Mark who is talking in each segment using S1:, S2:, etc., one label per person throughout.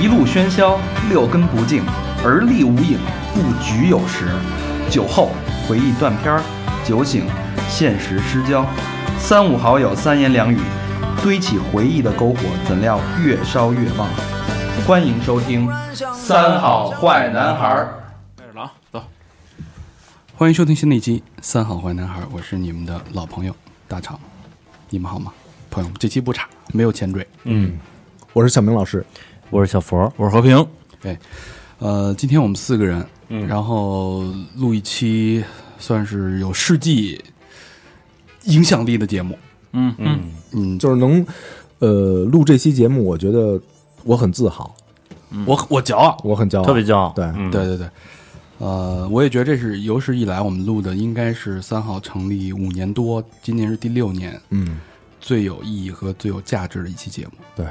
S1: 一路喧嚣，六根不净，而立无影，不局有时。酒后回忆断片儿，酒醒现实失焦。三五好友三言两语，堆起回忆的篝火，怎料越烧越旺。欢迎收听《三好坏男孩儿》。
S2: 开始了啊，走。欢迎收听新的一期《三好坏男孩》，我是你们的老朋友大厂，你们好吗？朋友们，这期不差，没有前缀。
S3: 我是小明老师，
S4: 我是小佛，
S5: 我是和平，
S2: 哎，呃，今天我们四个人，然后录一期算是有世纪影响力的节目。
S5: 嗯嗯，
S2: 嗯，
S3: 就是能，呃，录这期节目，我觉得我很自豪，
S2: 我我骄傲。嗯
S3: 我很骄傲，
S4: 特别骄傲。
S3: 对，
S2: 对对对，呃，我也觉得这是有史以来我们录的，应该是三号成立五年多，今年是第六年，
S3: 嗯，
S2: 最有意义和最有价值的一期节目。
S3: 对，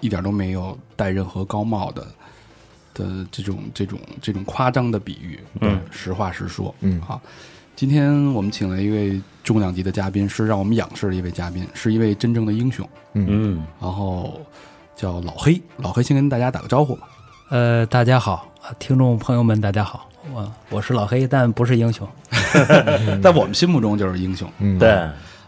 S2: 一点都没有带任何高帽的的这种这种这种夸张的比喻，对，实话实说，
S3: 嗯
S2: 啊。今天我们请了一位重量级的嘉宾，是让我们仰视的一位嘉宾，是一位真正的英雄，
S4: 嗯，
S2: 然后叫老黑。老黑先跟大家打个招呼吧。
S6: 呃，大家好，啊听众朋友们，大家好，我我是老黑，但不是英雄。
S2: 在我们心目中就是英雄。
S3: 嗯，
S4: 对，，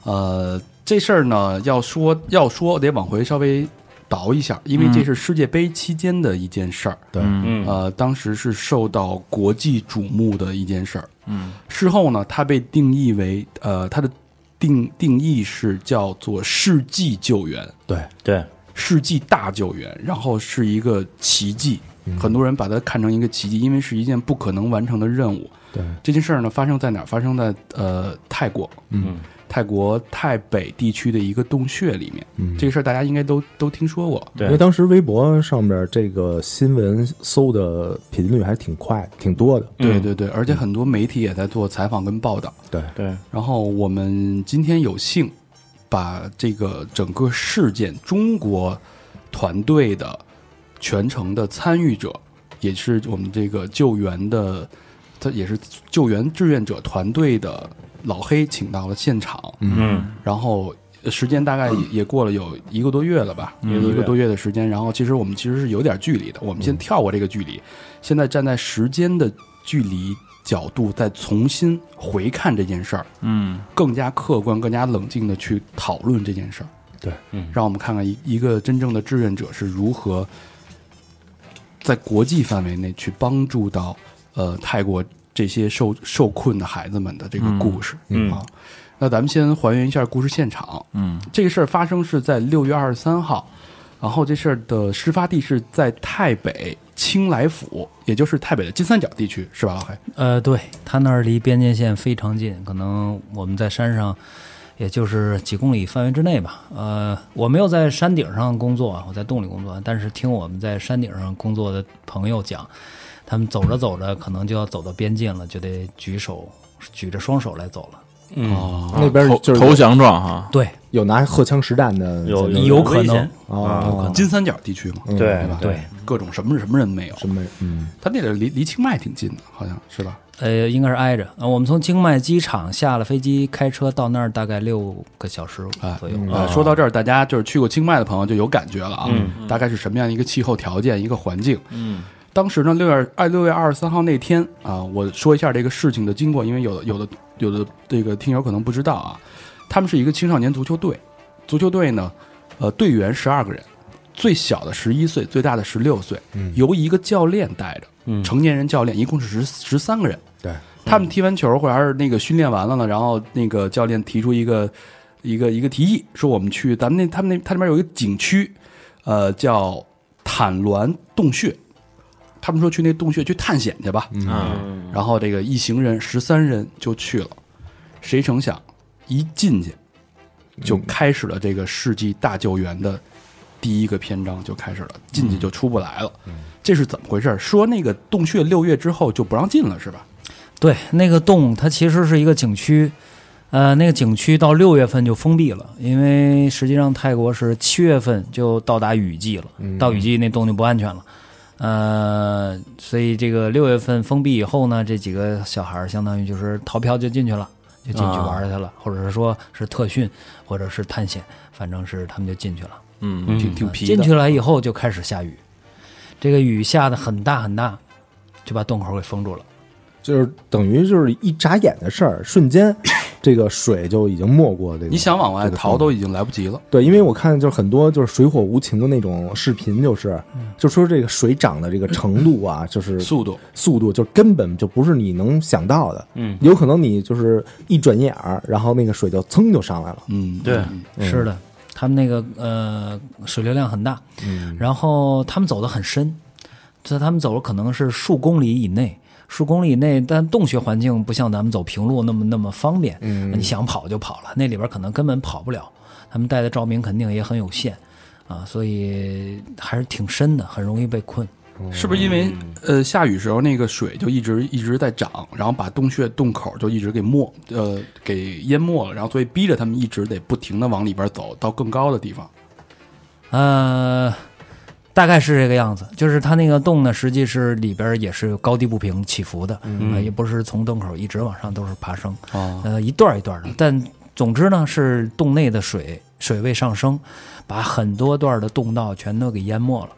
S2: 呃，这事儿呢，要说要说，得往回稍微倒一下，因为这是世界杯期间的一件事儿。
S3: 对，
S4: 嗯
S2: 呃，当时是受到国际瞩目的一件事儿。嗯，事后呢，它被定义为呃，它的定定义是叫做世纪救援，
S3: 对，
S4: 对，
S2: 世纪大救援，然后是一个奇迹。很多人把它看成一个奇迹，因为是一件不可能完成的任务。
S3: 对，
S2: 这件事儿呢，发生在哪儿？发生在呃泰国，
S3: 嗯，
S2: 泰国泰北地区的一个洞穴里面。
S3: 嗯
S2: 这个事儿大家应该都都听说过。
S4: 对
S3: 因为当时微博上面这个新闻搜的频率还挺快，挺多的，
S2: 对对对，
S3: 嗯
S2: 而且很多媒体也在做采访跟报道。
S3: 对，
S4: 对，
S2: 然后我们今天有幸把这个整个事件中国团队的全程的参与者，也是我们这个救援的，他也是救援志愿者团队的老黑请到了现场，
S4: 嗯
S2: 然后。时间大概也也过了有一个多月了吧，一个多月的时间。然后其实我们其实是有点距离的，我们先跳过这个距离，现在站在时间的距离角度，再重新回看这件事儿，
S5: 嗯
S2: 更加客观、更加冷静的去讨论这件事儿。
S3: 对，
S4: 嗯
S2: 让我们看看一一个真正的志愿者是如何在国际范围内去帮助到呃泰国这些受受困的孩子们的这个故事、
S4: 嗯
S2: 啊。那咱们先还原一下故事现场。
S5: 嗯
S2: 这个事儿发生是在六月二十三号，然后这事儿的事发地是在泰北清莱府，也就是泰北的金三角地区，是吧，老黑？
S6: 呃，对他那儿离边界线非常近，可能我们在山上，也就是几公里范围之内吧。呃，我没有在山顶上工作啊，我在洞里工作，但是听我们在山顶上工作的朋友讲，他们走着走着，可能就要走到边境了，就得举手举着双手来走了。
S2: 哦，
S3: 那边
S5: 投
S3: 就是
S5: 投降状哈，
S6: 对，
S3: 有拿荷枪实弹的，
S4: 有
S3: 在那
S6: 有
S4: 有
S6: 可
S4: 危
S6: 能
S4: 险
S3: 哦，
S2: 金三角地区嘛，
S3: 嗯
S4: 对
S2: 吧？
S6: 对，
S2: 各种什么什么人没有，
S3: 什么，嗯，
S2: 他那点儿离离清迈挺近的，好像是吧？
S6: 呃，应该是挨着。呃，我们从清迈机场下了飞机，开车到那儿大概六个小时左右。
S2: 呃，说到这儿，大家就是去过清迈的朋友就有感觉了啊，大概是什么样一个气候条件、一个环境。
S5: 嗯
S2: 当时呢，六月二六月二十三号那天啊，我说一下这个事情的经过，因为有的有的有的这个听友可能不知道啊，他们是一个青少年足球队，足球队呢，呃，队员十二个人，最小的十一岁，最大的十六岁，由一个教练带着，
S4: 嗯
S2: 成年人教练一共是十十三个人。
S3: 对，
S2: 他们踢完球或者还是那个训练完了呢，然后那个教练提出一个一个一个提议，说我们去咱们那他们那他那边有一个景区，呃，叫坦栾洞穴，他们说去那洞穴去探险去吧。
S3: 嗯
S5: 啊
S2: 然后这个一行人十三人就去了，谁成想一进去
S3: 嗯
S2: 就开始了这个世纪大救援的第一个篇章就开始了，进
S3: 嗯
S2: 去就出不来了。这是怎么回事？说那个洞穴六月之后就不让进了，是吧？
S6: 对，那个洞它其实是一个景区，呃，那个景区到六月份就封闭了，因为实际上泰国是七月份就到达雨季了，
S2: 嗯
S6: 到雨季那洞就不安全了。呃，所以这个六月份封闭以后呢，这几个小孩儿相当于就是逃票就进去了，就进去玩儿去
S2: 啊
S6: 了，或者是说是特训，或者是探险，反正是他们就进去了。
S2: 嗯
S4: 嗯，
S2: 挺挺
S6: 啊
S2: 皮
S6: 进
S2: 的，
S6: 去了以后就开始下雨，这个雨下的很大很大，就把洞口给封住了。
S3: 就是等于就是一眨眼的事儿，瞬间这个水就已经没过这个。
S2: 你想往外
S3: 这个
S2: 逃
S3: 洞
S2: 都已经来不及了。
S3: 对，因为我看就是很多就是水火无情的那种视频，就是
S6: 嗯
S3: 就说这个水涨的这个程度啊，就是
S2: 速度，
S3: 速度，就根本就不是你能想到的。
S1: 嗯，
S3: 有可能你就是一转眼儿，然后那个水就噌就上来了。
S2: 嗯，
S4: 对，
S6: 是的，他们那个呃水流量很大，然后他们走得很深，这他们走了可能是数公里以内。数公里以内，但洞穴环境不像咱们走平路那么那么方便，你想跑就跑了，那里边可能根本跑不了。他们带的照明肯定也很有限，啊，所以还是挺深的，很容易被困。
S2: 是不是因为呃下雨时候那个水就一直一直在涨，然后把洞穴洞口就一直给没呃给淹没了，然后所以逼着他们一直得不停的往里边走到更高的地方。
S6: 呃，大概是这个样子，就是它那个洞呢，实际是里边也是高低不平起伏的，嗯也不是从洞口一直往上都是爬升，
S2: 哦
S6: 呃，一段儿一段儿的。但总之呢，是洞内的水水位上升，把很多段儿的洞道全都给淹没了。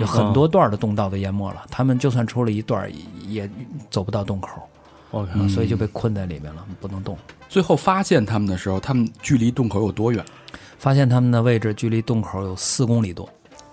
S6: 有很多段儿的洞道都淹没了，他们就算出了一段儿，也也走不到洞口，
S1: OK
S6: 啊所以就被困在里面了，不能动。
S2: 最后发现他们的时候，他们距离洞口有多远？
S6: 发现他们的位置距离洞口有四公里多，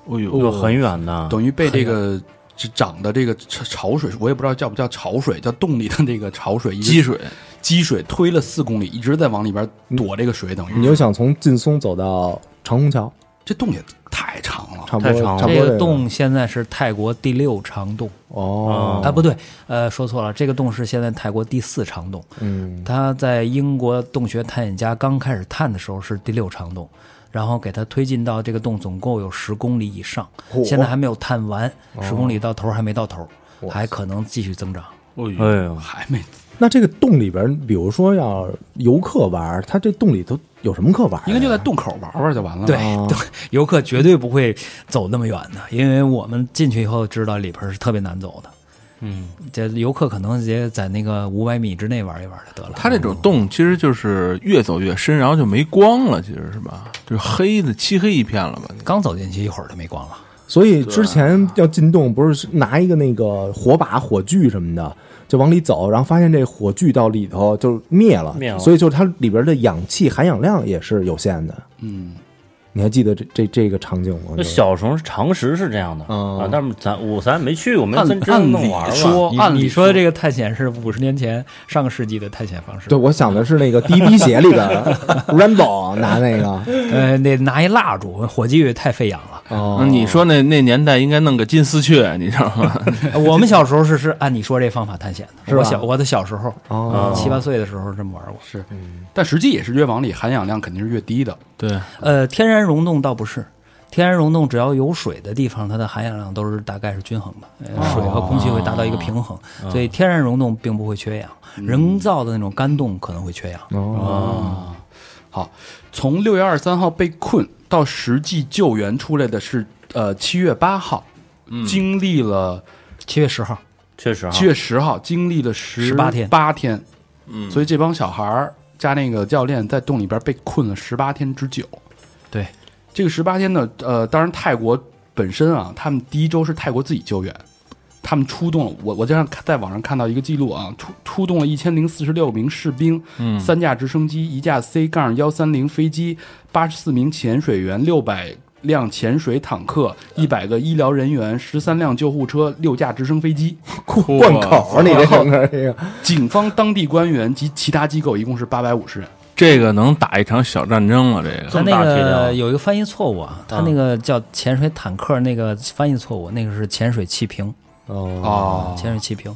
S4: 哦呦，很远呢。
S2: 等于被这个这涨的这个潮潮水，我也不知道叫不叫潮水，叫洞里的那个潮水，一直
S4: 积水，嗯
S2: 积水推了四公里，一直在往里边躲这个水，等于
S3: 你就想从劲松走到长虹桥，
S2: 这洞也太长了。
S3: 差不多
S4: 太长了
S3: 差不
S6: 这
S3: 多
S6: 个
S3: 个
S6: 洞现在是泰国第六长洞，
S3: 哦，
S6: 啊，不对，呃，说错了，这个洞是现在泰国第四长洞。
S3: 嗯，
S6: 它在英国洞穴探险家刚开始探的时候是第六长洞，然后给它推进到这个洞总共有十公里以上，现在还没有探完，十公里到头还没到头，还可能继续增长。
S2: 哦
S4: 哎呦，
S2: 还没，
S3: 那这个洞里边，比如说要游客玩儿，它这洞里头有什么可玩儿的
S2: 应
S3: 呀？
S2: 该就在洞口玩玩就完了。
S6: 对，对，游客绝对不会走那么远的，因为我们进去以后知道里边是特别难走的。嗯，这游客可能直接在那个五百米之内玩一玩就得了。
S4: 它这种洞其实就是越走越深，然后就没光了，其实是吧？就是黑的，漆黑一片了吧？
S6: 刚走进去一会儿就没光了。
S3: 所以之前要进洞，不是拿一个那个火把、火炬什么的，就往里走，然后发现这火炬到里头就灭了，
S4: 灭了
S3: 所以就是它里边的氧气含氧量也是有限的。
S2: 嗯，
S3: 你还记得这这这个场景吗？
S5: 那小时候常识是这样的、
S3: 嗯
S5: 啊，但是咱我咱没去过，没
S2: 按
S5: 真
S2: 按
S5: 真
S2: 理
S5: 弄玩儿
S2: 说
S5: 过。
S6: 你
S2: 按理
S6: 你说的这个探险是五十年前上个世纪的探险方式。
S3: 对，我想的是那个《第一滴血》里的 Rambo 拿那个，
S6: 呃，得拿一蜡烛，火炬太费氧了。
S3: 哦
S4: 那你说那那年代应该弄个金丝雀，你知道吗？
S6: 呃我们小时候是是按你说这方法探险的，
S3: 是吧
S6: 我小我的小时候，
S3: 哦
S6: 七八岁的时候这么玩过。
S2: 是，但实际也是越往里含氧量肯定是越低的。
S4: 对，
S6: 呃，天然溶洞倒不是，天然溶洞只要有水的地方，它的含氧量都是大概是均衡的，呃水和空气会达到一个平衡，所以天然溶洞并不会缺氧。人造的那种干洞可能会缺氧。
S2: 好，从六月二十三号被困到实际救援出来的是呃七月八号，经历了
S6: 七月十号，
S5: 确实啊，
S2: 七月十嗯号，经历了十
S6: 18天
S2: 八天，嗯，所以这帮小孩儿加那个教练在洞里边被困了十八天之久。
S6: 对，
S2: 这个十八天呢，呃，当然泰国本身啊，他们第一周是泰国自己救援，他们出动了，我我经常看在网上看到一个记录啊，出出动了一千零四十六名士兵，嗯，三架直升机，一架 C 杠幺三零飞机，八十四名潜水员，六百。辆潜水坦克，一百个医疗人员，十三辆救护车，六架直升飞机，
S3: 灌口儿，你这整个这个，
S2: 警方、当地官员及其他机构一共是八百五十人。
S4: 这个能打一场小战争了，这个
S5: 这
S6: 他
S5: 么
S6: 那
S5: 大体量
S6: 个
S5: 啊嗯
S6: 有一个翻译错误啊，他那个叫潜水坦克，那个翻译错误，那个是潜水气瓶嗯
S3: 哦，
S2: 哦
S6: 潜水气瓶。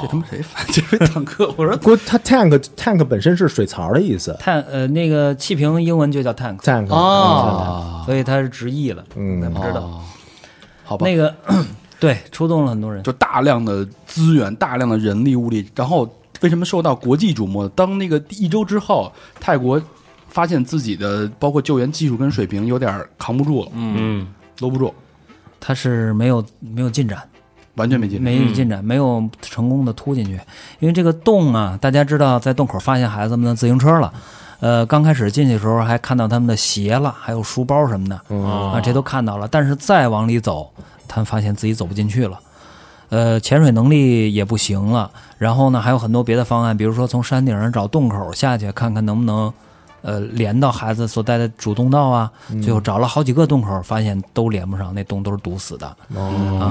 S2: 这他妈谁反这位坦克？ 我说
S3: 不过它 tank tank 本身是水槽的意思
S6: 碳呃，那个气瓶英文就叫 tank，
S3: ，tank
S2: 哦
S6: 所以它是直译了，
S3: 嗯
S6: 咱不知道。
S2: 哦，好吧，
S6: 那个 对，出动了很多人，
S2: 就大量的资源、大量的人力物力，然后为什么受到国际瞩目？当那个一周之后，泰国发现自己的包括救援技术跟水平有点扛不住了，
S5: 嗯，
S2: 搂不住。
S6: 它是没有没有进展，
S2: 完全没进展。
S6: 没进展，没有成功的突进去。因为这个洞啊，大家知道，在洞口发现孩子们的自行车了。呃，刚开始进去的时候还看到他们的鞋了，还有书包什么的，啊，这都看到了。但是再往里走，他们发现自己走不进去了，呃，潜水能力也不行了。然后呢，还有很多别的方案，比如说从山顶上找洞口下去，看看能不能，呃，连到孩子所在的主洞道啊。最后找了好几个洞口，发现都连不上，那洞都是堵死的。啊，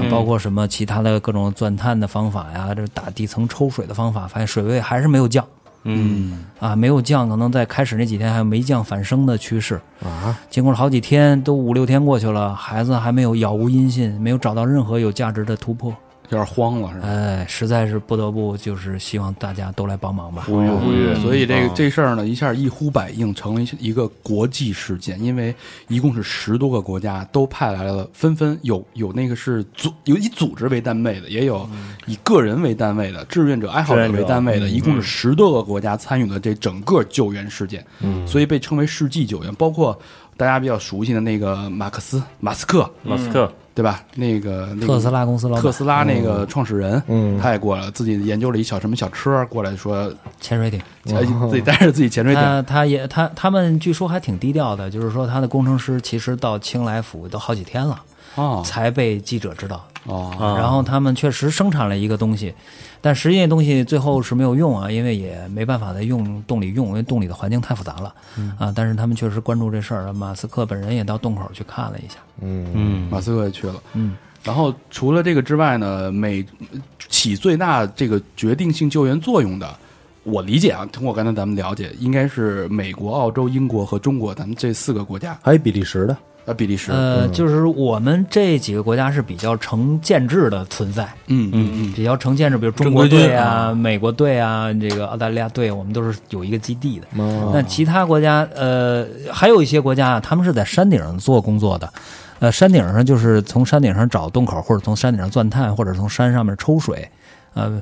S2: 嗯
S6: 包括什么其他的各种钻探的方法呀，这打地层抽水的方法，发现水位还是没有降。嗯，啊，没有降，可能在开始那几天还有没降反升的趋势啊。经过了好几天，都五六天过去了，孩子还没有杳无音信，没有找到任何有价值的突破。
S2: 有点慌了，是吧？
S6: 哎，实在是不得不就是希望大家都来帮忙吧。
S2: 呼吁呼吁。所以这个这事儿呢，一下一呼百应，成为一个国际事件。因为一共是十多个国家都派来了，纷纷有有那个是组有以组织为单位的，也有以个人为单位的志嗯愿者、爱好者嗯为单位的，一共是十多个国家参与了这整个救援事件，所以被称为世纪救援，包括。大家比较熟悉的那个马克思、马斯克，
S5: 马斯克，
S2: 对吧？那个、那个、
S6: 特斯拉公司老
S2: 特
S6: 板
S2: 斯拉那个创始人，嗯，他也过来了，自己研究了一小什么小车过来说，
S6: 潜水艇，
S2: 呃自己带着自己潜水艇，
S6: 他他也他他们据说还挺低调的，就是说他的工程师其实到青来府都好几天了，
S2: 哦
S6: 才被记者知道。
S2: 哦，
S5: 啊
S6: 然后他们确实生产了一个东西，但实际那东西最后是没有用啊，因为也没办法在用洞里用，因为洞里的环境太复杂了啊。但是他们确实关注这事儿，马斯克本人也到洞口去看了一下。
S5: 嗯
S2: 马斯克也去了，
S6: 嗯。
S2: 然后除了这个之外呢，美起最大这个决定性救援作用的，我理解啊，通过刚才咱们了解，应该是美国、澳洲、英国和中国，咱们这四个国家，
S3: 还有比利时的，
S2: 呃，比利时，
S6: 呃，就是我们这几个国家是比较成建制的存在，
S2: 嗯嗯
S6: 比较成建制，比如中国队啊、美国队啊、这个澳大利亚队，我们都是有一个基地的。那其他国家，呃，还有一些国家啊，他们是在山顶上做工作的，呃，山顶上就是从山顶上找洞口，或者从山顶上钻探，或者从山上面抽水，呃，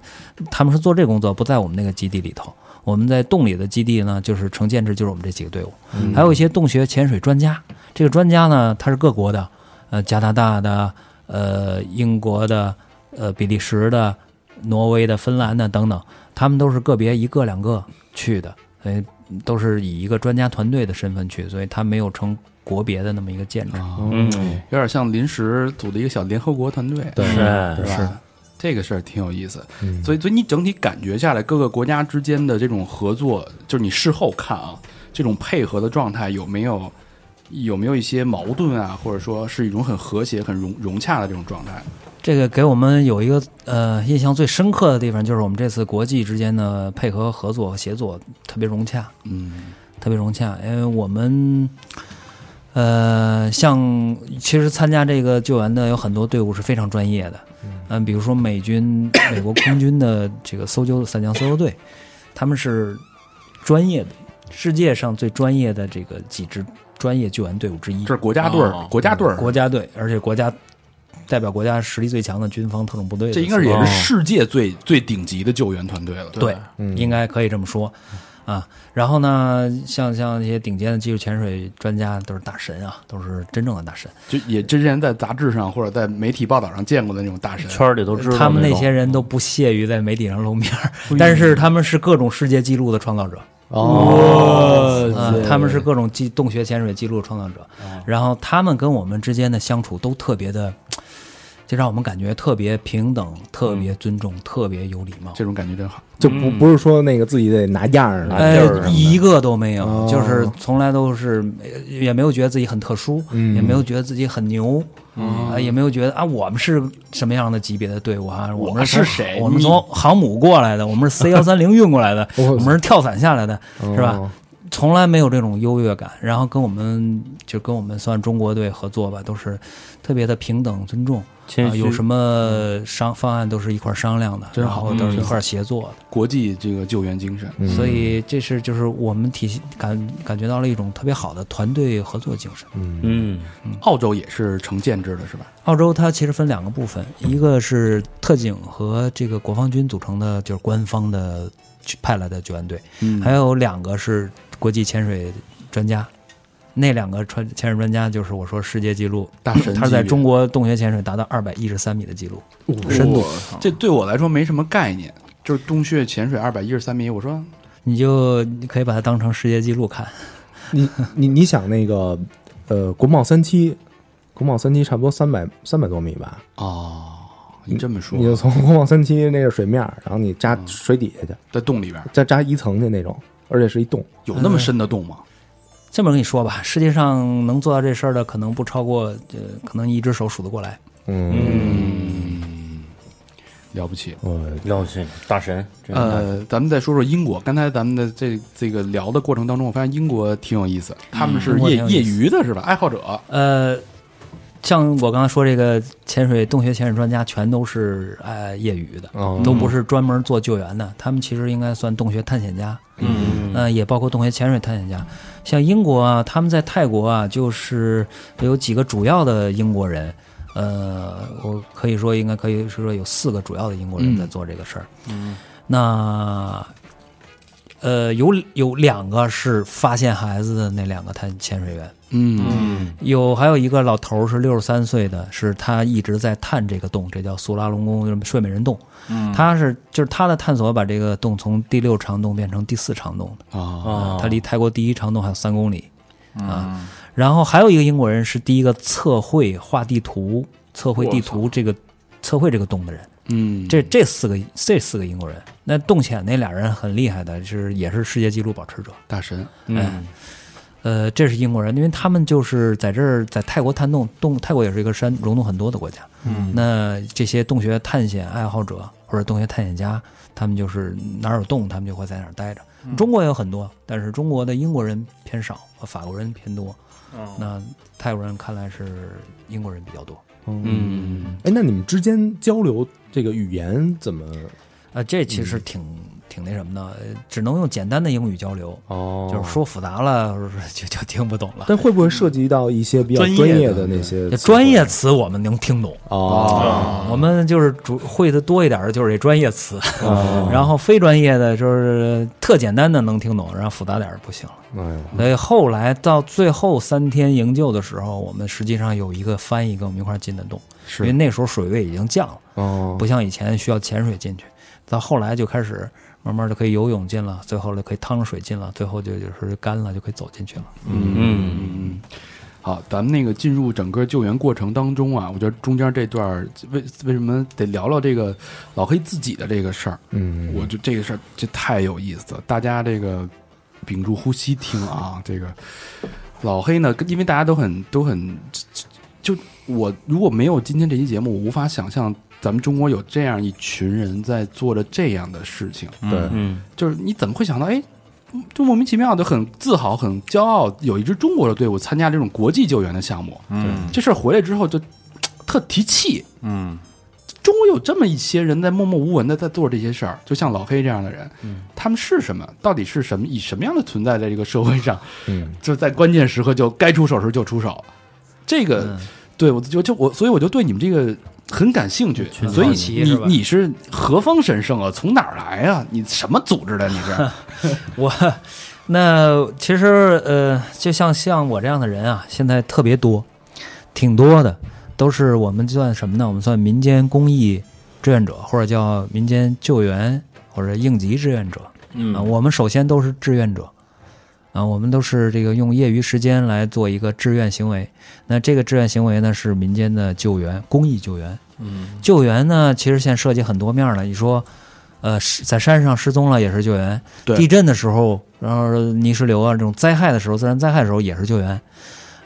S6: 他们是做这工作，不在我们那个基地里头。我们在洞里的基地呢，就是成建制，就是我们这几个队伍，还有一些洞穴潜水专家。这个专家呢，他是各国的，呃，加拿大的，呃，英国的，呃，比利时的、挪威的、芬兰的等等，他们都是个别一个两个去的，所以都是以一个专家团队的身份去，所以他没有成国别的那么一个建制。
S5: 嗯，
S2: 有点像临时组的一个小联合国团队，对
S5: 是
S2: 是吧？这个事儿挺有意思，所以所以你整体感觉下来，各个国家之间的这种合作，就是你事后看啊，这种配合的状态有没有有没有一些矛盾啊，或者说是一种很和谐、很融融洽的这种状态？
S6: 这个给我们有一个呃印象最深刻的地方，就是我们这次国际之间的配合、合作和协作特别融洽，
S2: 嗯
S6: 特别融洽。因为我们呃，像其实参加这个救援的有很多队伍是非常专业的，嗯，比如说美军、美国空军的这个搜救伞降搜救队，他们是专业的，世界上最专业的这个几支专业救援队伍之一。
S2: 这是国家队儿、
S4: 哦
S2: 国家队儿，
S6: 国家队，而且国家代表国家实力最强的军方特种部队的
S2: 这
S6: 司
S2: 应
S6: 令，
S2: 该是也是世界最、最顶级的救援团队了。
S6: 对，
S5: 嗯
S6: 应该可以这么说啊。然后呢，像像一些顶尖的技术潜水专家都是大神啊，都是真正的大神。
S2: 就也之前在杂志上或者在媒体报道上见过的那种大神，
S5: 圈儿里都知道
S6: 他们
S5: 那
S6: 那
S5: 种
S6: 些人都不屑于在媒体上露 面儿，但是他们是各种世界纪录的创造者。
S3: 哦
S6: 嗯，他们是各种记洞穴潜水记录创造者，
S5: 哦
S6: 然后他们跟我们之间的相处都特别的，就让我们感觉特别平等、特
S5: 嗯
S6: 别尊重、特别有礼貌。
S2: 这种感觉真好。
S3: 就不不是说那个自己得拿样啊儿的，
S6: 呃，一个都没
S2: 哦
S6: 有，就是从来都是呃也没有觉得自己很特殊，
S2: 嗯
S6: 也没有觉得自己很牛，啊，也没有觉得啊我们是什么样的级别的队伍啊，我
S2: 我
S6: 们从
S2: 是谁
S6: 我们从航母过来的，我们是 C 幺三零运过 来的，我们是跳伞下来的，是
S3: 嗯
S6: 吧？从来没有这种优越感，然后跟我们就跟我们算中国队合作吧，都是特别的平等尊重，
S5: 谦
S6: 啊
S5: 虚
S6: 有什么商方案都是一块儿商量的，
S2: 真
S6: 然
S2: 好嗯
S6: 后都是一块儿协作的。
S2: 国际这个救援精神，
S6: 所以这是就是我们体系感感觉到了一种特别好的团队合作精神。
S5: 嗯，
S2: 澳洲也是成建制的，是吧？
S6: 澳洲它其实分两个部分，一个是特警和这个国防军组成的，就是官方的去派来的救援队，
S2: 嗯
S6: 还有两个是国际潜水专家。那两个船潜水专家就是我说世界纪录，
S2: 大神级别
S6: 他在中国洞穴潜水达到二百一十三米的记录。深度
S4: 我操
S2: 这对我来说没什么概念，就是洞穴潜水二百一十三米，我说
S6: 你就你可以把它当成世界纪录看。
S3: 你你你想那个呃，国贸三期，国贸三期差不多三百三百多米吧，
S2: 哦，你这么说
S3: 你，就从国贸三期那个水面儿，然后你扎水底下去，
S2: 在洞里边
S3: 再扎一层的那种，而且是一洞。
S2: 有那么深的洞吗？
S6: 这么跟你说吧，世界上能做到这事儿的，可能不超过呃，可能一只手数得过来。
S3: 嗯，
S2: 嗯了不起。
S3: 我
S5: 了不起，大神，真是大神
S2: 呃，咱们再说说英国。刚才咱们的这这个聊的过程当中，我发现英国挺有意思，他们是
S6: 英国
S2: 业
S6: 挺有
S2: 业
S6: 意思
S2: 余的是吧？爱好者
S6: 呃，像我刚才说这个潜水洞穴潜水专家，全都是呃业余的，
S3: 哦
S6: 都不是专门做救援的。他们其实应该算洞穴探险家，
S4: 嗯，
S6: 呃，也包括洞穴潜水探险家。像英国啊，他们在泰国啊，就是有几个主要的英国人，呃，我可以说应该可以是说有四个主要的英国人在做这个事儿。嗯，那呃，有有两个是发现孩子的那两个探潜水员，
S2: 嗯，
S6: 有还有一个老头儿是六十三岁的，是他一直在探这个洞，这叫苏拉龙宫就是睡美人洞。嗯，他是就是他的探索把这个洞从第六长洞变成第四长洞的
S2: 啊
S6: 啊，他离泰国第一长洞还有三公里啊。然后还有一个英国人是第一个测绘画地图、测绘地图这个测绘这个洞的人。
S2: 嗯，
S6: 这这四个这四个英国人，那洞潜那俩人很厉害的，是也是世界纪录保持者。
S2: 大神
S6: 嗯，呃，这是英国人，因为他们就是在这儿，在泰国探洞，洞泰国也是一个山溶洞很多的国家。嗯，那这些洞穴探险爱好者或者洞穴探险家，他们就是哪儿有洞，他们就会在哪儿待着。
S3: 嗯
S6: 中国也有很多，但是中国的英国人偏少，和法国人偏多。
S3: 哦
S6: 那泰国人看来是英国人比较多。
S2: 嗯，
S3: 哎，那你们之间交流这个语言怎么？
S6: 啊、这其实挺、挺那什么的，呃只能用简单的英语交流，
S3: 哦
S6: 就是说复杂了或者是就就听不懂了。
S3: 但会不会涉及到一些比较专业的那些
S6: 这
S3: 词汇
S6: 专业词我们能听懂，
S3: 哦？
S6: 我们就是主会的多一点儿的就是这专业词，
S3: 哦
S6: 然后非专业的就是特简单的能听懂，然后复杂点儿不行了。
S3: 哎呦，
S6: 所以后来到最后三天营救的时候，我们实际上有一个翻译跟我们一块儿进的洞，因为那时候水位已经降了，
S3: 哦，
S6: 不像以前需要潜水进去。到后来就开始慢慢就可以游泳进了，最后就可以趟着水进了，最后就就是干了就可以走进去了。
S2: 嗯，好，咱们那个进入整个救援过程当中啊，我觉得中间这段儿为为什么得聊聊这个老黑自己的这个事儿？
S3: 嗯，
S2: 我就这个事儿这太有意思了，大家这个屏住呼吸听啊，这个老黑呢，跟因为大家都很都很就我如果没有今天这期节目，我无法想象咱们中国有这样一群人在做着这样的事情。
S3: 对，
S5: 嗯，
S2: 就是你怎么会想到，哎，就莫名其妙的很自豪、很骄傲，有一支中国的队伍参加这种国际救援的项目，
S4: 嗯
S2: 这事儿回来之后就嘖特提气。
S4: 嗯
S2: 中国有这么一些人在默默无闻的在做这些事儿，就像老黑这样的人，他们是什么？到底是什么？以什么样的存在在这个社会上？
S3: 嗯，
S2: 就在关键时刻就该出手时就出手，这个、对我就就我，所以我就对你们这个很感兴趣。
S6: 群
S2: 所以
S6: 防旗
S2: 你
S6: 是吧
S2: 你是何方神圣啊？从哪儿来啊？你什么组织的？你是？
S6: 我那其实呃，就像像我这样的人啊，现在特别多，挺多的，都是我们算什么呢？我们算民间公益志愿者，或者叫民间救援或者应急志愿者啊。
S4: 嗯
S6: 我们首先都是志愿者啊，我们都是这个用业余时间来做一个志愿行为。那这个志愿行为呢，是民间的救援，公益救援。
S4: 嗯
S6: 救援呢，其实现在涉及很多面儿了。你说，呃，是在山上失踪了也是救援，
S2: 对
S6: 地震的时候，然后泥石流啊这种灾害的时候，自然灾害的时候也是救援。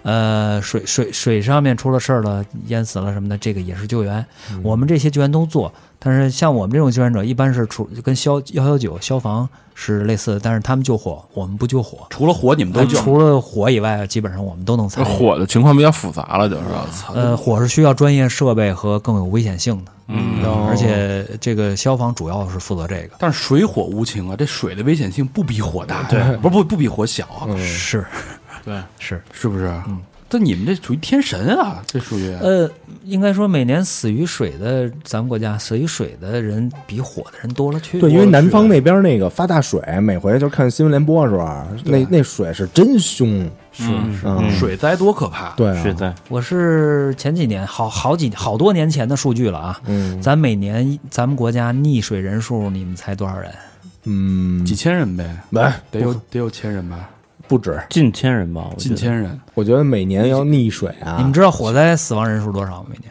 S6: 呃，水水水上面出了事儿了，淹死了什么的，这个也是救援。
S2: 嗯
S6: 我们这些救援都做，但是像我们这种救援者，一般是处跟消幺幺九消防是类似的，但是他们救火，我们不救火。
S2: 除了火，你们都救。
S6: 除了火以外，基本上我们都能参
S4: 这
S6: 与。
S4: 火的情况比较复杂了，就是我 操
S6: 呃，火是需要专业设备和更有危险性的，嗯，而且这个消防主要是负责这个，
S2: 但是水火无情啊，这水的危险性不比火大，对，不是不不比火小啊，
S6: 是
S4: 对，
S6: 是，
S2: 是不是？但你们这属于天神啊，这属于
S6: 呃，应该说每年死于水的，咱们国家死于水的人比火的人多了去了。
S3: 对，因为南方那边那个发大水，每回就看新闻联播的时候，啊那那水是真凶，
S2: 是
S3: 嗯
S2: 水灾多可怕。
S3: 对、啊，
S5: 是在
S6: 我是前几年好好几好多年前的数据了啊，
S3: 嗯
S6: 咱每年咱们国家溺水人数，你们猜多少人？
S3: 嗯，
S2: 几千人呗，
S3: 来
S2: 得有得有千人吧，
S3: 哎不止，
S5: 近千人吧，我觉
S2: 近
S5: 得
S2: 千人，
S3: 我觉得每年要溺水啊，
S6: 你们知道火灾死亡人数多少吗？每年？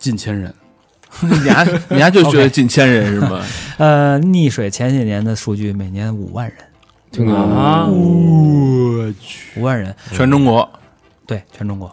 S2: 近千人，
S4: 你还 你还就觉得近千人是吗？
S6: 呃，溺水前几年的数据，每年五万人，
S3: 听到吗？
S5: 啊，
S2: 我去，
S6: 五万人，
S4: 全中国
S6: 对，全中国。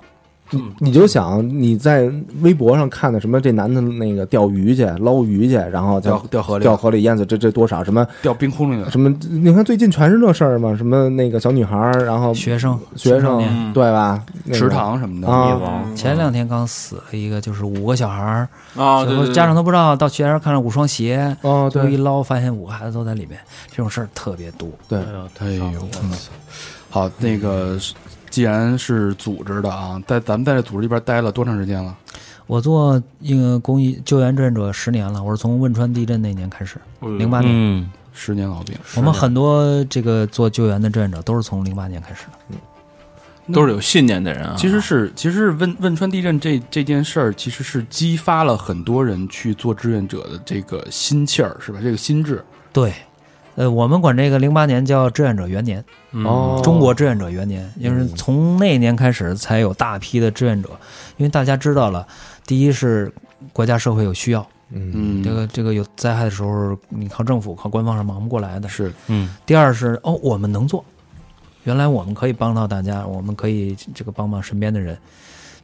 S3: 你就想你在微博上看的什么，这男的那个钓鱼去捞鱼去，然后
S2: 掉
S3: 掉
S2: 掉河里，
S3: 掉河里淹死，这这多少什么
S2: 掉冰窟里了，
S3: 什么？你看最近全是这事儿嘛，什么那个小女孩儿，然后
S6: 学生，
S3: 学
S6: 青少
S3: 生
S6: 年
S3: 对吧？那个
S2: 池塘什么的，
S3: 啊
S5: 灭亡
S6: 前两天刚死了一个，就是五个小孩儿，
S4: 啊，
S6: 然
S4: 对
S6: 后
S4: 对对
S6: 家长都不知道，到学校看了五双鞋，
S3: 哦，
S6: 最后一
S3: 对
S6: 捞发现五个孩子都在里面，这种事儿特别多。
S3: 对，
S2: 哎呦，我操！好，那个既然是组织的啊，在咱们在这组织里边待了多长时间了？
S6: 我做呃公益救援志愿者十年了，我是从汶川地震那年开始，零八年。
S5: 嗯，
S2: 十年老兵，
S6: 我们很多这个做救援的志愿者都是从零八年开始的。
S4: 嗯都是有信念的人啊。
S2: 其实是，其实是汶汶川地震这这件事儿，其实是激发了很多人去做志愿者的这个心气儿，是吧？这个心智，
S6: 对，呃，我们管这个零八年叫志愿者元年，
S3: 哦，
S6: 中国志愿者元年，因为从那年开始才有大批的志愿者，因为大家知道了，第一是国家社会有需要，
S3: 嗯，
S2: 嗯，
S6: 这个这个有灾害的时候，你靠政府靠官方是忙不过来的。
S2: 是
S6: 第二是哦，我们能做，原来我们可以帮到大家，我们可以这个帮帮身边的人。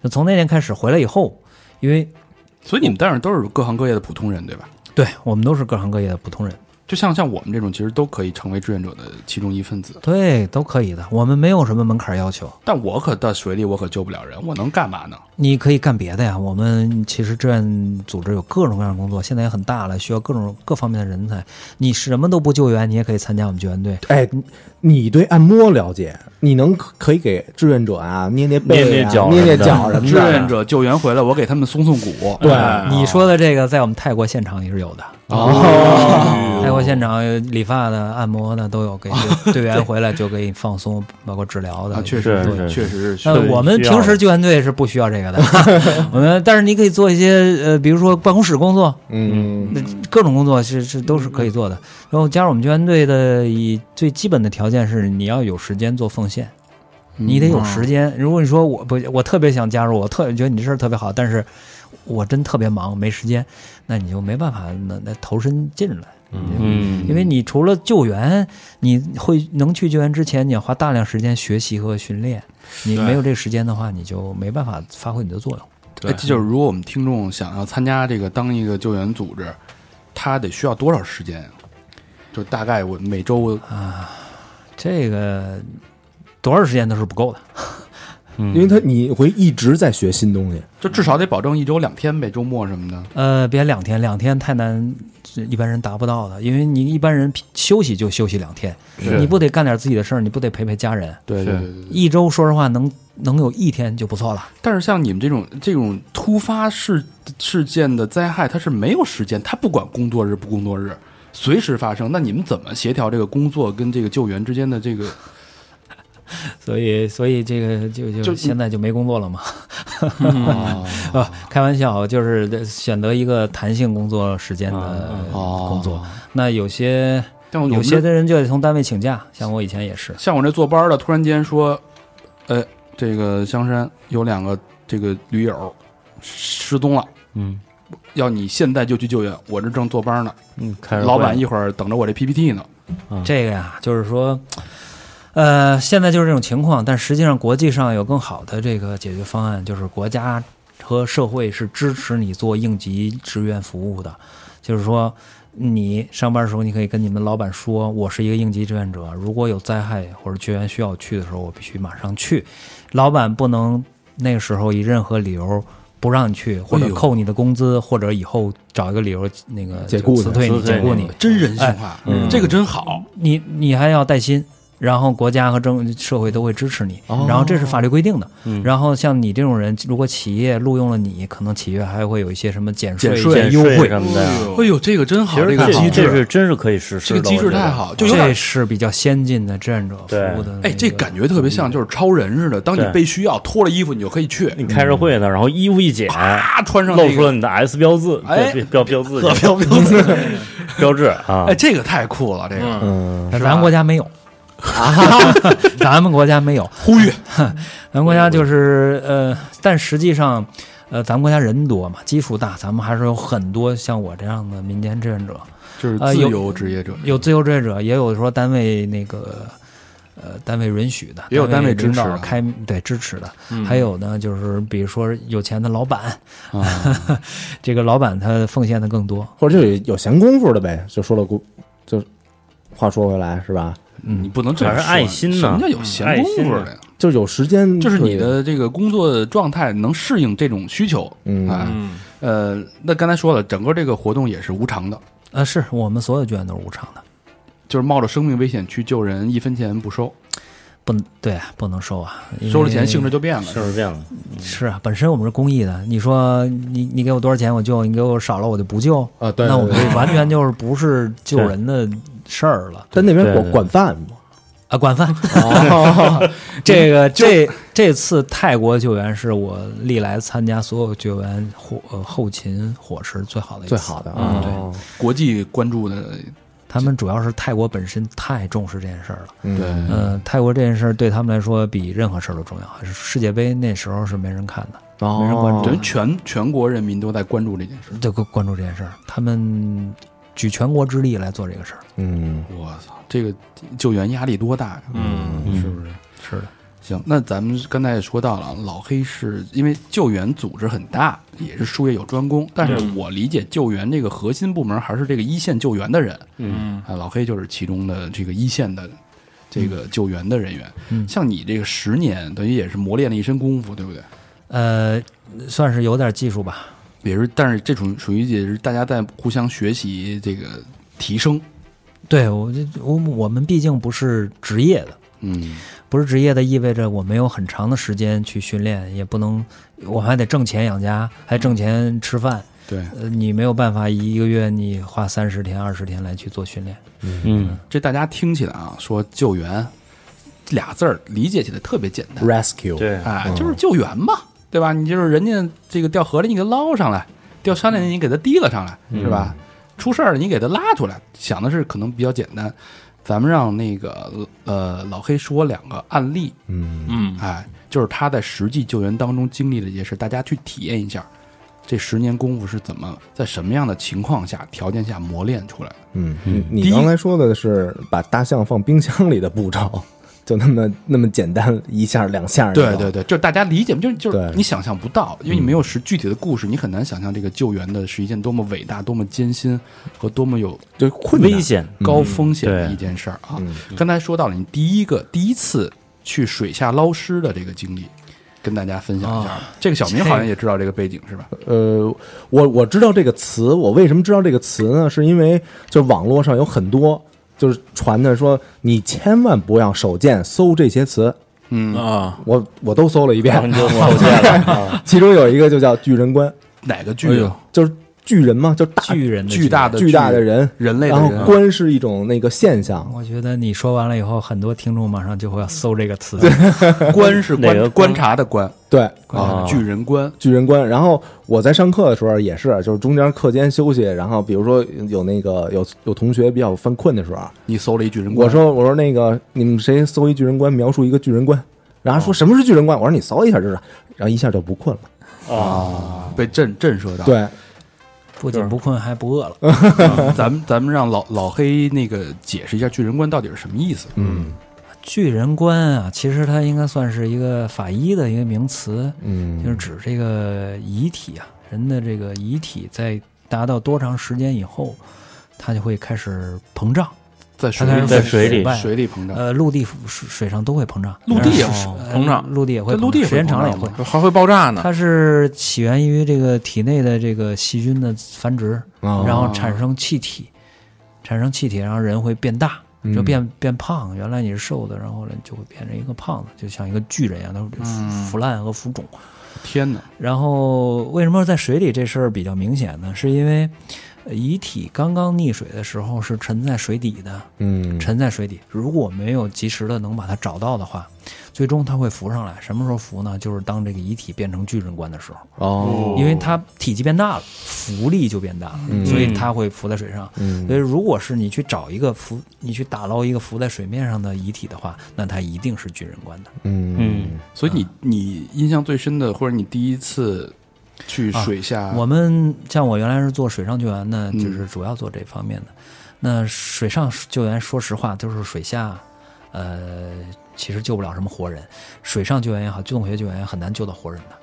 S6: 就从那年开始回来以后，因为
S2: 所以你们当然都是各行各业的普通人，对吧？
S6: 对我们都是各行各业的普通人，
S2: 就像像我们这种，其实都可以成为志愿者的其中一份子。
S6: 对，都可以的，我们没有什么门槛要求。
S2: 但我可到水里，我可救不了人，我能干嘛呢？
S6: 你可以干别的呀。我们其实志愿组织有各种各样的工作，现在也很大了，需要各种各方面的人才。你什么都不救援，你也可以参加我们救援队。
S3: 哎，你你对按摩了解？你能可可以给志愿者啊捏捏背、啊、
S5: 捏捏脚
S3: 捏捏
S5: 什么的
S3: 脚什么的？
S2: 志愿者救援回来，我给他们松松骨。
S3: 对
S5: 哦
S6: 你说的这个，在我们泰国现场也是有的。
S2: 哦
S6: 泰国现场有理发的、按摩的都有，给 队员回来就给你放松，包括治疗的
S2: 啊，。确
S5: 是
S2: 实
S5: 是
S2: 确实是
S6: 那
S5: 是
S6: 我们
S5: 需要
S6: 平
S5: 的
S6: 时救援队是不需要这个的， 我们但是你可以做一些呃，比如说办公室工作，
S3: 嗯，
S6: 那各种工作是是都是可以做的。然后加入我们救援队的以最基本的条件是你要有时间做奉献，你得有时间。如果你说我不我特别想加入，我特觉得你这事儿特别好，但是我真特别忙没时间，那你就没办法那那投身进来。
S5: 嗯，
S6: 因为你除了救援，你会能去救援之前，你要花大量时间学习和训练。你没有这时间的话，你就没办法发挥你的作用。
S2: 哎，这就是如果我们听众想要参加这个当一个救援组织，他得需要多少时间啊？就大概我每周
S6: 这个多少时间都是不够的。
S3: 因为他你会一直在学新东西，
S2: 就至少得保证一周两天呗，周末什么的。
S6: 呃，别两天，两天太难，是一般人达不到的。因为你一般人休息就休息两天，
S5: 是
S6: 你不得干点自己的事儿，你不得陪陪家人。
S2: 对
S5: 是
S2: 对对对。
S6: 一周，说实话，能能有一天就不错了。
S2: 但是像你们这种这种突发事事件的灾害，它是没有时间，它不管工作日不工作日，随时发生。那你们怎么协调这个工作跟这个救援之间的这个？
S6: 所以，所以这个就就
S2: 就
S6: 现在就没工作了嘛？
S2: 啊
S6: 啊，开玩笑，就是选择一个弹性工作时间的
S2: 哦
S6: 工作。那有些
S2: 像我们
S6: 有些的人就得从单位请假，像我以前也是。
S2: 像我这坐班的，突然间说，呃，这个香山有两个这个驴友失踪了，
S5: 嗯，
S2: 要你现在就去救援。我这正坐班呢，
S5: 嗯，开始
S2: 老板
S5: 会
S2: 一会儿等着我这 PPT 呢。
S6: 这个呀，就是说，呃，现在就是这种情况，但实际上国际上有更好的这个解决方案，就是国家和社会是支持你做应急志愿服务的，就是说。你上班的时候，你可以跟你们老板说，我是一个应急志愿者，如果有灾害或者救援需要去的时候，我必须马上去。老板不能那个时候以任何理由不让你去，或
S2: 哎
S6: 者
S2: 呦
S6: 扣你的工资，或者以后找一个理由那个
S3: 解雇你
S6: 辞退你、
S5: 辞退
S6: 解雇
S5: 你
S6: 你。
S2: 真人性化，这个真好。
S6: 你你还要带薪，然后国家和政社会都会支持你，
S2: 哦
S6: 然后这是法律规定的。
S2: 嗯
S6: 然后像你这种人，如果企业录用了你，可能企业还会有一些什么减税、
S2: 减税
S6: 优惠，
S5: 什么的呀。
S2: 哎呦，这个真好，
S5: 其实
S2: 这个
S5: 这
S2: 机
S5: 这
S2: 制，
S5: 是真是可以实施
S2: 这
S5: 的，
S2: 个机制
S5: 我觉得
S2: 太。好，就有
S6: 这
S2: 点。
S6: 是比较先进的志愿者服务的。
S2: 哎，这感觉特别像就是超人似的，当你
S5: 对
S2: 被需要，脱了衣服你就可以去，
S5: 你开着会呢，然后衣服一剪，
S2: 啪穿上
S5: 露
S2: 那
S5: 出了
S2: 个，
S5: 你的 S 标志，
S2: 哎
S5: 标标标志
S2: 特标标子，
S5: 标志啊
S2: 哎，，这个太酷了，这个
S3: 嗯
S6: 觉，咱国家没有。 咱们国家没有，
S2: 呼吁
S5: 嗯
S6: 咱们国家就是呃，但实际上，呃，咱们国家人多嘛，基数大，咱们还是有很多像我这样的民间志愿者，
S2: 就是
S6: 呃
S2: 自
S6: 有
S2: 由职业者，
S6: 有自由志愿者，也有说单位那个呃单位允许的，
S2: 也有单位嗯支持
S6: 领导
S2: 的
S6: 开对支持的，还有呢就是比如说有钱的老板，
S2: 啊
S6: 这个老板他奉献的更多，
S3: 或者就有有闲工夫的呗，就说了故，就话说回来是吧？
S2: 你不能这
S5: 嗯
S2: 么
S5: 还是
S2: 说。
S5: 爱心呢
S2: 什么叫有闲
S5: 爱
S2: 工
S5: 心啊
S2: 夫
S5: 呢
S2: 的呀？
S3: 就是有时间，
S2: 就是你的这个工作状态能适应这种需求，
S3: 嗯
S2: 啊，呃，那刚才说了，整个这个活动也是无偿的，
S6: 呃，是我们所有捐都是无偿的，
S2: 就是冒着生命危险去救人，一分钱不收，
S6: 不对啊，不能收啊，因为
S2: 收了钱性质就变了。
S5: 哎是不是这样的？
S6: 是啊，本身我们是公益的。你说你你给我多少钱我救，你给我少了我就不救，
S3: 啊，对，
S6: 那我们
S3: 对
S6: 这完全就是不是救人的事儿了
S3: 在那边
S5: 对对
S3: 管
S5: 对
S3: 管饭嘛，
S6: 啊！管饭，哦 这个这这次泰国救援是我历来参加所有救援后呃后勤伙食最好的一次。
S3: 最好的啊，哦
S2: 国际关注的，
S6: 他们主要是泰国本身太重视这件事儿了。
S3: 嗯
S2: 对，
S6: 嗯、泰国这件事儿对他们来说比任何事儿都重要。是世界杯那时候是没人看的。
S3: 哦
S6: 没人关注
S2: 等于全全国人民都在关注这件事。
S6: 这个关注这件事儿，他们举全国之力来做这个事儿。
S3: 嗯，
S2: 我操，这个救援压力多大呀？嗯，是不是？
S6: 是的，
S2: 行，那咱们刚才也说到了，啊老黑是因为救援组织很大，也是术业有专攻，但是我理解救援这个核心部门还是这个一线救援的人，
S5: 嗯
S2: 啊，老黑就是其中的这个一线的这个救援的人员。
S6: 嗯
S2: 像你这个十年，等于也是磨练了一身功夫，对不对？
S6: 呃，算是有点技术吧。
S2: 也是，但是这种属于也是大家在互相学习，这个提升。
S6: 对我这我我们毕竟不是职业的，
S2: 嗯，
S6: 不是职业的意味着我没有很长的时间去训练，也不能我还得挣钱养家，还挣钱吃饭。
S2: 对，
S6: 呃，你没有办法一个月你花三十天二十天来去做训练。
S5: 嗯，
S2: 这大家听起来啊，说救援这俩字儿理解起来特别简单，
S3: rescue，
S5: 对，
S2: 哎，就是救援嘛，对吧？你就是人家这个掉河里，你给他捞上来；掉山里，你给他提了上来，是吧？出事儿了，你给他拉出来。想的是可能比较简单，咱们让那个呃老黑说两个案例，
S3: 嗯，
S4: 嗯，
S2: 哎，就是他在实际救援当中经历的一些事，大家去体验一下。这十年功夫是怎么在什么样的情况下、条件下磨练出来的？
S3: 嗯，你
S2: 第
S3: 你
S2: 一
S3: 刚才说的是把大象放冰箱里的步骤，就那么那么简单，一下两下，
S2: 对对，对，就是大家理解，就是就是
S3: 对
S2: 你想象不到，因为你没有实具体的故事，你很难想象这个救援的是一件多么伟大、多么艰辛和多么有
S3: 就困难
S5: 危，险，
S2: 高风险的
S5: 对
S2: 一件事儿啊。刚才说到了你第一个第一次去水下捞尸的这个经历，跟大家分享一下吧。这个小明好像也知道这个背景是吧？
S3: 呃，我我知道这个词，我为什么知道这个词呢？是因为就网络上有很多就是传的说，你千万不要手贱搜这些词，
S2: 嗯，
S4: 啊，
S3: 我我都搜了一
S2: 哎
S5: 哦然后你
S3: 遍，
S5: 就跑见了啊，
S3: 其中有一个就叫巨人观，
S2: 哪个
S3: 哎
S2: 剧
S3: 呦
S2: 啊？
S3: 就是巨人嘛，就大
S6: 巨人的
S2: 巨大的
S3: 巨大的人，
S2: 人类的
S3: 然
S2: 人
S3: 后
S2: 啊，
S3: 观是一种那个现象，
S6: 我觉得你说完了以后，很多听众马上就会要搜这个 词。
S2: 观是
S5: 哪
S2: 观
S5: 个观
S2: 观察的观
S3: 对，
S2: 啊，巨人观。
S3: 巨人观。然后我在上课的时候也是，就是中间课间休息，然后比如说有那个有有同学比较犯困的时候，啊
S2: 你搜了一巨人观，
S3: 我说我说那个你们谁搜一巨人观，描述一个巨人观，然后说什么是巨人观，我说你搜一下知道，然后一下就不困了。
S2: 被震震慑到。
S3: 对，
S6: 不仅不困，还不饿了。
S2: 嗯，咱们咱们让老老黑那个解释一下巨人观到底是什么意思。
S3: 嗯
S6: 巨人观啊，其实它应该算是一个法医的一个名词。
S3: 嗯，
S6: 就是指这个遗体啊，人的这个遗体在达到多长时间以后，它就会开始膨胀，
S2: 在
S6: 它
S2: 水
S6: 开始
S2: 里
S5: 在水里
S6: 腐败
S2: 水里膨胀，
S6: 呃，陆地水水上都会膨胀，
S2: 陆地也
S6: 然
S2: 是
S6: 后呃
S4: 膨胀
S6: 陆地也会
S2: 在
S6: 膨胀，
S2: 陆地
S6: 时间长了也
S2: 膨
S6: 会。
S2: 胀吗
S4: 还会爆炸呢，
S6: 它是起源于这个体内的这个细菌的繁殖，
S3: 哦
S6: 然后产生气体，产生气体，然后人会变大，
S3: 嗯
S6: 就变变胖。原来你是瘦的，然后呢就会变成一个胖子，就像一个巨人一样，它会就
S4: 嗯
S6: 腐腐烂和浮肿。
S2: 天哪，
S6: 然后为什么在水里这事儿比较明显呢？是因为呃遗体刚刚溺水的时候是沉在水底的，
S3: 嗯，
S6: 沉在水底。如果没有及时的能把它找到的话，最终它会浮上来。什么时候浮呢？就是当这个遗体变成巨人观的时候，
S3: 哦，
S6: 因为它体积变大了，浮力就变大了，
S3: 嗯
S6: 所以它会浮在水上。
S3: 嗯
S6: 所以，如果是你去找一个浮，你去打捞一个浮在水面上的遗体的话，那它一定是巨人观的。
S3: 嗯
S5: 嗯
S2: 所以你你印象最深的，或者你第一次去
S6: 啊
S2: 水下，
S6: 我们像我原来是做水上救援的，
S2: 嗯
S6: 就是主要做这方面的。那水上救援，说实话就是水下，呃，其实救不了什么活人。水上救援也好，机动学救援也很难救到活人的，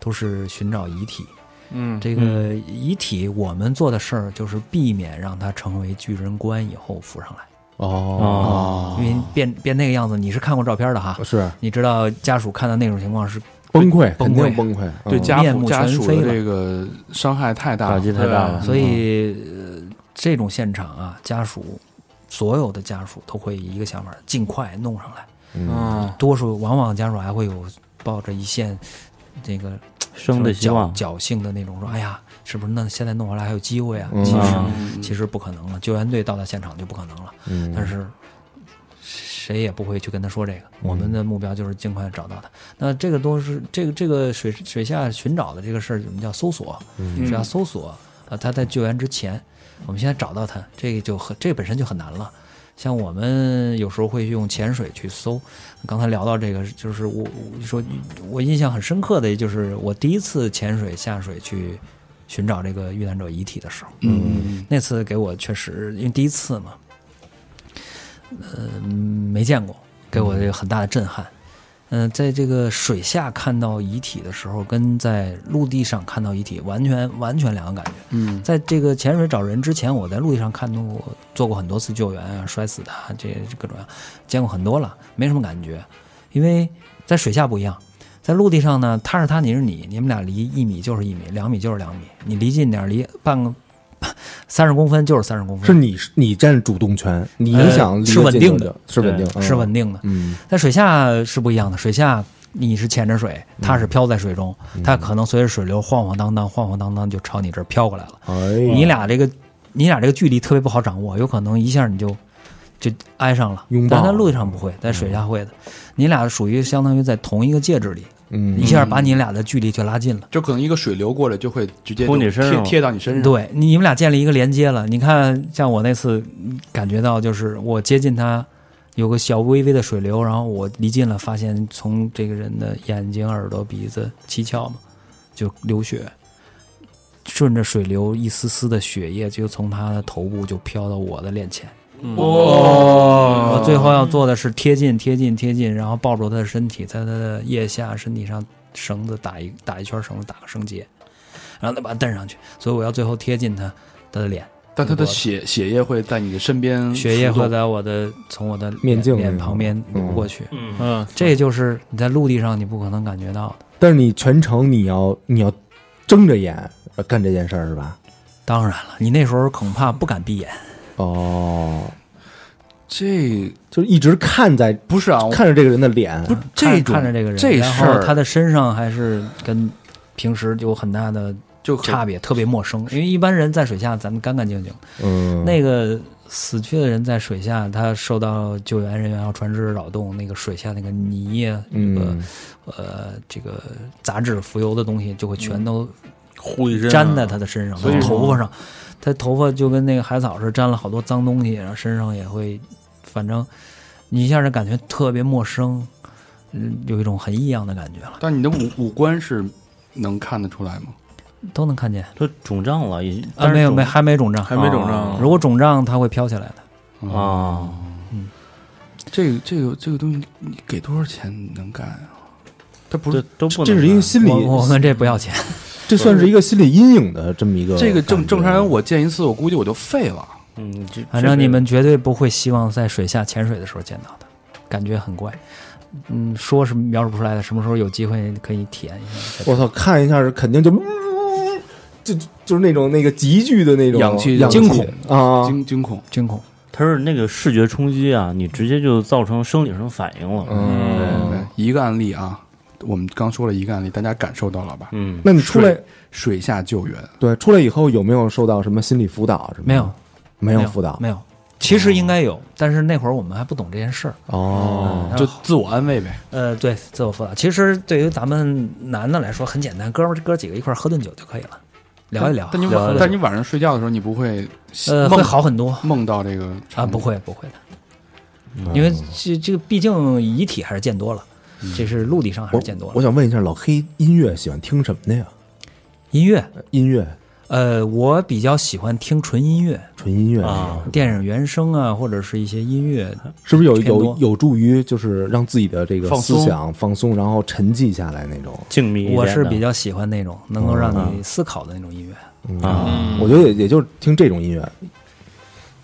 S6: 都是寻找遗体。
S4: 嗯，
S6: 这个遗体，我们做的事儿就是避免让它成为巨人观以后浮上来，
S2: 哎
S3: 哦，
S6: 因为变变那个样子，你是看过照片的哈，
S3: 是
S6: 你知道家属看到那种情况是
S3: 嗯崩溃，
S6: 崩
S3: 肯
S6: 溃
S3: 定崩溃，
S2: 对
S3: 嗯
S2: 家
S6: 面
S2: 属
S6: 目
S2: 家
S6: 全
S2: 属
S6: 非
S2: 的
S6: 了
S2: 这个伤害太大
S5: 打
S2: 了，
S5: 击太大了，
S6: 所以、呃这种现场啊，家属所有的家属都会一个想法，尽快弄上来。
S3: 嗯
S4: 嗯，
S6: 多数往往家属还会有抱着一线这个
S5: 生的希望，
S6: 侥侥幸的那种说，哎呀，是不是那现在弄完了还有机会啊？
S3: 嗯
S6: 其实、
S2: 嗯
S6: 其实不可能了，救援队到达现场就不可能了。
S3: 嗯
S6: 但是谁也不会去跟他说这个。
S3: 嗯
S6: 我们的目标就是尽快找到他。那这个都是这个这个水水下寻找的这个事儿，我们叫搜索，
S3: 嗯
S6: 水
S5: 嗯
S6: 下搜索啊，他在救援之前，我们现在找到他，这个就很这个本身就很难了。像我们有时候会用潜水去搜，刚才聊到这个，就是我我说我印象很深刻的就是我第一次潜水下水去寻找这个遇难者遗体的时候，
S2: 嗯，
S6: 那次给我确实，因为第一次嘛，呃，没见过，给我这个很大的震撼。嗯、在这个水下看到遗体的时候，跟在陆地上看到遗体完全完全两个感觉。
S2: 嗯，
S6: 在这个潜水找人之前，我在陆地上看到过，做过很多次救援啊，摔死的啊，这这各种啊，见过很多了，没什么感觉，因为在水下不一样。在陆地上呢，他是他，你是你，你们俩离一米就是一米，两米就是两米，你离近点儿，离半个 三十公分就是三十公分，
S3: 是你你占主动权，你影响
S6: 呃
S3: 力
S6: 是稳定的
S3: 的，是稳定，
S6: 是稳定的。
S3: 嗯，
S6: 在水下是不一样的，水下你是潜着水，它
S3: 嗯
S6: 是漂在水中，它可能随着水流晃晃荡荡、晃晃荡荡就朝你这儿飘过来了。
S3: 嗯，哎
S6: 你俩这个，你俩这个距离特别不好掌握，有可能一下你就就挨上了。
S3: 拥抱嗯
S6: 但在陆地上不会，在水下会的。你俩属于相当于在同一个介质里，
S3: 嗯
S6: 一下把你俩的距离就拉近了。
S2: 就可能一个水流过来就会直接
S5: 扑
S2: 就
S5: 你身
S2: 贴
S5: 上
S2: 贴到你身上，，
S6: 对，你们俩建立一个连接了。你看，像我那次嗯感觉到，就是我接近他，有个小微微的水流，然后我离近了，发现从这个人的眼睛、耳朵、鼻子、七窍嘛，就流血，顺着水流一丝丝的血液就从他的头部就飘到我的脸前。
S2: 哦
S6: 我最后要做的是贴近、贴近、贴近，然后抱住他的身体，在他的腋下、身体上绳子打一打一圈绳子，打个绳结，然后再把他蹬上去。所以我要最后贴近他他的脸，
S2: 但它的血血液会在你的身边，
S6: 血液会，在我的从我的脸
S3: 面镜
S6: 脸
S3: 那种
S6: 旁边流
S3: 嗯
S6: 过去。
S5: 嗯，
S4: 嗯，
S6: 这就是你在陆地上你不可能感觉到的。
S3: 但是你全程你要你要睁着眼呃干这件事儿是吧？
S6: 当然了，你那时候恐怕不敢闭眼。
S3: 哦，
S2: 这
S3: 就是一直看在
S2: 不是啊，我
S3: 看着这个人的脸，
S2: 不是
S6: 看
S2: 这种
S6: 看着这个人，
S2: 这
S6: 然
S2: 事
S6: 后
S2: 儿
S6: 他的身上还是跟平时有很大的
S2: 就很
S6: 差别，特别陌生。因为一般人在水下，咱们干干净净。
S3: 嗯，
S6: 那个死去的人在水下，他受到救援人员和船只扰动，那个水下那个泥啊，这个、
S3: 嗯
S6: 呃这个杂质浮游的东西就会全都
S4: 呼一针啊
S6: 粘在他的身上，
S2: 所以
S6: 他
S2: 说
S6: 头发上，他头发就跟那个海草似的，沾了好多脏东西，然后身上也会，反正你一下就感觉特别陌生，嗯，有一种很异样的感觉了，
S2: 但你的五五官是能看得出来吗？
S6: 都能看见
S5: 都肿胀了，已经
S6: 啊，没有没还没肿胀，
S4: 还没肿胀，
S6: 如果肿胀它会飘起来的。
S5: 啊，
S2: 嗯这个这个这个东西，你给多少钱能干啊？它不
S5: 这
S2: 是
S5: 都不能
S3: 这是一个心理，
S6: 我我们这不要钱，
S3: 这算是一个心理阴影的这么一个
S2: 这个正
S3: 感觉
S2: 正常人，我见一次我估计我就废了。
S5: 嗯，这
S6: 反正你们绝对不会希望在水下潜水的时候见到的，感觉很怪。嗯，说是描述不出来的，什么时候有机会可以体验一下？
S3: 我操，看一下是肯定就。就就是那种那个急剧的那种
S2: 氧气
S3: 氧
S2: 惊恐
S3: 啊，
S2: 惊惊恐，
S6: 惊恐，
S5: 它是那个视觉冲击啊，你直接就造成生理上反应了。
S4: 嗯，
S2: 对，一个案例啊，我们刚说了一个案例，大家感受到了吧？
S5: 嗯，
S3: 那你出来
S2: 水水下救援，
S3: 对出来以后有没有受到什么心理辅导什么的？
S6: 没有，
S3: 没有辅导
S6: 没有。其实应该有，但是那会儿我们还不懂这件事儿。
S3: 哦，
S2: 就自我安慰呗。
S6: 呃，对，自我辅导。其实对于咱们男的来说很简单，哥们儿哥几个一块儿喝顿酒就可以了，聊一聊。
S2: 但你
S6: 聊
S2: 晚
S6: 一聊
S2: 但你晚嗯上睡觉的时候，你不会
S6: 呃
S2: 梦
S6: 会好很多
S2: 梦到这个
S6: 啊，
S2: 场景
S6: 不会不会的，
S3: 嗯
S6: 因为这这个毕竟遗体还是见多了，这是陆地上还
S3: 我
S6: 是见多
S3: 嗯我
S6: 了。
S3: 想问一下，老黑音乐喜欢听什么的呀？
S6: 音乐，
S3: 音乐，
S6: 呃，我比较喜欢听纯音乐，
S3: 纯音乐
S5: 啊，
S6: 电影原声啊，或者是一些音乐。
S3: 是不是有
S6: 偏多
S3: 有有助于就是让自己的这个
S2: 放松
S3: 思想放松，然后沉寂下来那种？
S5: 静谧一点的。
S6: 我是比较喜欢那种能够让
S3: 嗯
S6: 你思考的那种音乐。
S5: 啊，
S3: 我觉得也也就听这种音乐，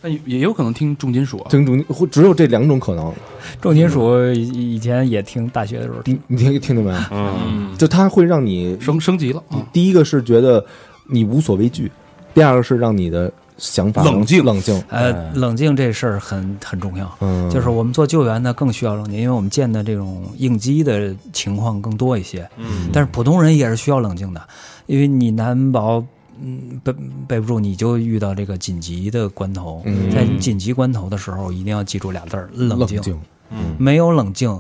S2: 但也也有可能听重金属啊，
S3: 听种或只有这两种可能。
S6: 重金属以以前也听，大学的时候听。
S3: 你你听听见没有？
S5: 嗯，
S3: 就它会让你
S2: 升升级了啊。
S3: 第一个是觉得你无所畏惧，第二个是让你的想法
S4: 冷
S3: 能
S4: 静
S3: 冷静。
S6: 呃，冷静这事儿很很重要。
S3: 嗯，
S6: 就是我们做救援呢，更需要冷静，因为我们见的这种应激的情况更多一些。嗯，但是普通人也是需要冷静的，因为你难保嗯备备不住，你就遇到这个紧急的关头。
S3: 嗯
S6: 在紧急关头的时候，一定要记住俩字儿：冷
S3: 冷
S6: 静。
S3: 静。
S6: 没有冷静，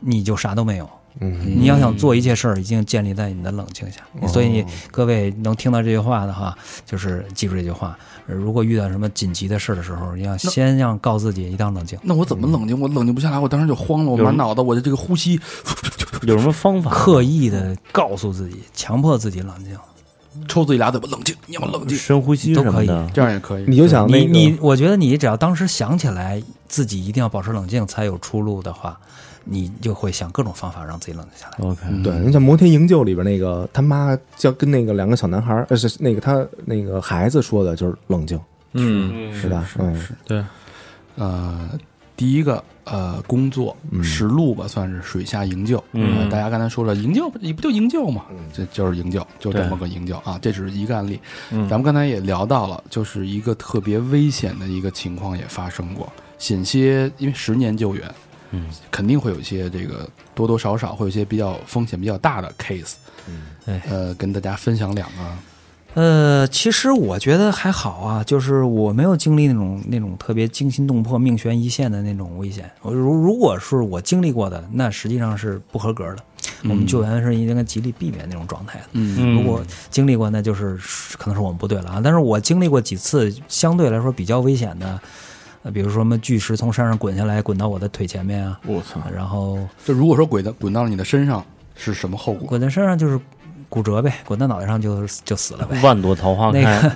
S6: 你就啥都没有。
S3: 嗯，哦
S6: 你要想做一切事儿，一定建立在你的冷静下。所以你各位能听到这句话的话，就是记住这句话。呃如果遇到什么紧急的事儿的时候，你要先让告自己一定要冷静。
S2: 那我怎么冷静？我冷静不下来，我当时就慌了，我
S5: 有
S2: 满脑子我的这个呼吸
S5: 有什么方
S3: 啊
S5: 法？
S6: 刻意的告诉自己，强迫自己冷静，
S3: 啊
S2: 抽自己俩嘴巴，冷静，你要冷静，
S5: 呃深呼吸什么
S6: 都
S5: 的。
S2: 这样也哦可以。
S3: 你就想那
S6: 你
S3: 个
S6: 你，我觉得你只要当时想起来自己一定要保持冷静才有出路的话，你就会想各种方法让自己冷静下来。
S5: OK，
S2: 嗯
S3: 对，你像《摩天营救》里边那个他妈叫跟那个两个小男孩儿，呃，是那个他那个孩子说的就是冷静，
S4: 嗯，
S3: 是吧？嗯，
S4: 对，
S2: 呃，第一个呃工作实录吧，算是水下营救。
S5: 嗯
S2: 呃大家刚才说了，营救你不就营救吗？这就是营救，就这么个营救啊。这只是一个案例。咱们刚才也聊到了，就是一个特别危险的一个情况也发生过，险些因为十年救援，
S5: 嗯，
S2: 肯定会有一些这个多多少少会有一些比较风险比较大的 case。
S6: 哎
S2: 呃，跟大家分享两个，
S6: 呃，其实我觉得还好啊，就是我没有经历那种那种特别惊心动魄、命悬一线的那种危险。我如如果是我经历过的，那实际上是不合格的。我们救援是应该极力避免那种状态的。
S2: 嗯，
S5: 嗯
S6: 如果经历过，那就是可能是我们不对了啊。但是我经历过几次相对来说比较危险的，呃，比如说什么巨石从山上滚下来，滚到我的腿前面啊，
S4: 我操，
S6: 然后
S2: 就如果说滚到滚到了你的身上是什么后果？
S6: 滚在身上就是骨折呗，滚到脑袋上就就死了呗。
S5: 万朵桃花
S6: 那
S5: 开
S6: 个。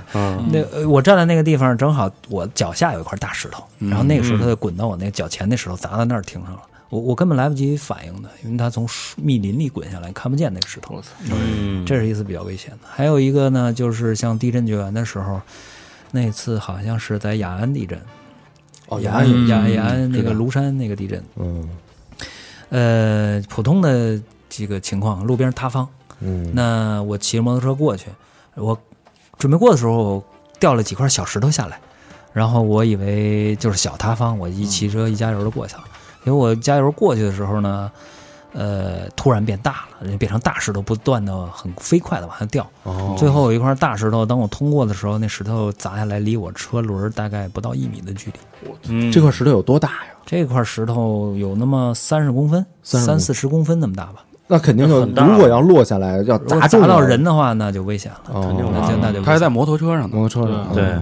S6: 那呃我站在那个地方，正好我脚下有一块大石头，然后那个石头就滚到我那个脚前那石头砸到那儿停上了，我我根本来不及反应的，因为它从树密林里滚下来，看不见那个石头。
S4: 我操，
S5: 嗯，
S6: 这是一次比较危险的。还有一个呢，就是像地震救援的时候，那次好像是在雅安地震，
S3: 哦，
S6: 雅
S3: 牙
S6: 安
S3: 也
S6: 雅雅安那个庐山那个地震，
S3: 嗯
S6: 呃，普通的这个情况，路边塌方，
S3: 嗯，
S6: 那我骑着摩托车过去，我准备过的时候掉了几块小石头下来，然后我以为就是小塌方，我一骑车一加油就过去了。结果我加油过去的时候呢，呃，突然变大了，变成大石头，不断的很飞快的往下掉。
S3: 哦，
S6: 最后有一块大石头，当我通过的时候，那石头砸下来，离我车轮大概不到一米的距离。
S5: 嗯
S3: 这块石头有多大呀？
S6: 这块石头有那么三十公分，
S3: 30
S6: 三四十公分那么大吧。
S3: 那肯定就
S5: 很大
S3: 如果要落下来要
S6: 如果
S3: 砸
S6: 砸
S3: 中
S6: 到人，的话，那就危险了。
S3: 肯定
S5: 有
S6: 那就那就危险
S2: 他是在摩托车上的，
S3: 摩托车上，
S5: 对，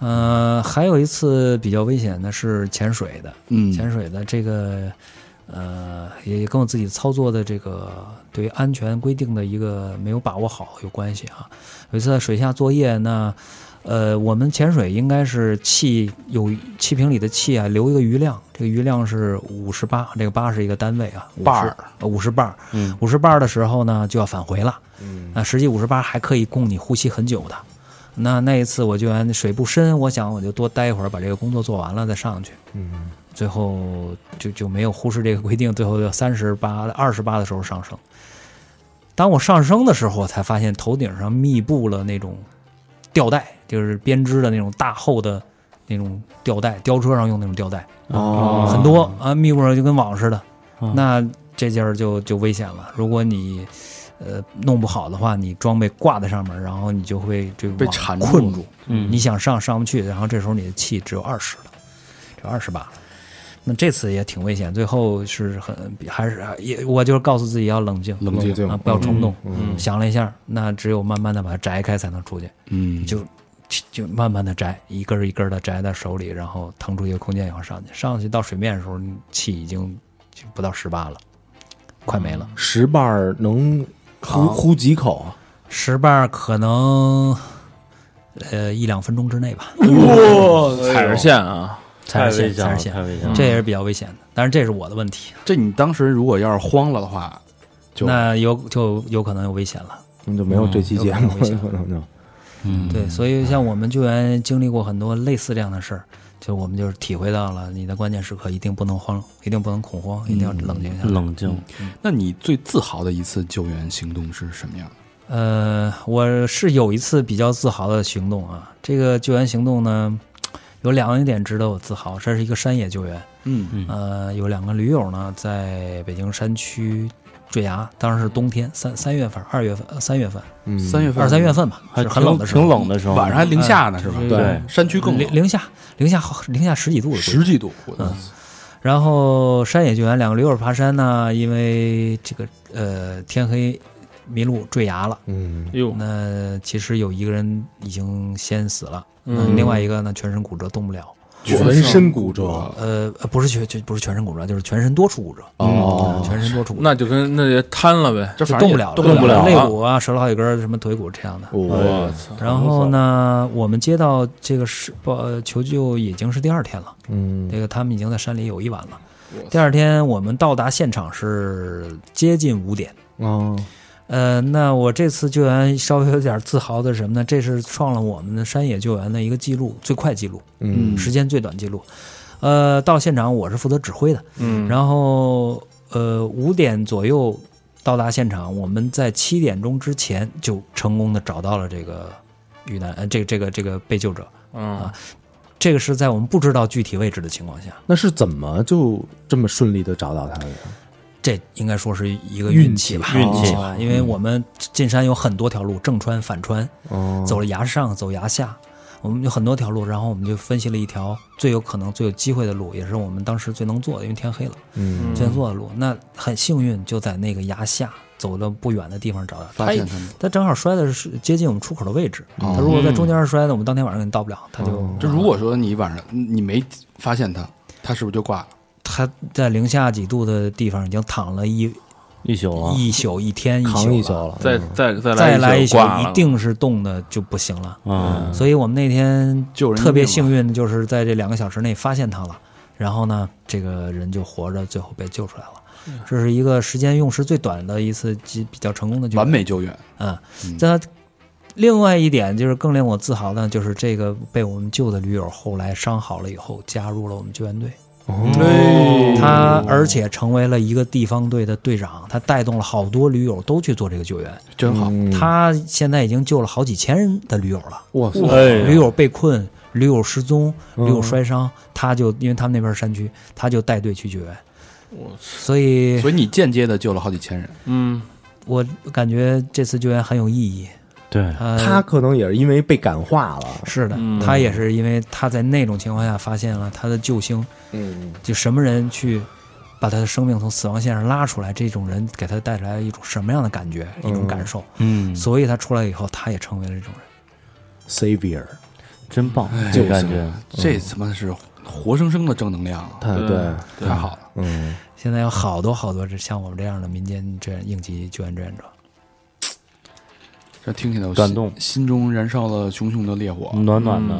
S6: 呃，还有一次比较危险的是潜水的，
S2: 嗯，
S6: 潜水的这个，呃，也跟我自己操作的这个对于安全规定的一个没有把握好有关系啊。有一次在水下作业，那呃，我们潜水应该是气有气瓶里的气啊，留一个余量，这个余量是五十八，这个八是一个单位啊，
S2: 巴尔
S6: 五十巴尔，
S5: 嗯
S6: 五十巴尔的时候呢就要返回了，嗯，那实际五十巴尔还可以供你呼吸很久的。那那一次我救援水不深，我想我就多待一会儿，把这个工作做完了再上去。
S3: 嗯，
S6: 最后就就没有忽视这个规定，最后要三十八、二十八的时候上升。当我上升的时候，才发现头顶上密布了那种吊带，就是编织的那种大厚的那种吊带，吊车上用那种吊带，
S3: 哦
S6: 很多啊，密布上就跟网似的。
S2: 啊
S5: 嗯
S6: 那这件儿就就危险了。如果你呃弄不好的话，你装备挂在上面，然后你就会这个
S2: 被
S6: 网
S2: 缠住
S6: 困
S2: 了
S6: 住，
S5: 嗯，
S6: 你想上上不去，然后这时候你的气只有二十了，只有二十八了。那这次也挺危险，最后是很还是也，我就是告诉自己要冷静，
S2: 冷静
S6: 啊，不要冲动。
S3: 嗯
S6: 想了一下，那只有慢慢的把它摘开才能出去，
S2: 嗯，
S6: 就就慢慢的摘，一根儿一根的摘在手里，然后腾出一个空间以后上去，上去到水面的时候，你气已经就不到十八了，快没
S4: 嗯
S6: 了。
S3: 十瓣儿能呼呼几口啊？
S6: 十瓣儿可能呃一两分钟之内吧，
S4: 踩着线啊，
S5: 太
S6: 踩着
S5: 危
S6: 线，
S5: 险
S6: 踩
S5: 了，
S6: 着
S5: 太，危
S6: 线嗯
S5: 险了。
S6: 这也是比较危险的。但是这是我的问题，
S2: 这你当时如果要是慌了的话，就
S6: 那有就有可能有危险了。
S3: 那就没有这期节目
S6: 嗯有可能
S3: 了，可能就
S2: 嗯
S6: 对，所以像我们救援经历过很多类似这样的事儿，就我们就是体会到了你的关键时刻一定不能慌，一定不能恐慌，一定要冷静下来。
S5: 冷静，
S2: 那你最自豪的一次救援行动是什么样的？
S6: 呃，我是有一次比较自豪的行动啊，这个救援行动呢，有两点值得我自豪，这是一个山野救援。
S4: 嗯
S6: 呃，有两个驴友呢，在北京山区坠崖，当时是冬天，三三月份、二月份、呃三月份、
S3: 嗯
S2: 三月份、
S6: 哦二三月份吧，
S5: 还
S6: 是
S5: 挺
S6: 很冷的时候，
S5: 挺冷的时候，
S2: 晚上还零下呢，是吧？
S5: 对，
S2: 山区更
S6: 零零下零下好零下十几度的，
S2: 十几度，我的
S6: 然后山野救援两个驴友爬山呢，因为这个呃天黑迷路坠崖了，
S3: 嗯
S4: 哟，
S6: 那其实有一个人已经先死了，
S4: 嗯
S6: 另外一个呢全身骨折动不了，
S3: 全身骨折，
S6: 呃呃不是全就不是全身骨折，就是全身多处骨折，嗯
S3: 哦
S6: 全身多处骨折。
S4: 那就跟那也瘫了呗，
S6: 就
S2: 反正
S6: 动
S2: 也
S6: 不了，
S2: 动不了
S6: 肋骨啊，折了好几根儿，什么腿骨这样的。
S3: 我
S4: 操，
S6: 然后呢，我们接到这个是报呃求救已经是第二天了，
S3: 嗯
S6: 这个他们已经在山里有一晚了。第二天我们到达现场是接近五点。
S3: 哦，
S6: 呃，那我这次救援稍微有点自豪的是什么呢？这是创了我们的山野救援的一个记录，最快记录，
S3: 嗯
S6: 时间最短记录。呃，到现场我是负责指挥的，
S4: 嗯，
S6: 然后呃五点左右到达现场，我们在七点钟之前就成功的找到了这个遇难呃这个这个这个被救者，啊
S4: 嗯
S6: 这个是在我们不知道具体位置的情况下，
S3: 那是怎么就这么顺利的找到他的？
S6: 这应该说是一个
S3: 运
S6: 运气吧，运气吧，嗯因为我们进山有很多条路，正穿反穿，
S2: 嗯
S3: 哦，
S6: 走了崖上，走崖下。我们有很多条路，然后我们就分析了一条最有可能、最有机会的路，也是我们当时最能做的，因为天黑了。
S3: 嗯
S6: 捐座的路，那很幸运，就在那个崖下走了不远的地方找到他。哎
S2: 发现他嗯们，
S6: 他正好摔的是接近我们出口的位置，
S2: 哦嗯
S6: 他如果在中间摔呢，我们当天晚上肯定到不了。他就、
S2: 就如果说你晚上你没发现他，他是不是就挂了？
S6: 他在零下几度的地方已经躺了一
S5: 一宿啊，
S6: 一宿、一天、一
S3: 扛
S6: 宿
S3: 一
S6: 了
S3: 宿了，
S4: 再再再
S6: 再来
S4: 来
S6: 一宿
S4: 挂了
S6: 一定是冻的就不行了。
S5: 嗯，
S6: 所以我们那天
S2: 救人一命
S6: 特别
S2: 嘛
S6: 幸运，就是在这两个小时内发现他了，然后呢，这个人就活着，最后被救出来
S2: 嗯
S6: 了。这是一个时间用时最短的一次及比较成功的救援
S2: 完美救援，
S6: 啊，这另外一点就是更令我自豪的，就是这个被我们救的驴友后来伤好了以后，加入了我们救援队。
S2: 哦
S6: 他而且成为了一个地方队的队长，他带动了好多驴友都去做这个救援。
S2: 真好。
S6: 他现在已经救了好几千人的驴友了，
S3: 哇塞，
S5: 哎啊
S6: 驴友被困、驴友失踪、驴友摔伤，他就因为他们那边是山区，他就带队去救援。所以
S2: 所以你间接的救了好几千人，
S4: 嗯，
S6: 我感觉这次救援很有意义。
S5: 对，
S6: 呃
S3: 他可能也是因为被感化了，
S6: 是的，他也是因为他在那种情况下发现了他的救星，
S3: 嗯，
S6: 就什么人去把他的生命从死亡线上拉出来，这种人给他带来一种什么样的感觉，一种感受。
S5: 嗯，
S6: 所以他出来以后，他也成为了这种人。
S3: savior，
S5: 真棒，这感觉，
S2: 这他妈是活生生的正能量啊，
S3: 他对，
S4: 对
S2: 太好了。
S3: 嗯，
S6: 现在有好多好多这像我们这样的民间这样应急救援志愿者，
S2: 这听起来我
S5: 感
S2: 心
S5: 动
S2: 心中燃烧了熊熊的烈火。
S5: 暖暖的，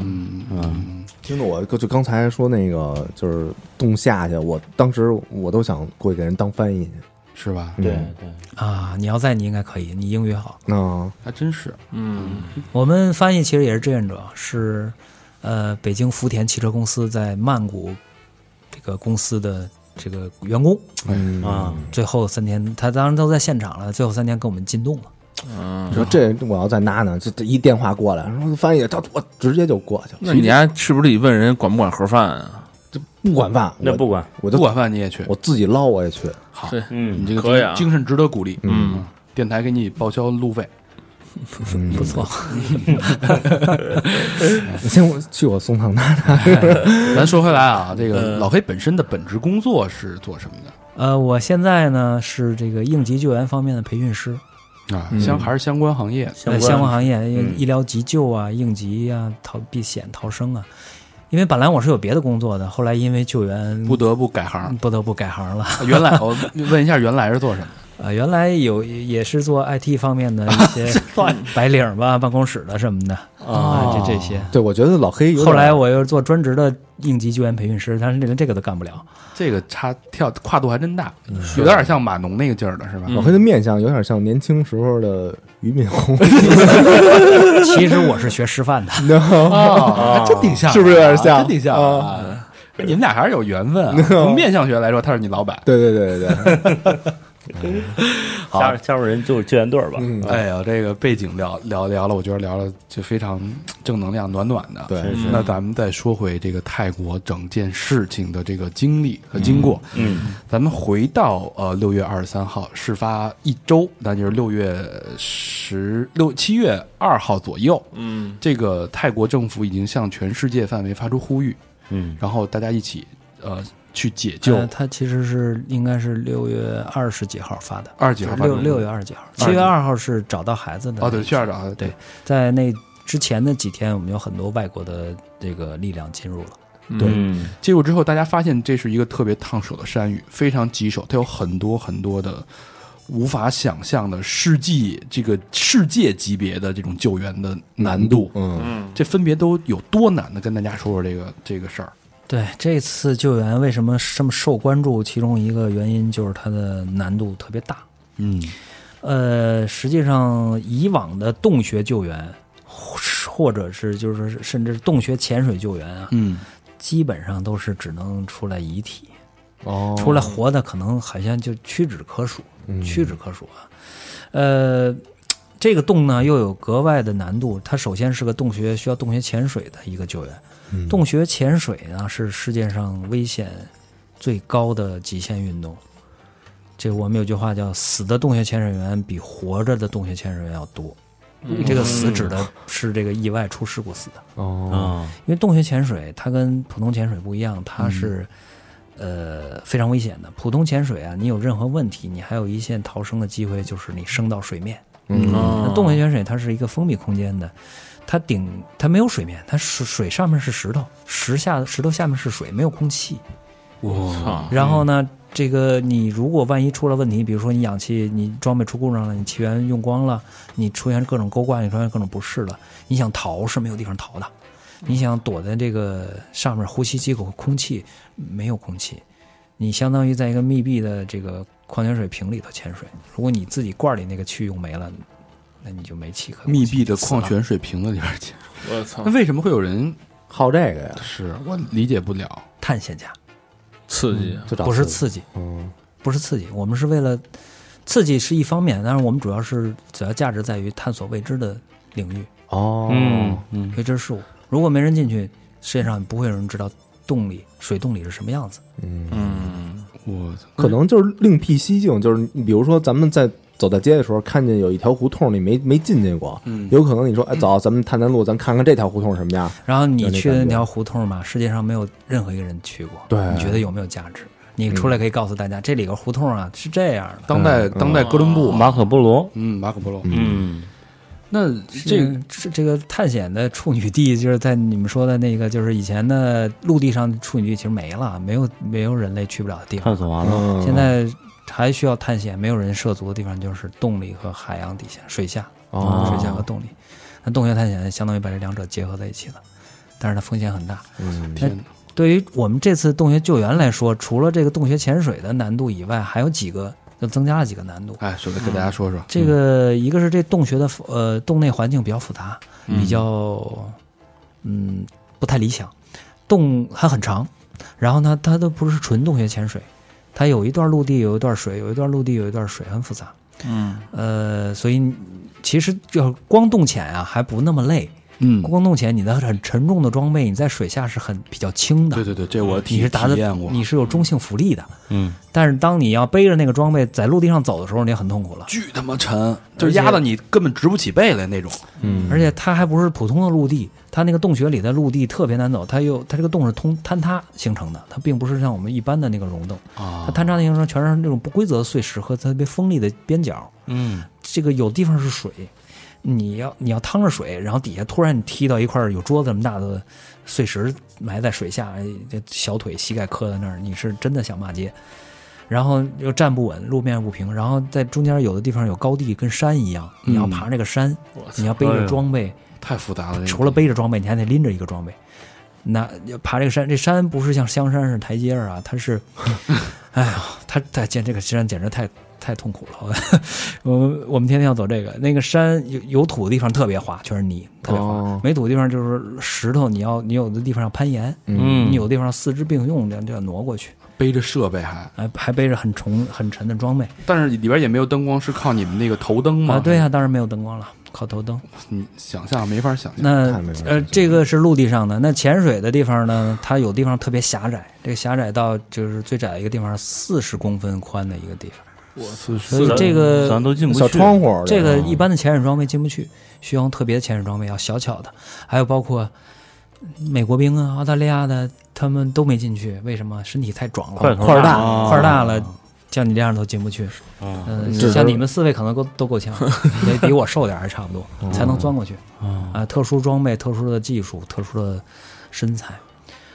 S3: 听着我就刚才说那个就是洞下去，我当时我都想过去给人当翻译去，
S2: 是吧？
S5: 对
S3: 嗯
S5: 对，
S6: 啊，你要在，你应该可以，你英语好。
S3: 那
S2: 还真是，
S4: 嗯
S6: 我们翻译其实也是志愿者，是呃北京福田汽车公司在曼谷这个公司的这个员工。
S3: 嗯
S5: 啊，
S6: 最后三天，他当然都在现场了。最后三天跟我们进洞了，
S4: 嗯，
S3: 说这我要再拿呢，这这一电话过来，说翻译，他我直接就过去了，
S4: 那你家是不是得问人管不管盒饭啊？
S3: 不管饭，我
S5: 那不管，
S3: 我
S2: 不
S3: 就
S2: 管饭你也去，
S3: 我自己捞我也去，
S2: 好，
S4: 对
S2: 你
S5: 嗯，
S2: 这个
S4: 可以啊
S2: 精神值得鼓励。
S4: 嗯，
S2: 电台给你报销路费，
S3: 不 错。你先我去我送趟他，
S2: 咱说回来啊，这个老黑本身的本职工作是做什么的
S6: 呃，我现在呢是这个应急救援方面的培训师，
S2: 啊？
S4: 嗯
S2: 相还是相关行业？
S6: 呃，相关
S5: 关
S6: 行业，医
S5: 嗯
S6: 医疗急救啊、应急啊、逃避险、逃生啊。因为本来我是有别的工作的，后来因为救援
S2: 不得不改行。
S6: 不得不改行了。
S2: 嗯原来我问一下，原来是做什么？
S6: 呃，原来有也是做 IT 方面的一 些白领儿吧，办 公室的什么的啊，就这些。
S3: 对我觉得老黑有点
S6: 后来我又是做专职的应急救援培训师，但是连这个都干不了。
S2: 这个差跳跨度还真大，有点像码农那个劲儿的是吧？
S3: 老黑的面相有点像年轻时候的俞敏洪，
S6: 其实我是学师 范的，
S3: 你知道吗？
S2: 哦，还真挺像的啊，
S3: 是不是有点像
S2: 真挺像啊！你们俩还是有缘分啊。从面相学来说，他是你老板。
S3: 对对对对对，
S5: 加入加入人就是救援队儿吧，
S3: 嗯，
S2: 哎呀，这个背景聊聊聊了，我觉得聊了就非常正能量、暖暖的。
S3: 对
S5: 真是
S2: 那咱们再说回这个泰国整件事情的这个经历和经过，
S5: 嗯，
S2: 咱们回到呃六月二十三号事发一周，那就是六月十六七月二号左右，
S4: 嗯
S2: 这个泰国政府已经向全世界范围发出呼吁，
S5: 嗯，
S2: 然后大家一起呃去解救
S6: 呃他其实是应该是六月二十几号发的，
S2: 二十几号发
S6: 六
S2: 生的
S6: 六月二十几号，七月二号是找到孩子的
S2: 哦，对，去二找
S6: 对在那之前的几天，我们有很多外国的这个力量进入了。
S5: 嗯
S2: 介入之后，大家发现这是一个特别烫手的山芋，非常棘手，它有很多很多的无法想象的世纪这个世界级别的这种救援的难度，
S3: 嗯，
S4: 嗯
S2: 这分别都有多难呢？跟大家说说这个这个事儿。
S6: 对这次救援为什么这么受关注？其中一个原因就是它的难度特别大。
S2: 嗯
S6: 呃，实际上以往的洞穴救援，或或者是就是说甚至洞穴潜水救援啊，
S2: 嗯，
S6: 基本上都是只能出来遗体，
S3: 哦，
S6: 出来活的可能好像就屈指可数，
S3: 嗯
S6: 屈指可数啊。呃，这个洞呢又有格外的难度，它首先是个洞穴，需要洞穴潜水的一个救援。
S3: 嗯
S6: 洞穴潜水呢是世界上危险最高的极限运动。这我们有句话叫“死的洞穴潜水员比活着的洞穴潜水员要多”，这个死
S3: 嗯
S6: 指的是这个意外出事故死的。
S3: 哦，
S5: 啊，
S6: 因为洞穴潜水它跟普通潜水不一样，它是、呃非常危险的。普通潜水啊，你有任何问题，你还有一线逃生的机会，就是你升到水面。
S3: 嗯
S4: 哦
S6: 那洞穴潜水它是一个封闭空间的，它顶它没有水面，它水水上面是石头，石下石头下面是水，没有空气。
S4: 我操，
S6: 然后呢，这个你如果万一出了问题，比如说你氧气你装备出故障了，你气源用光了，你出现各种勾挂，你出现各种不适了，你想逃是没有地方逃的，你想躲在这个上面呼吸几口空气，没有空气，你相当于在一个密闭的这个矿泉水瓶里头潜水。如果你自己罐里那个气用没了，那你就没气可呼吸
S2: 密闭的矿。
S6: 死了
S2: 泉水瓶子里边儿去。
S4: 我操
S2: 那，为什么会有人？
S3: 靠这个呀，
S2: 是我理解不了。
S6: 探险家
S4: 刺激啊！
S3: 就找
S6: 不是
S3: 刺激，
S6: 刺激，
S3: 嗯
S6: 不是刺激，我们是为了刺激是一方面，但是我们主要是主要价值在于探索未知的领域、
S3: 哦，
S5: 嗯嗯，
S6: 未知事物。如果没人进去，世界上不会有人知道洞里水洞里是什么样子。
S3: 嗯，
S4: 嗯，
S2: 我操
S3: 可能就是另辟蹊径，就是你比如说咱们在走在街的时候，看见有一条胡同你没没进去过，
S2: 嗯
S3: 有可能你说哎走，咱们探探路，咱看看这条胡同什么样，
S6: 然后
S3: 有
S6: 你
S3: 那
S6: 去的
S3: 感
S6: 那
S3: 觉
S6: 条胡同嘛，世界上没有任何一个人去过，
S3: 对
S6: 你觉得有没有价值？你出来可以告诉大家，这里个胡同啊是这样的，
S2: 当代当代哥伦布嘛，
S5: 马可波罗，
S2: 嗯，马可波罗。
S5: 嗯，
S2: 那
S6: 这
S2: 这
S6: 个这这个探险的处女地，就是在你们说的那个，就是以前的陆地上的处女地，其实没了，没有没有人类去不了的地方
S5: 探。索完了，
S3: 嗯，
S6: 现在还需要探险，没有人涉足的地方就是洞里和海洋底下、水下、
S3: 哦
S6: 水下和洞里。那洞穴探险相当于把这两者结合在一起了，但是它风险很大。
S3: 嗯
S2: 天哪
S6: 对于我们这次洞穴救援来说，除了这个洞穴潜水的难度以外，还有几个又增加了几个难度。
S2: 哎，说的给大家说说，
S6: 这个一个是这洞穴的呃洞内环境比较复杂，比较嗯不太理想，洞还很长，然后呢它都不是纯洞穴潜水，它有一段陆地，有一段水，有一段陆地，有一段水，很复杂。
S4: 嗯，
S6: 呃，所以你其实要光动潜啊，还不那么累。
S2: 嗯，
S6: 光动潜，你的很沉重的装备，你在水下是很比较轻的。
S2: 对对对，这我体
S6: 你是达
S2: 体
S6: 的
S2: 验过，，
S6: 你是有中性浮力的。
S2: 嗯，
S6: 但是当你要背着那个装备在陆地上走的时候，你也很痛苦了。
S2: 巨他妈沉，就是压的你根本直不起背来那种。
S6: 而且它还不是普通的陆地，它那个洞穴里的陆地特别难走，它又它这个洞是通坍塌形成的，它并不是像我们一般的那个溶洞，
S2: 啊
S6: 它坍塌的形成全是那种不规则的碎石和特别锋利的边角，
S2: 嗯，
S6: 这个有地方是水，你要你要趟着水，然后底下突然你踢到一块有桌子这么大的碎石埋在水下，这小腿膝盖磕在那儿，你是真的想骂街。然后又站不稳，路面不平，然后在中间有的地方有高地，跟山一样，你要爬那个山，你要背
S5: 哎
S6: 着
S5: 呦
S6: 装备，
S2: 太复杂了。这个
S6: 除了背着装备，你还得拎着一个装备。那爬这个山，这山不是像香山是台阶儿啊，它是，哎呀，它它简这个山简直太太痛苦了。 我们我们天天要走这个，那个山有有土的地方特别滑，全是泥，特别滑；
S3: 哦
S6: 没土的地方就是石头，你要你有的地方要攀岩，
S5: 嗯
S6: 你有的地方要四肢并用，这样这样挪过去，
S2: 背着设备还，
S6: 还还背着很重很沉的装备
S2: 但是里边也没有灯光，是靠你们那个头灯吗？
S6: 啊。对呀、当然没有灯光了，靠头灯。
S2: 你想象没法想象。
S6: 那
S3: 太没法想
S6: 呃，
S3: 象
S6: 这个是陆地上的。那潜水的地方呢，它有地方特别狭窄，这个狭窄到就是最窄的一个地方四十公分宽的一个地方，
S2: 我
S6: 所以
S5: 咱
S6: 这个
S5: 嗯咱都进啊不去。
S3: 小窗户儿
S6: 这个
S3: 嗯
S6: 一般的潜水装备进不去，需要用特别的潜水装备，要小巧的。还有包括美国兵啊、澳大利亚的，他们都没进去，为什么？身体太壮了，
S5: 块头
S3: 块儿
S5: 大
S3: 大
S6: 块儿大啊了。像你这样都进不去，
S5: 啊
S6: 嗯、
S3: 只
S6: 像
S3: 是
S6: 你们四位可能够 都够呛，也比我瘦点儿还差不
S5: 嗯
S6: 多，才能钻过去。
S5: 啊！
S6: 啊，特殊装备、特殊的技术、特殊的身材。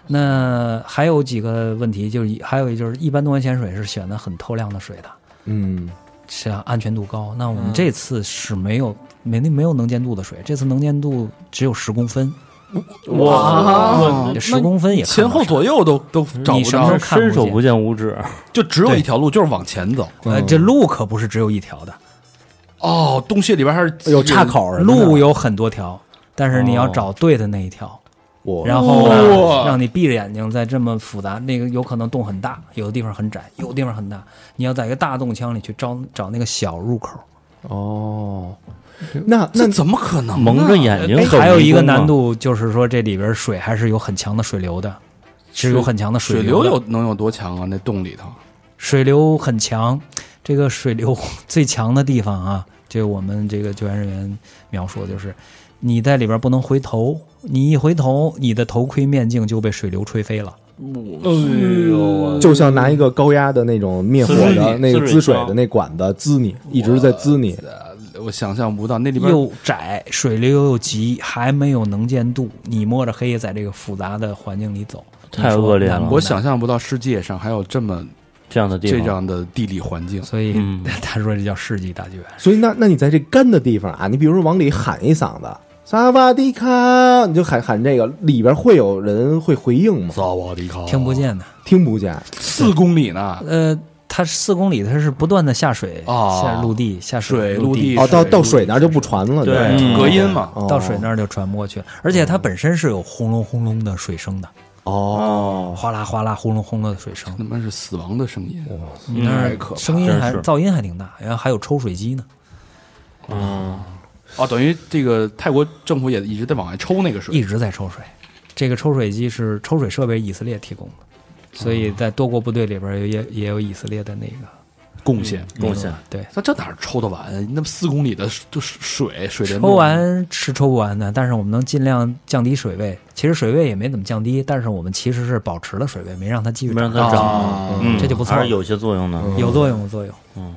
S6: 那还有几个问题，就是一还有就是，一般动源潜水是选的很透亮的水的，
S3: 嗯
S6: 是要安全度高。那我
S2: 嗯
S6: 们这次是没有没那没有能见度的水，这次能见度只有十公分，
S2: 哇
S6: 十公分也看
S2: 前
S6: 不
S2: 后
S6: 上
S2: 左右都都找
S6: 你
S2: 不
S6: 什
S2: 着
S6: 么时候，看不
S5: 伸手
S6: 见
S5: 不见五指，
S2: 就只有一条路，就是往前走。
S6: 呃，这路可不是只有一条的，
S2: 哦，洞穴里边还是
S3: 有岔，口儿什么的
S6: 路有很多条，但是你要
S5: 哦
S6: 找对的那一条。
S3: 我
S6: 然后呢
S2: 哇，
S6: 让你闭着眼睛在这么复杂，那个有可能洞很大，有的地方很窄，有的地方很大，你要在一个大洞腔里去找找那个小入口。
S3: 哦，那那
S2: 那怎么可能？
S5: 蒙着眼睛走迷宫啊。
S6: 哎还有一个难度就是说，这里边水还是有很强的水流的，是有很强的
S2: 水
S6: 流
S2: 流有
S6: 的，
S2: 能有多强啊？那洞里头，
S6: 水流很强。这个水流最强的地方啊， 这我们这个救援人员描述的就是，你在里边不能回头，你一回头，你的头盔面镜就被水流吹飞了。
S3: 就像拿一个高压的那种灭火
S5: 滋水
S3: 的
S5: 你
S3: 那个
S5: 滋水
S3: 滋水
S5: 枪
S3: 的那管子滋你，一直在滋你。
S2: 我想象不到那里边
S6: 又窄，水流又急，还没有能见度，你摸着黑在这个复杂的环境里走，
S5: 太恶劣了
S6: 你说难不
S2: 我
S6: 难
S2: 想象不到世界上还有这么
S5: 这样的地
S2: 这
S5: 方，
S2: 样的地理环境。
S6: 所以、
S5: 嗯
S6: 他说这叫世纪大剧院。
S3: 所以那那你在这干的地方啊，你比如说往里喊一嗓子“萨瓦迪卡”，你就喊喊这个，里边会有人会回应吗？
S2: 哦
S6: 听不见的。
S3: 听不见。
S2: 四公里呢，
S6: 呃，它是四公里，它是不断的下水，
S2: 哦
S6: 下陆地，下
S2: 水
S6: 陆
S2: 陆地
S3: 哦，到
S2: 水
S3: 到水那儿就不传了。
S5: 对
S3: 吧
S5: 嗯
S2: 隔音嘛，
S3: 哦
S6: 到水那儿就传不过去了，而且它本身是有轰隆轰隆的水声的，
S3: 哦，
S6: 哗啦哗啦轰隆轰隆的水声
S2: 他。妈是死亡的声音。
S5: 嗯
S6: 你那儿
S2: 可怕
S6: 声音
S5: 真
S6: 还
S5: 是
S6: 噪音还挺大，然后还有抽水机呢。
S2: 哦，等于这个泰国政府也一直在往外抽那个水
S6: 一，直在抽水。这个抽水机是抽水设备以色列提供的，所
S5: 哦
S6: 以在多国部队里边儿也也有以色列的那个
S2: 贡献。
S5: 贡献。
S6: 对。
S2: 嗯那这哪儿抽得完啊？那么四公里的就是水，水帘
S6: 抽
S2: 洞
S6: 完是抽不完的，但是我们能尽量降低水位。其实水位也没怎么降低，但是我们其实是保持了水位，没让它继续
S5: 没让
S6: 涨。
S5: 它长，
S2: 啊！
S5: 嗯，
S6: 这就不错嗯
S5: 还是有些作用的，
S6: 有作用，有作用。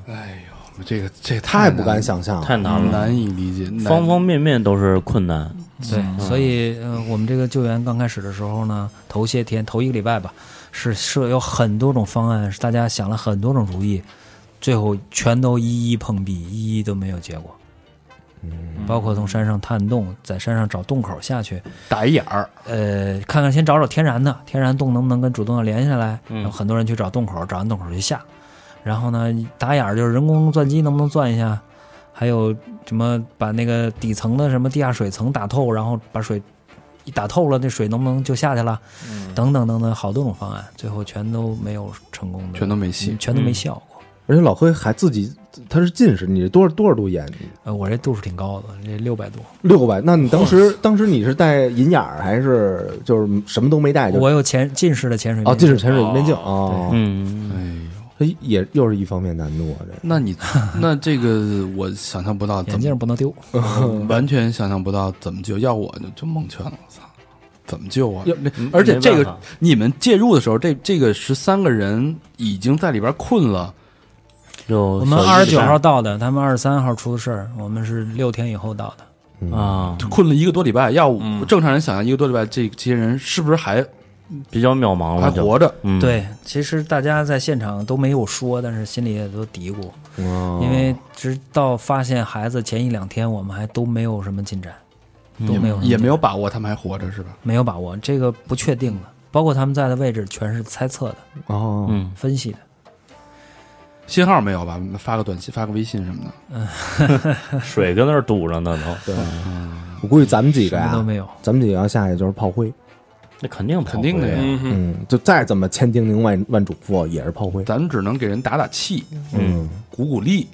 S2: 哎呦，这个这
S3: 太
S2: 难
S3: 不敢想象了。
S5: 太
S6: 嗯
S5: 难了，
S2: 难以理解，难
S5: 方方面面都是困难。
S6: 对，所以呃，我们这个救援刚开始的时候呢，头些天头一个礼拜吧，是是有很多种方案，是大家想了很多种主意，最后全都一一碰壁，一一都没有结果。嗯，包括从山上探洞，在山上找洞口下去，
S2: 打一眼儿，
S6: 呃，看看先找找天然的，天然洞能不能跟主动的联系下来？
S5: 嗯
S6: 然后很多人去找洞口，找完洞口去下，然后呢，打眼儿就是人工钻机能不能钻一下，还有什么把那个底层的什么地下水层打透，然后把水一打透了，那水能不能就下去了？等等等等，好多种方案，最后全都没有成功的，
S2: 全都没戏
S6: 嗯全都没
S5: 嗯
S6: 效果。
S3: 而且老黑还自己他是近视，你这多少多少度眼？
S6: 呃，我这度数挺高的，这六百多。
S3: 六百？那你当
S2: 哦
S3: 时当时你是戴银眼儿还是就是什么都没戴？就
S6: 我有潜近视的潜水
S3: 哦，
S6: 面
S3: 近视
S6: 镜
S3: 潜水面镜哦，
S5: 嗯，
S2: 哎呦，
S3: 这也又是一方面难度啊，这
S2: 那 你那这个我想象不到
S6: 眼
S2: 怎
S6: 镜
S2: 么，
S6: 不能丢。
S2: 完全想象不到怎么救，要我就就蒙圈了，我操，怎么救啊
S3: 要？
S2: 而且这
S5: 没
S2: 个
S5: 办法
S2: 你们介入的时候，这这个十三个人已经在里边困了，
S5: 有
S6: 我们
S5: 小姨
S6: 二十
S5: 子
S6: 九号到的，他们二十三号出的事儿，我们是六天以后到的。
S5: 啊，
S2: 困了一个多礼拜。要我正常人想象一个多礼拜，这这些人是不是还
S5: 比较渺茫
S2: 还
S5: 了，就
S2: 活着？
S5: 嗯，
S6: 对，其实大家在现场都没有说，但是心里也都嘀咕，因为直到发现孩子前一两天，我们还都没有什么进展，
S5: 嗯
S6: 都没有什么
S2: 也没有
S6: 进展
S2: 把握他们还活着是吧？
S6: 没有把握，这个不确定的，包括他们在的位置全是猜测的、
S3: 哦，
S5: 嗯，
S6: 分析的。
S2: 信号没有吧？发个短信，发个微信什么的。
S5: 水跟那儿堵着呢都，
S3: 我估计咱们几个
S6: 什
S5: 啊
S6: 么都
S3: 呀，
S6: 没有，
S3: 咱们几个要下去就是炮灰，
S5: 那肯定
S2: 肯定的呀
S5: 跑不了
S4: 嗯哼，
S3: 嗯，就再怎么千叮咛万万嘱咐也是炮灰，
S2: 咱们只能给人打打气，
S5: 嗯，
S2: 鼓鼓励。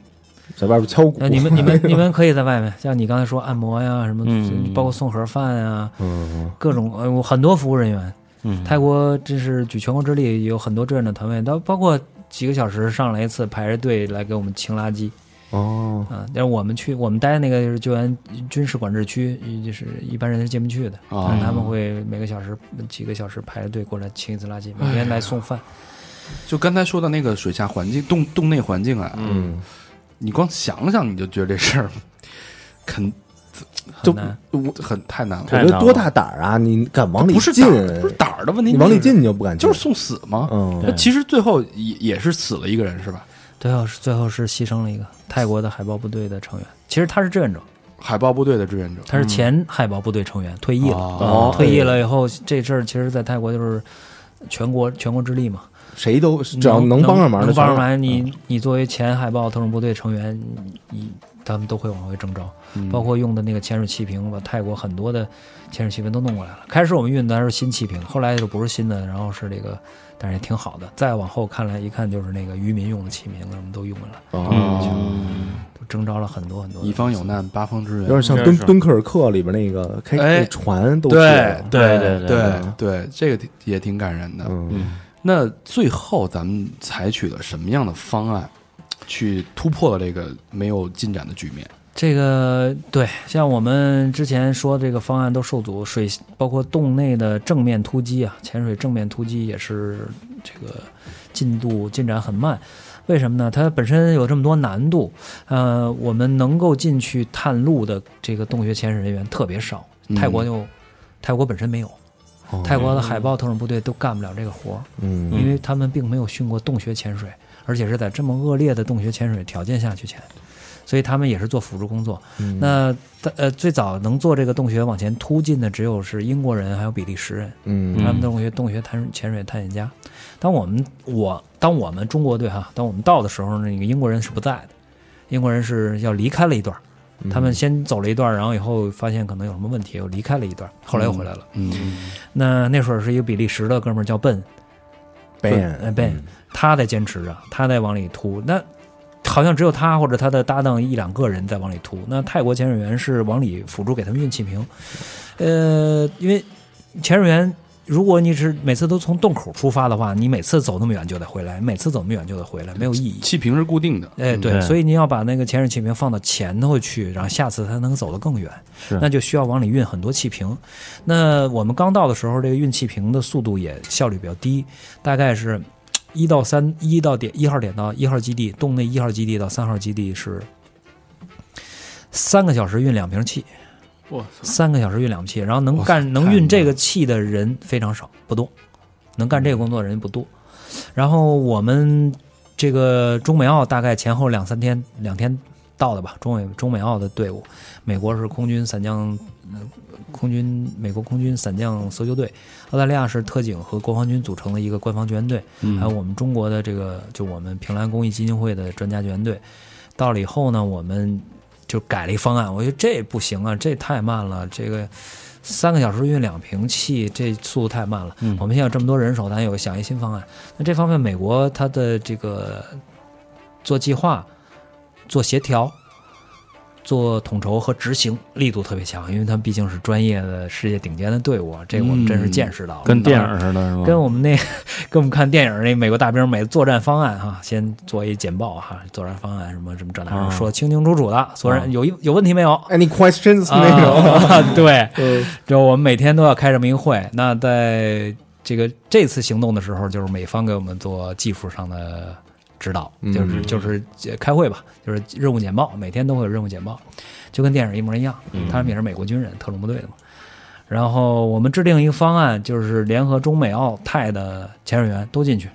S3: 在外边敲鼓
S6: 那，你们、你们、你们可以在外面，像你刚才说按摩呀，什么，
S5: 嗯
S6: 包括送盒饭啊呀，
S3: 嗯，
S6: 各种呃，我很多服务人员。
S5: 嗯
S6: 泰国真是举全国之力，有很多志愿者团队，到包括几个小时上来一次排着队来给我们清垃圾
S3: 哦，
S6: 啊。但是我们去我们待那个就是救援军事管制区，就是一般人是进不去的，
S2: 哦
S6: 但是他们会每个小时几个小时排着队过来清一次垃圾，每天来送饭。
S2: 就刚才说的那个水下环境、洞洞内环境啊，
S3: 嗯，
S2: 你光想想你就觉得这事儿 肯
S6: 很难
S2: 我很太难了。
S5: 太
S3: 我觉
S5: 难
S3: 得
S5: 了
S3: 多大胆儿啊！你敢往里
S2: 不是
S3: 进
S2: 胆，儿，不是胆儿的问题，
S3: 你往里
S2: 就是
S3: 进你就不敢进，
S2: 就是送死嘛。
S3: 嗯
S2: 那其实最后也也是死了一个人是吧？
S6: 最后是最后是牺牲了一个泰国的海豹部队的成员，其实他是志愿者，
S2: 海豹部队的志愿者，
S3: 嗯
S6: 他是前海豹部队成员，退役了。啊
S2: 哦
S6: 退役了以后，这事儿其实，在泰国就是全国全国之力嘛。
S3: 谁都只要
S6: 能
S3: 帮上忙的
S6: 能
S3: 全嗯
S6: 帮
S3: 是，
S6: 上忙，你你作为前海豹特种部队成员，你你他们都会往回征召，
S3: 嗯
S6: 包括用的那个潜水气瓶，把泰国很多的潜水气瓶都弄过来了。开始我们运的还是新气瓶，后来就不是新的，然后是这个，但是也挺好的。再往后看来，一看就是那个渔民用的气瓶，什么都用过来了，都征召了很多很多。
S2: 一嗯方有，难八方支
S3: 有
S2: 援
S3: 点。像
S5: 应该
S3: 敦
S5: 是
S3: 敦刻尔克里边那个开
S2: 哎
S3: 那船都去
S2: 对
S3: 了，
S5: 对
S2: 对
S5: 对
S2: 对对，这个挺也挺感人的。
S3: 嗯，
S2: 那最后咱们采取了什么样的方案，去突破了这个没有进展的局面？
S6: 这个对，像我们之前说这个方案都受阻，水包括洞内的正面突击啊，潜水正面突击也是这个进度进展很慢。为什么呢？它本身有这么多难度，呃，我们能够进去探路的这个洞穴潜水人员特别少，
S2: 嗯
S6: 泰国就、泰国本身没有，
S3: 哦
S6: 泰国的海豹特种部队都干不了这个活儿，
S3: 嗯
S6: 因为他们并没有训过洞穴潜水，而且是在这么恶劣的洞穴潜水条件下去潜，所以他们也是做辅助工作。
S3: 嗯
S6: 那呃，最早能做这个洞穴往前突进的只有是英国人还有比利时人，
S3: 嗯
S6: 他们洞穴洞穴探潜水探险家。当我们我当我们中国队哈，当我们到的时候，那个英国人是不在的，英国人是要离开了一段儿，
S3: 嗯
S6: 他们先走了一段儿，然后以后发现可能有什么问题，又离开了一段儿，后来又回来了。
S2: 嗯，
S6: 那那会儿是一个比利时的哥们儿叫笨，
S3: ban
S6: 哎 Ben，他在坚持着，他在往里突。那好像只有他或者他的搭档一两个人在往里突。那泰国潜水员是往里辅助给他们运气瓶，呃，因为潜水员。如果你是每次都从洞口出发的话，你每次走那么远就得回来，每次走那么远就得回来，没有意义。
S2: 气瓶是固定的，
S6: 哎，对，
S5: 对
S6: 所以你要把那个潜水气瓶放到前头去，然后下次它能走得更远，那就需要往里运很多气瓶。那我们刚到的时候，这个运气瓶的速度也效率比较低，大概是一到三一到点一号点到一号基地，洞内一号基地到三号基地是三个小时运两瓶气，
S4: 我操，
S6: 三个小时运两瓶气，然后能
S2: 哇
S6: 干能
S2: 太
S6: 运这
S2: 猛
S6: 个气的人非常少，不多，能干这个工作的人不多。然后我们这个中美澳大概前后两三天两天到的吧，中美中美澳的队伍，美国是空军伞降，呃空军美国空军伞降搜救队，澳大利亚是特警和国防军组成的一个官方救援队，还
S5: 嗯
S6: 有我们中国的这个就我们平安公益基金会的专家救援队。到了以后呢，我们就改了一方案，我觉得这不行啊，这太慢了，这个三个小时运两瓶气，这速度太慢了。
S5: 嗯
S6: 我们现在有这么多人手，咱有想一新方案。那这方面，美国它的这个做计划、做协调、做统筹和执行力度特别强，因为他们毕竟是专业的世界顶尖的队伍，啊这个我们真是见识到了。
S5: 嗯跟电
S6: 当然
S5: 影似的，是吧？
S6: 跟我们那 跟我们看电影那美国大兵每作战方案哈、先做一简报哈、作战方案什么什么这那
S5: 啊
S6: 的，说清清楚楚的，所有人有一有问题没有？
S3: Any questions 那种？
S6: 啊，对，
S3: 嗯
S6: 就我们每天都要开这么一个会。那在这个这次行动的时候，就是美方给我们做技术上的指导，就是就是开会吧，就是任务简报，每天都会有任务简报，就跟电影一模一样。他们也是美国军人，特种部队的嘛。然后我们制定一个方案，就是联合中美澳泰的潜水员都进去，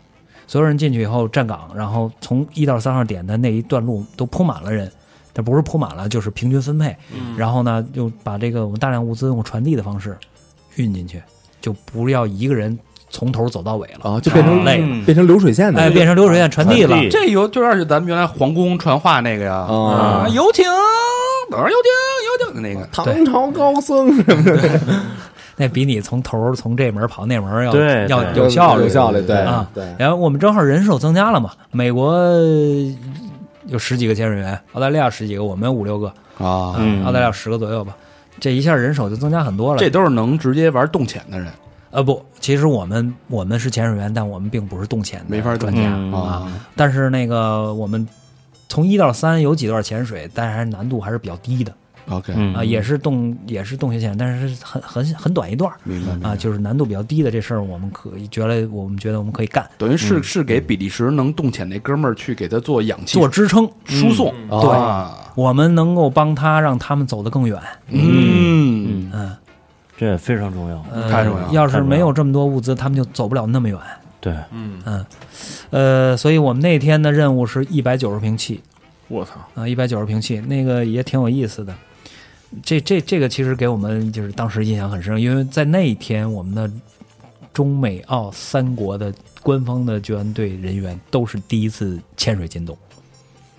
S6: 所有人进去以后站岗，然后从一到三号点的那一段路都铺满了人，但不是铺满了，就是平均分配。
S5: 嗯
S6: 然后呢，就把这个我们大量物资用传递的方式运进去，就不要一个人从头走到尾了，
S3: 啊，就变成
S6: 累了
S1: 嗯
S3: 变成流水线的，
S6: 哎，变成流水线传递了
S5: 传。递
S2: 这有就有点是咱们原来皇宫传话那个呀，
S3: 啊
S2: 啊，游艇，等着游艇，游艇的那个，
S3: 唐朝高僧什么的，
S6: 那比你从头儿从这门儿跑那门儿要
S5: 对
S6: 要
S5: 对
S6: 有效率
S3: 有。效率，对
S6: 啊
S3: 对，
S6: 然后我们正好人手增加了嘛，美国呃有十几个潜水员，澳大利亚十几个，我们有五六个，
S2: 啊，
S5: 嗯
S6: 澳大利亚十个左右吧。这一下人手就增加很多了。
S2: 这都是能直接玩动潜的人，
S6: 呃不，其实我们我们是潜水员，但我们并不是动潜的
S2: 没法
S6: 专
S2: 赚
S6: 家
S2: 钱
S5: 嗯
S2: 啊。
S6: 但是那个我们从一到三有几段潜水，但是还是难度还是比较低的
S2: OK，
S5: 嗯
S6: 啊、也是动也是动学潜，但是是很很很短一段儿
S2: 明白明
S6: 啊，
S2: 白。
S6: 就是难度比较低的这事儿，我们可以觉得我们觉得我们可以干，
S2: 等于是是给比利时能动潜那哥们儿去给他做氧气
S6: 做支撑，
S2: 输送，
S3: 对
S2: 啊
S6: 我们能够帮他让他们走得更远。
S2: 嗯，
S5: 嗯，这也非常重要。
S6: 呃
S2: 太重要了
S6: 要是没有这么多物资，他们就走不了那么远。
S5: 对，
S6: 嗯呃，所以我们那天的任务是一百九十瓶气，
S4: 我操，
S6: 啊，一百九十平气，那个也挺有意思的。这这这个其实给我们就是当时印象很深，因为在那一天，我们的中美澳三国的官方的救援队人员都是第一次潜水进洞，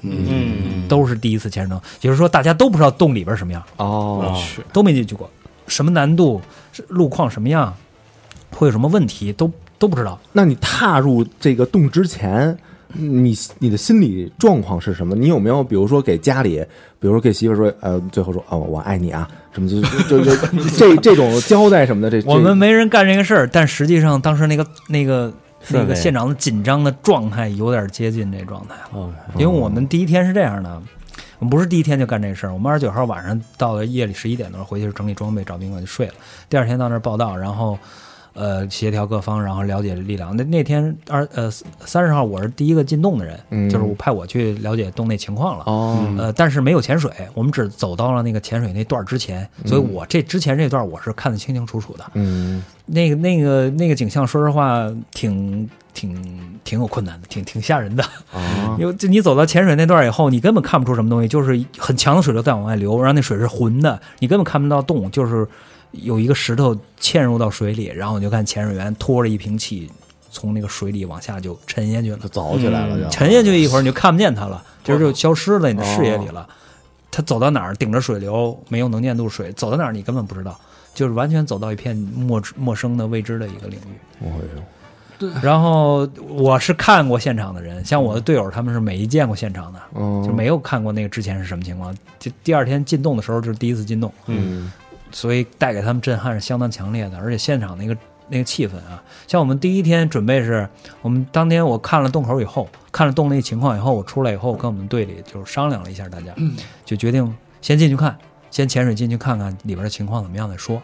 S5: 嗯，
S6: 都是第一次潜水洞，也就是说大家都不知道洞里边什么样，啊
S3: 哦，
S5: 去，
S6: 都没进去过，什么难度，是路况什么样，会有什么问题，都都不知道。
S3: 那你踏入这个洞之前，你你的心理状况是什么？你有没有比如说给家里，比如说给媳妇说，呃，最后说，哦，我爱你啊，什么就就就这这种交代什么的，这这
S6: 我们没人干这个事儿，但实际上当时那个那个那
S5: 氛
S6: 个
S5: 围
S6: 现场的紧张的状态有点接近这状态了。
S3: 哦
S5: OK，
S6: 因为我们第一天是这样的，我们不是第一天就干这事儿，我们二十九号晚上到了夜里十一点多回去整理装备找宾馆就睡了，第二天到那儿报道，然后呃协调各方，然后了解力量。那那天二呃三十号我是第一个进洞的人，
S3: 嗯
S6: 就是我派我去了解洞内情况了。
S3: 哦，
S6: 呃，但是没有潜水，我们只走到了那个潜水那段儿之前，所以我这之前这段儿我是看得清清楚楚的。
S3: 嗯，
S6: 那个那个那个景象，说实话，挺挺挺有困难的，挺挺吓人的。
S3: 哦，
S6: 因为就你走到潜水那段儿以后，你根本看不出什么东西，就是很强的水流在往外流，然后那水是浑的，你根本看不到洞，就是有一个石头嵌入到水里，然后你就看潜水员拖着一瓶气从那个水里往下就沉下去了
S3: 就。走起来了就，
S6: 沉下去一会儿你就看不见它了，就是就消失在你的视野里了。它走到哪儿顶着水流，没有能见度水，走到哪儿你根本不知道，就是完全走到一片陌陌生的未知的一个领
S3: 哎
S6: 域。
S3: 呦
S6: 然后我是看过现场的人，像我的队友他们是没见过现场的，
S3: 嗯
S6: 就没有看过那个之前是什么情况。就第二天进洞的时候就是第一次进洞，
S3: 嗯
S6: 所以带给他们震撼是相当强烈的，而且现场那个那个气氛啊，像我们第一天准备是，我们当天我看了洞口以后，看了洞那情况以后，我出来以后跟我们队里就是商量了一下，大家就决定先进去看，先潜水进去看看里边的情况怎么样再说。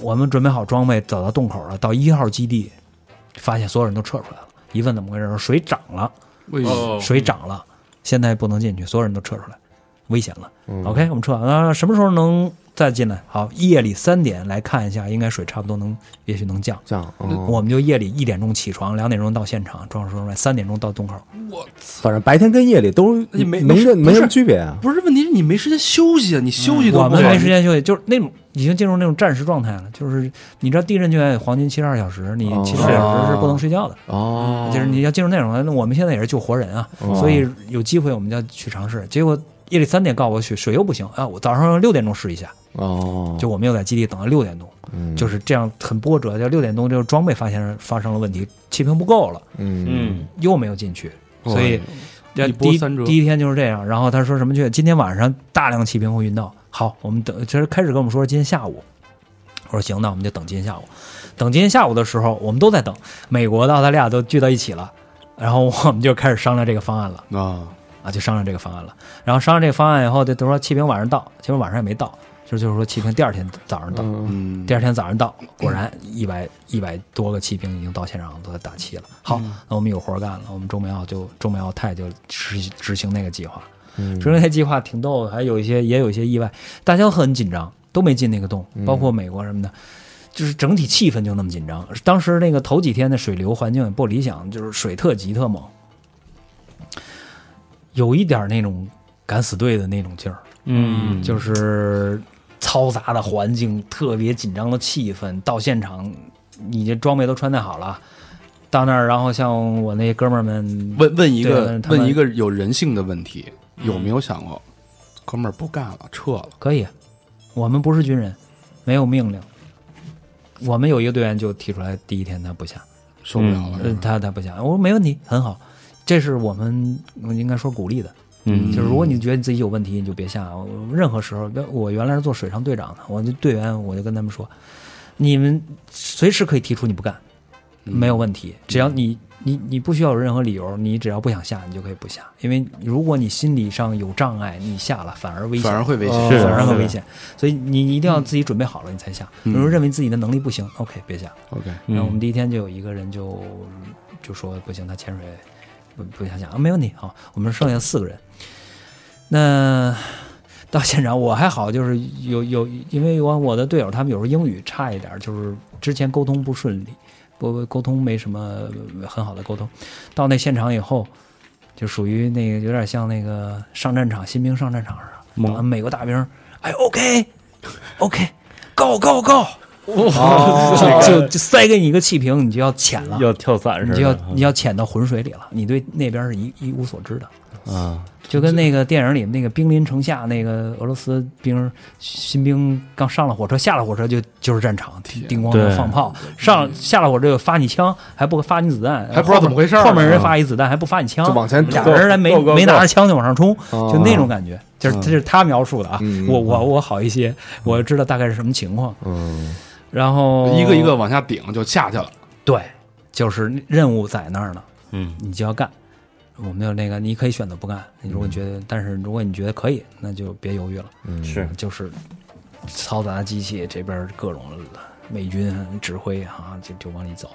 S6: 我们准备好装备，走到洞口了，到一号基地，发现所有人都撤出来了，一问怎么回事儿，水涨了。
S4: 哦
S6: 水涨了，现在不能进去，所有人都撤出来，危险了。OK，我们撤完了，什么时候能再进来？好，夜里三点来看一下，应该水差不多能，也许能降。
S3: 这样，哦
S6: 我们就夜里一点钟起床，两点钟到现场装装备，三点钟到洞口。
S3: 反正白天跟夜里都
S2: 你没
S3: 没
S2: 不是
S3: 什没什么区别啊，
S2: 不是问题是你没时间休息啊，你休息都
S6: 嗯我
S2: 不
S6: 们
S2: 好
S6: 没时间休息，就是那种已经进入那种战时状态了。就是你知道地震救援黄金七十二小时，你
S3: 哦
S6: 七十二小时是不能睡觉的。
S3: 哦，
S6: 就是你要进入那种，那我们现在也是救活人啊，所以有机会我们就要去尝试。结果夜里三点告诉我水水又不行啊，我早上六点钟试一下，
S3: 哦，
S6: 就我们又在基地等到六点钟，
S3: 嗯
S6: 就是这样很波折。就六点钟，这个装备发现发生了问题，气瓶不够了，
S3: 嗯
S5: 嗯，
S6: 又没有进去，
S3: 哦
S6: 所以这
S2: 一
S6: 第
S2: 波
S6: 一
S2: 三折
S6: 第一天就是这样。然后他说什么去？今天晚上大量气瓶会运到。好，我们等，其实开始跟我们说今天下午。我说行，那我们就等今天下午。等今天下午的时候，我们都在等，美国的、澳大利亚都聚到一起了，然后我们就开始商量这个方案了。
S2: 啊，
S6: 啊，就商量这个方案了。然后商量这个方案以后，就都说气瓶晚上到，结果晚上也没到，就就是说气瓶第二天早上到，
S2: 嗯，
S6: 第二天早上到，果然一百一百多个气瓶已经到现场都在打气了。好，那我们有活干了，我们中美澳就中美澳泰就执执行那个计划，执行那计划挺逗，还有一些也有一些意外，大家都很紧张，都没进那个洞，包括美国什么的。就是整体气氛就那么紧张，当时那个头几天的水流环境也不理想，就是水特急特猛，有一点那种敢死队的那种劲儿，
S5: 嗯，
S6: 就是嘈杂的环境，特别紧张的气氛。到现场，你这装备都穿戴好了，到那儿，然后像我那哥们儿们，
S2: 问问一
S6: 对
S2: 个
S6: 他们
S2: 问一个有人性的问题，有没有想
S3: 嗯
S2: 过，哥们儿不干了，撤了？
S6: 可以，我们不是军人，没有命令。我们有一个队员就提出来，第一天他不下，
S2: 受不了了，
S6: 呃
S3: 嗯
S2: 是，吧
S6: 他他不下，我说没问题，很好，这是我们我应该说鼓励的。
S5: 嗯
S6: 就是如果你觉得你自己有问题，你就别下。我任何时候，我原来是做水上队长的，我就队员我就跟他们说，你们随时可以提出你不干，
S2: 嗯
S6: 没有问题，只要你你你不需要有任何理由，你只要不想下，你就可以不下。因为如果你心理上有障碍，你下了反而危险，
S2: 反而会危险。
S5: 是
S6: 反而很
S5: 是
S6: 危险。所以你你一定要自己准备好了，你才下。
S2: 嗯
S6: 如果认为自己的能力不行，OK，别下。
S2: OK，
S6: 然后我们第一天就有一个人就就说不行，他潜水不不想想啊，没问题，好，我们剩下四个人。那到现场我还好，就是有有，因为我我的队友他们有时候英语差一点，就是之前沟通不顺利，不沟通没什么很好的沟通。到那现场以后，就属于那个有点像那个上战场新兵上战场似的，
S5: 猛
S6: 啊美国大兵，哎，OK OK go go go，就就就塞给你一个气瓶，你就要潜了，
S5: 哦要跳伞似
S6: 你
S5: 的，
S6: 就要你要潜到浑水里了，你对那边是一一无所知的。
S5: 啊，
S6: 就跟那个电影里那个兵临城下，那个俄罗斯兵新兵刚上了火车，下了火车就就是战场，叮叮咣咣
S5: 对
S6: 放炮，上下了火车就发你枪，还不发你子弹，
S2: 还不知道怎么回事儿
S6: 后面人发一子弹还不发你枪，
S3: 就往前
S6: 俩
S3: 打
S6: 人还没
S5: 够够
S6: 没拿着枪就往上冲，
S3: 哦
S2: 啊
S6: 就那种感觉，就是这是他描述的啊，
S3: 嗯
S6: 我我我好一些，我知道大概是什么情况，
S3: 嗯
S6: 然后
S2: 一个一个往下顶就下去了。
S6: 对，就是任务在那儿呢，
S5: 嗯
S6: 你就要干。我们就那个，你可以选择不干。你如果觉得，但是如果你觉得可以，那就别犹豫了。
S5: 嗯是
S6: 就是嘈杂机器这边各种美军指挥啊，就就往里走。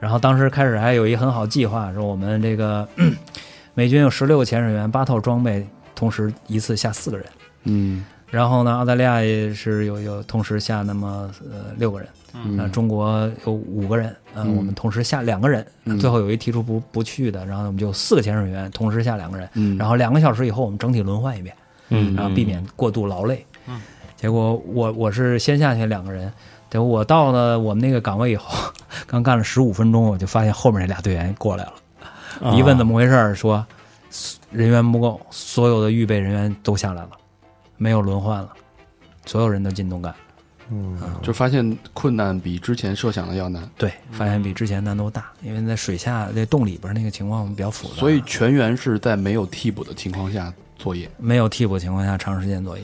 S6: 然后当时开始还有一个很好计划，说我们这个 美军有十六个潜水员，八套装备，同时一次下四个人。
S2: 嗯
S6: 然后呢，澳大利亚也是有有同时下那么呃六个人，嗯、中国有五个人，呃、
S2: 嗯
S6: 我们同时下两个人，最后有一提出不不去的，然后我们就四个潜水员同时下两个人，
S2: 嗯
S6: 然后两个小时以后我们整体轮换一遍，
S5: 嗯，
S6: 然后避免过度劳累。嗯，结果我我是先下去两个人，结果我到了我们那个岗位以后，刚干了十五分钟，我就发现后面那俩队员过来了，
S2: 啊
S6: 一问怎么回事儿，说人员不够，所有的预备人员都下来了，没有轮换了，所有人都进洞干。
S2: 就发现困难比之前设想的要难，
S6: 对，发
S2: 嗯
S6: 现比之前难度大，因为在水下在洞里边那个情况比较复杂，
S2: 所以全员是在没有替补的情况下作业。
S6: 没有替补情况下长时间作业。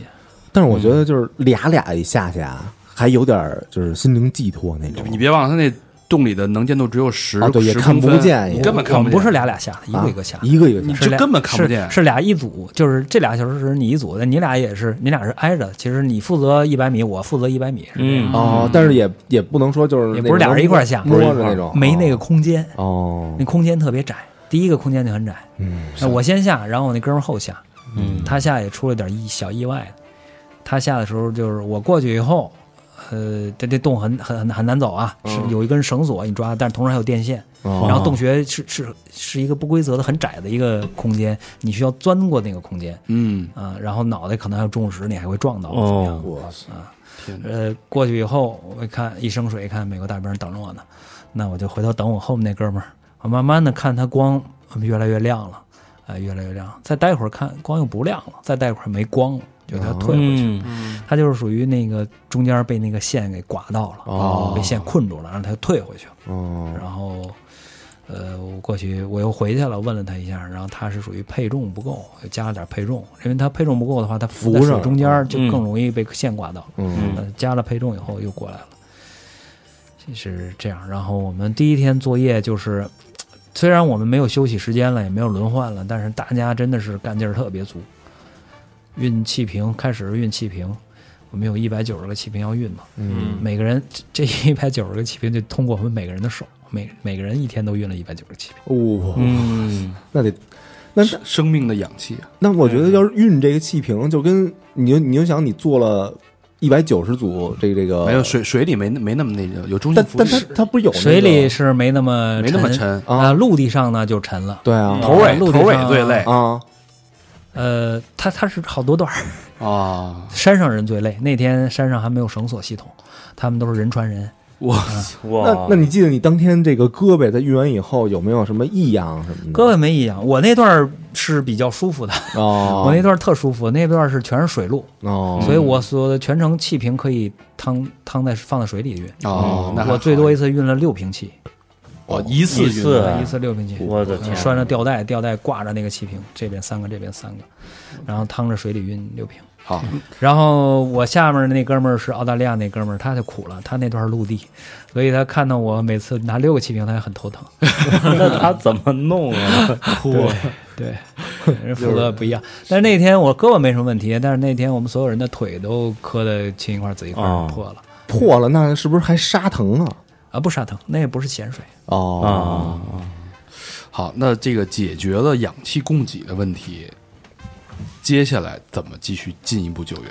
S3: 但是我觉得就是俩俩一下去啊，还有点儿就是心灵寄托那种。
S2: 你别忘了，他那洞里的能见度只有十，
S3: 啊对也
S2: 10
S3: 看不
S2: 公分
S3: 见
S2: 你根本看
S6: 我
S2: 不见。
S6: 们不是俩俩下的，一
S3: 啊
S6: 个一个下的。
S3: 一个一个下
S2: 你
S6: 是
S2: 就
S6: 俩
S2: 根本看不见
S6: 是，是俩一组，就是这俩小时是你一组的，你俩也是，你俩是挨着。其实你负责一百米，我负责一百米，是这样
S5: 嗯
S3: 哦，但是也也不能说就是
S6: 也不是俩人一块儿下
S3: 摸着那种，啊
S6: 没那个空间，
S3: 哦
S6: 那空间特别窄。第一个空间就很窄，
S3: 嗯
S6: 那我先下，然后我那哥们儿后下，
S5: 嗯
S6: 他下也出了点意小意外。他下的时候就是我过去以后，呃，这这洞很很很很难走啊，是有一根绳索你抓，但是同时还有电线，
S3: 嗯哦
S6: 然后洞穴是是是一个不规则的很窄的一个空间，你需要钻过那个空间。
S2: 嗯，
S6: 啊，然后脑袋可能还有重石，你还会撞到。
S5: 哦，
S3: 哇塞
S6: 啊
S2: 天哪！
S6: 呃，过去以后，我一看一升水，一看美国大兵等着我呢，那我就回头等我后面那哥们儿。我慢慢的看他光越来越亮了，哎，越来越亮。再待一会儿看光又不亮了，再待一会儿没光了，就它退回去。
S5: 嗯，
S4: 嗯
S6: 它就是属于那个中间被那个线给刮到了，
S3: 哦
S6: 被线困住了，让它退回去。
S3: 哦，
S6: 然后，呃，我过去我又回去了，问了他一下，然后他是属于配重不够，又加了点配重，因为他配重不够的话，它浮
S3: 浮
S6: 在水
S3: 上
S6: 中间儿就
S5: 嗯
S6: 更容易被线刮到。
S3: 嗯
S6: 呃，加了配重以后又过来了，是这样。然后我们第一天作业就是，虽然我们没有休息时间了，也没有轮换了，但是大家真的是干劲儿特别足。运气瓶开始是运气瓶，我们有一百九十个气瓶要运嘛，
S4: 嗯
S6: 每个人这一百九十个气瓶就通过我们每个人的手，每每个人一天都运了一百九十气瓶。
S3: 哦，
S2: 嗯，
S3: 那得，那
S2: 生生命的氧气啊，
S3: 那我
S6: 嗯
S3: 觉得要是运这个气瓶，就跟你就你就想你做了一百九十组这个这个，
S2: 没有水水里没那没那么那个有中性
S3: 呃但
S2: 浮
S3: 但它
S2: 力，
S3: 它不是有那个
S6: 水里是没那么
S2: 没那么沉
S6: 啊、陆地上呢就沉了。
S3: 对啊
S2: 头尾
S6: 陆地
S2: 头尾
S6: 上
S2: 最累
S3: 啊
S6: 呃，它它是好多段儿
S2: 啊！
S6: 山上人最累，那天山上还没有绳索系统，他们都是人传人。
S2: 我
S5: 哇
S6: 哦
S3: 那，那你记得你当天这个胳膊在运完以后有没有什么异样什么的？
S6: 各位没一样，啊我那段儿是比较舒服的，
S3: 哦，
S6: 我那段儿特舒服，那段儿是全是水路，
S3: 哦，
S6: 所以我所有的全程气瓶可以趟趟在放在水里运。
S2: 哦，那还
S6: 我最多
S2: 好
S6: 一次运了六瓶气，
S2: 我一次
S5: 一
S2: 运
S5: 次
S2: 动
S6: 一次六瓶气，
S5: 我的
S6: 嗯
S5: 天，啊
S6: 拴着吊带，吊带挂着那个气瓶，这边三个，这边三个，然后趟着水里运六瓶。
S2: 好，
S6: 然后我下面那哥们儿是澳大利亚那哥们儿，他就苦了，他那段儿陆地，所以他看到我每次拿六个气瓶，他也很头疼。
S5: 那他怎么弄啊？
S6: 对，人负责不一样。但是那天我胳膊没什么问题，但是那天我们所有人的腿都磕的青一块紫一块
S5: 哦
S6: 破了
S3: 破了，那是不是还沙疼啊？
S6: 啊！不沙疼，那也不是咸水。
S3: 哦，
S5: 啊，
S2: 好，那这个解决了氧气供给的问题，接下来怎么继续进一步救援？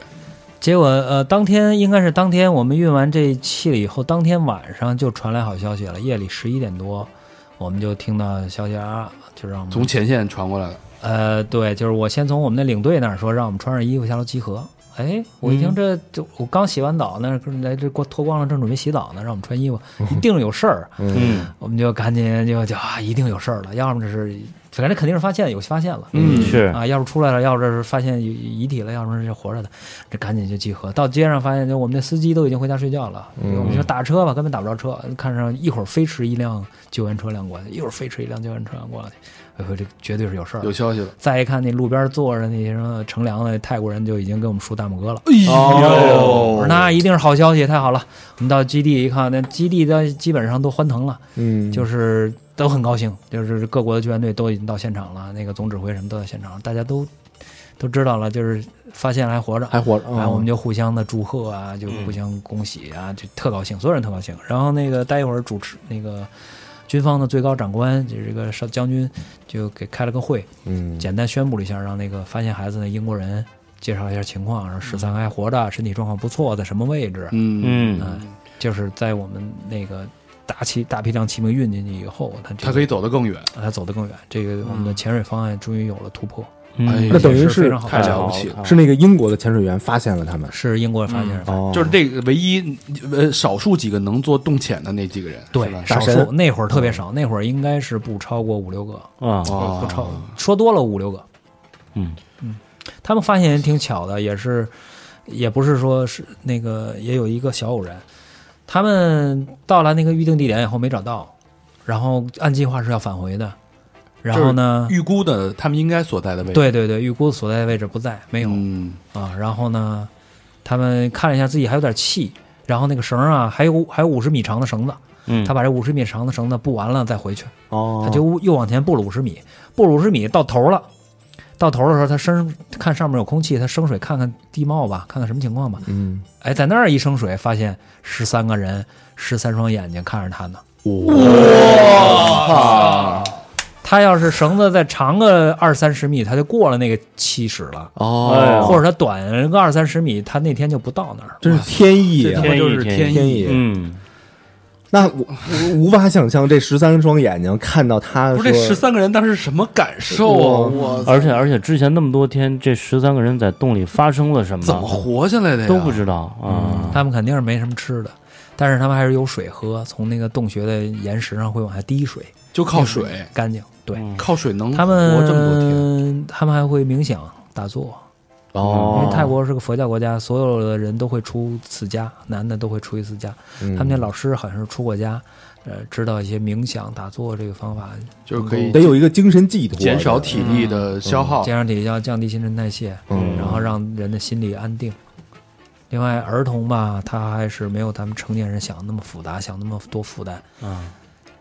S6: 结果呃，当天应该是当天我们运完这气了以后，当天晚上就传来好消息了。夜里十一点多，我们就听到消息啊，就让我
S2: 从
S6: 们
S2: 前线传过来的，
S6: 呃，对，就是我先从我们那领队那儿说，让我们穿上衣服下楼集合。哎，我一听这就我刚洗完澡呢，来这光脱光了，正准备洗澡呢，让我们穿衣服，一定是有事儿。
S5: 嗯，
S6: 我们就赶紧就就啊，一定有事儿了，要么就是反正肯定是发现有发现了，
S2: 嗯
S5: 是
S6: 啊，要是出来了，要不是发现遗遗体了，要不然就活着的，这赶紧就集合。到街上发现，就我们那司机都已经回家睡觉了，
S2: 嗯
S6: 我们就打车吧，根本打不着车，看上一会儿飞驰一辆救援车辆过去，一会儿飞驰一辆救援车辆过去，哎呦，这绝对是有事儿
S2: 有。消息了。
S6: 再一看，那路边坐着那些什么乘凉的泰国人，就已经给我们竖大拇哥了。
S2: 哦
S6: 我说那一定是好消息，太好了！我们到基地一看，那基地的基本上都欢腾了。
S3: 嗯，
S6: 就是都很高兴，就是各国的救援队都已经到现场了，那个总指挥什么都在现场，大家都都知道了，就是发现还活着，
S3: 还活哦着，
S6: 哎然后我们
S3: 就
S6: 就互相的祝贺啊，就互相恭喜啊，就特高兴，所有人特高兴。然后那个待一会儿主持那个军方的最高长官，就是这个少将军，就给开了个会，
S3: 嗯
S6: 简单宣布了一下，让那个发现孩子的英国人介绍一下情况，说十
S3: 嗯
S6: 三个还活着，身体状况不错，在什么位置，
S2: 嗯，
S5: 嗯，
S6: 嗯，就是在我们那个大批大批量骑兵运进去以后，它这
S2: 他
S6: 个
S2: 可以走得更远。
S6: 让它走得更远。这个我们的潜水方案终于有了突破，
S2: 哎
S5: 嗯
S2: 呀
S3: 那等于
S6: 是非
S3: 是
S6: 常好
S2: 太
S6: 看的，
S2: 了不起了，
S3: 是那个英国的潜水员发现了他们，
S6: 是英国发现人发现。
S3: 哦，
S2: 就是这个唯一呃少数几个能做洞潜的那几个人，是吧
S6: 对，少
S3: 大神
S6: 数那会儿特别少，那会儿应该是不超过五六个，
S5: 啊，
S2: 哦
S6: 不超说多了五六个。
S5: 嗯
S6: 他们发现也挺巧的，也是，也不是说是那个，也有一个小偶然。他们到了那个预定地点以后没找到，然后按计划是要返回的，然后呢，
S2: 预估的他们应该所在的位置。，
S6: 对对对，预估所在位置不在，没有、
S2: 嗯，
S6: 啊。然后呢，他们看了一下自己还有点气，然后那个绳儿啊，还有还有五十米长的绳子，
S5: 嗯，
S6: 他把这五十米长的绳子布完了再回去，
S3: 哦，
S6: 他就又往前布了五十米，布了五十米到头了。到头的时候，他升看上面有空气，他升水看看地貌吧，看看什么情况吧。
S3: 嗯，
S6: 哎，在那儿一升水，发现十三个人，十三双眼睛看着他呢。他要是绳子再长个二三十米，他就过了那个七十了。
S5: 哎
S3: 哦，
S5: 呦
S6: 或者他短个二三十米，他那天就不到那儿。
S3: 真是天意
S2: 这他
S3: 啊！
S2: 妈就是
S5: 天意
S2: 天
S3: 天
S2: 意。
S3: 意，
S5: 嗯，
S3: 那我我无法想象这十三双眼睛看到他
S2: 不是
S3: 说，
S2: 这十三个人当时什么感受啊？我
S5: 而且而且之前那么多天，这十三个人在洞里发生了什
S2: 怎么
S5: 么
S2: 活下来的呀？
S5: 都不知道啊，
S6: 他们肯定是没什么吃的，但是他们还是有水喝，从那个洞穴的岩石上会往下滴水，
S2: 就靠水。
S6: 干净。对，
S5: 嗯
S2: 靠水能
S6: 他
S2: 嗯活这么多天，哦
S6: 们他们还会冥想打坐，
S3: 哦
S6: 因为泰国是个佛教国家，所有的人都会出次家，男的都会出一次家。
S3: 嗯
S6: 他们那老师好像是出过家，呃，知道一些冥想打坐这个方法，
S2: 就是可以
S3: 得有一个精神寄托，
S2: 减少体力
S6: 嗯
S2: 的消
S5: 哦
S2: 耗。
S6: 降压体要降低新陈代谢，
S3: 嗯
S6: 然后让人的心理安定。另外，儿童吧，他还是没有咱们成年人想的那么复杂，想那么多负担。
S5: 啊，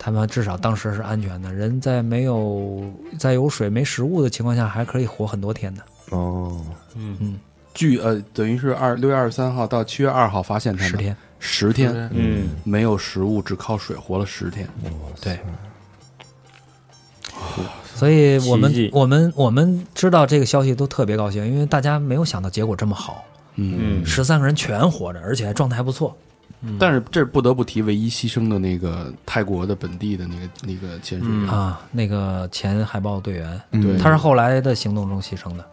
S6: 他们至少当时是安全的。人在没有在有水没食物的情况下，还可以活很多天的。
S3: 哦，
S2: 据呃，等于是二六月二十三号到七月二号发现他们
S6: 十天，
S2: 十天
S5: 嗯，
S2: 没有食物，只靠水活了十天。
S6: 对。所以我们
S5: 奇迹
S6: 我们我们知道这个消息都特别高兴，因为大家没有想到结果这么好，
S2: 嗯，
S6: 十三个人全活着，而且还状态还不错。
S2: 但是这不得不提唯一牺牲的那个泰国的本地的那个那个潜水员，
S6: 啊，那个前海豹队员，
S2: 对，
S6: 嗯他是后来的行动中牺牲的。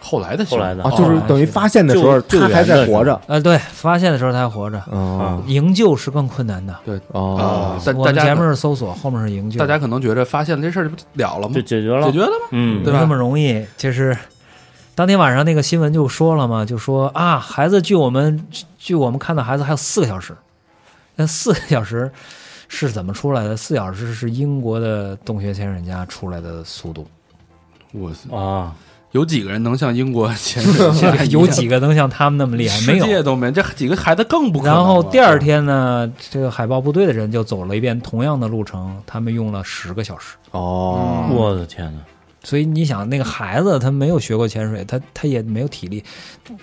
S2: 后来的
S5: 后来
S2: 的，
S5: 的
S3: 啊，就是
S6: 哦
S3: 等于发现的时候
S5: 救
S3: 他还
S5: 救援
S3: 在
S5: 的时候
S3: 活着，
S6: 呃，对，发现的时候他还活着，
S5: 嗯啊
S3: 哦
S6: 营救是更困难的。
S2: 对
S3: 哦
S2: 啊，但
S6: 我
S2: 嗯大
S6: 们前
S2: 家
S6: 面是搜索，后面是营救，
S2: 大家可能觉着发现了这事儿就了了吗
S5: 就？解决了，
S2: 解决了吗？
S5: 嗯
S2: 对
S6: 没
S2: 吧
S6: 那么容易。就是当天晚上那个新闻就说了嘛，就说啊，孩子距我们距我们看到孩子还有四个小时，那四个小时是怎么出来的？四小时是英国的洞穴潜水家出来的 速度，
S2: 我操
S5: 啊，
S2: 有几个人能像英国潜水现在
S6: 有几个能像他们那 么厉害？没
S2: 世
S6: 有
S2: 界。都没，这几个孩子更不可能了。
S6: 然后第二天呢，这个海豹部队的人就走了一遍同样的路程，他们用了十个小时。嗯
S3: 哦，
S5: 我的天哪，
S6: 所以你想，那个孩子他没有学过潜水，他他也没有体力，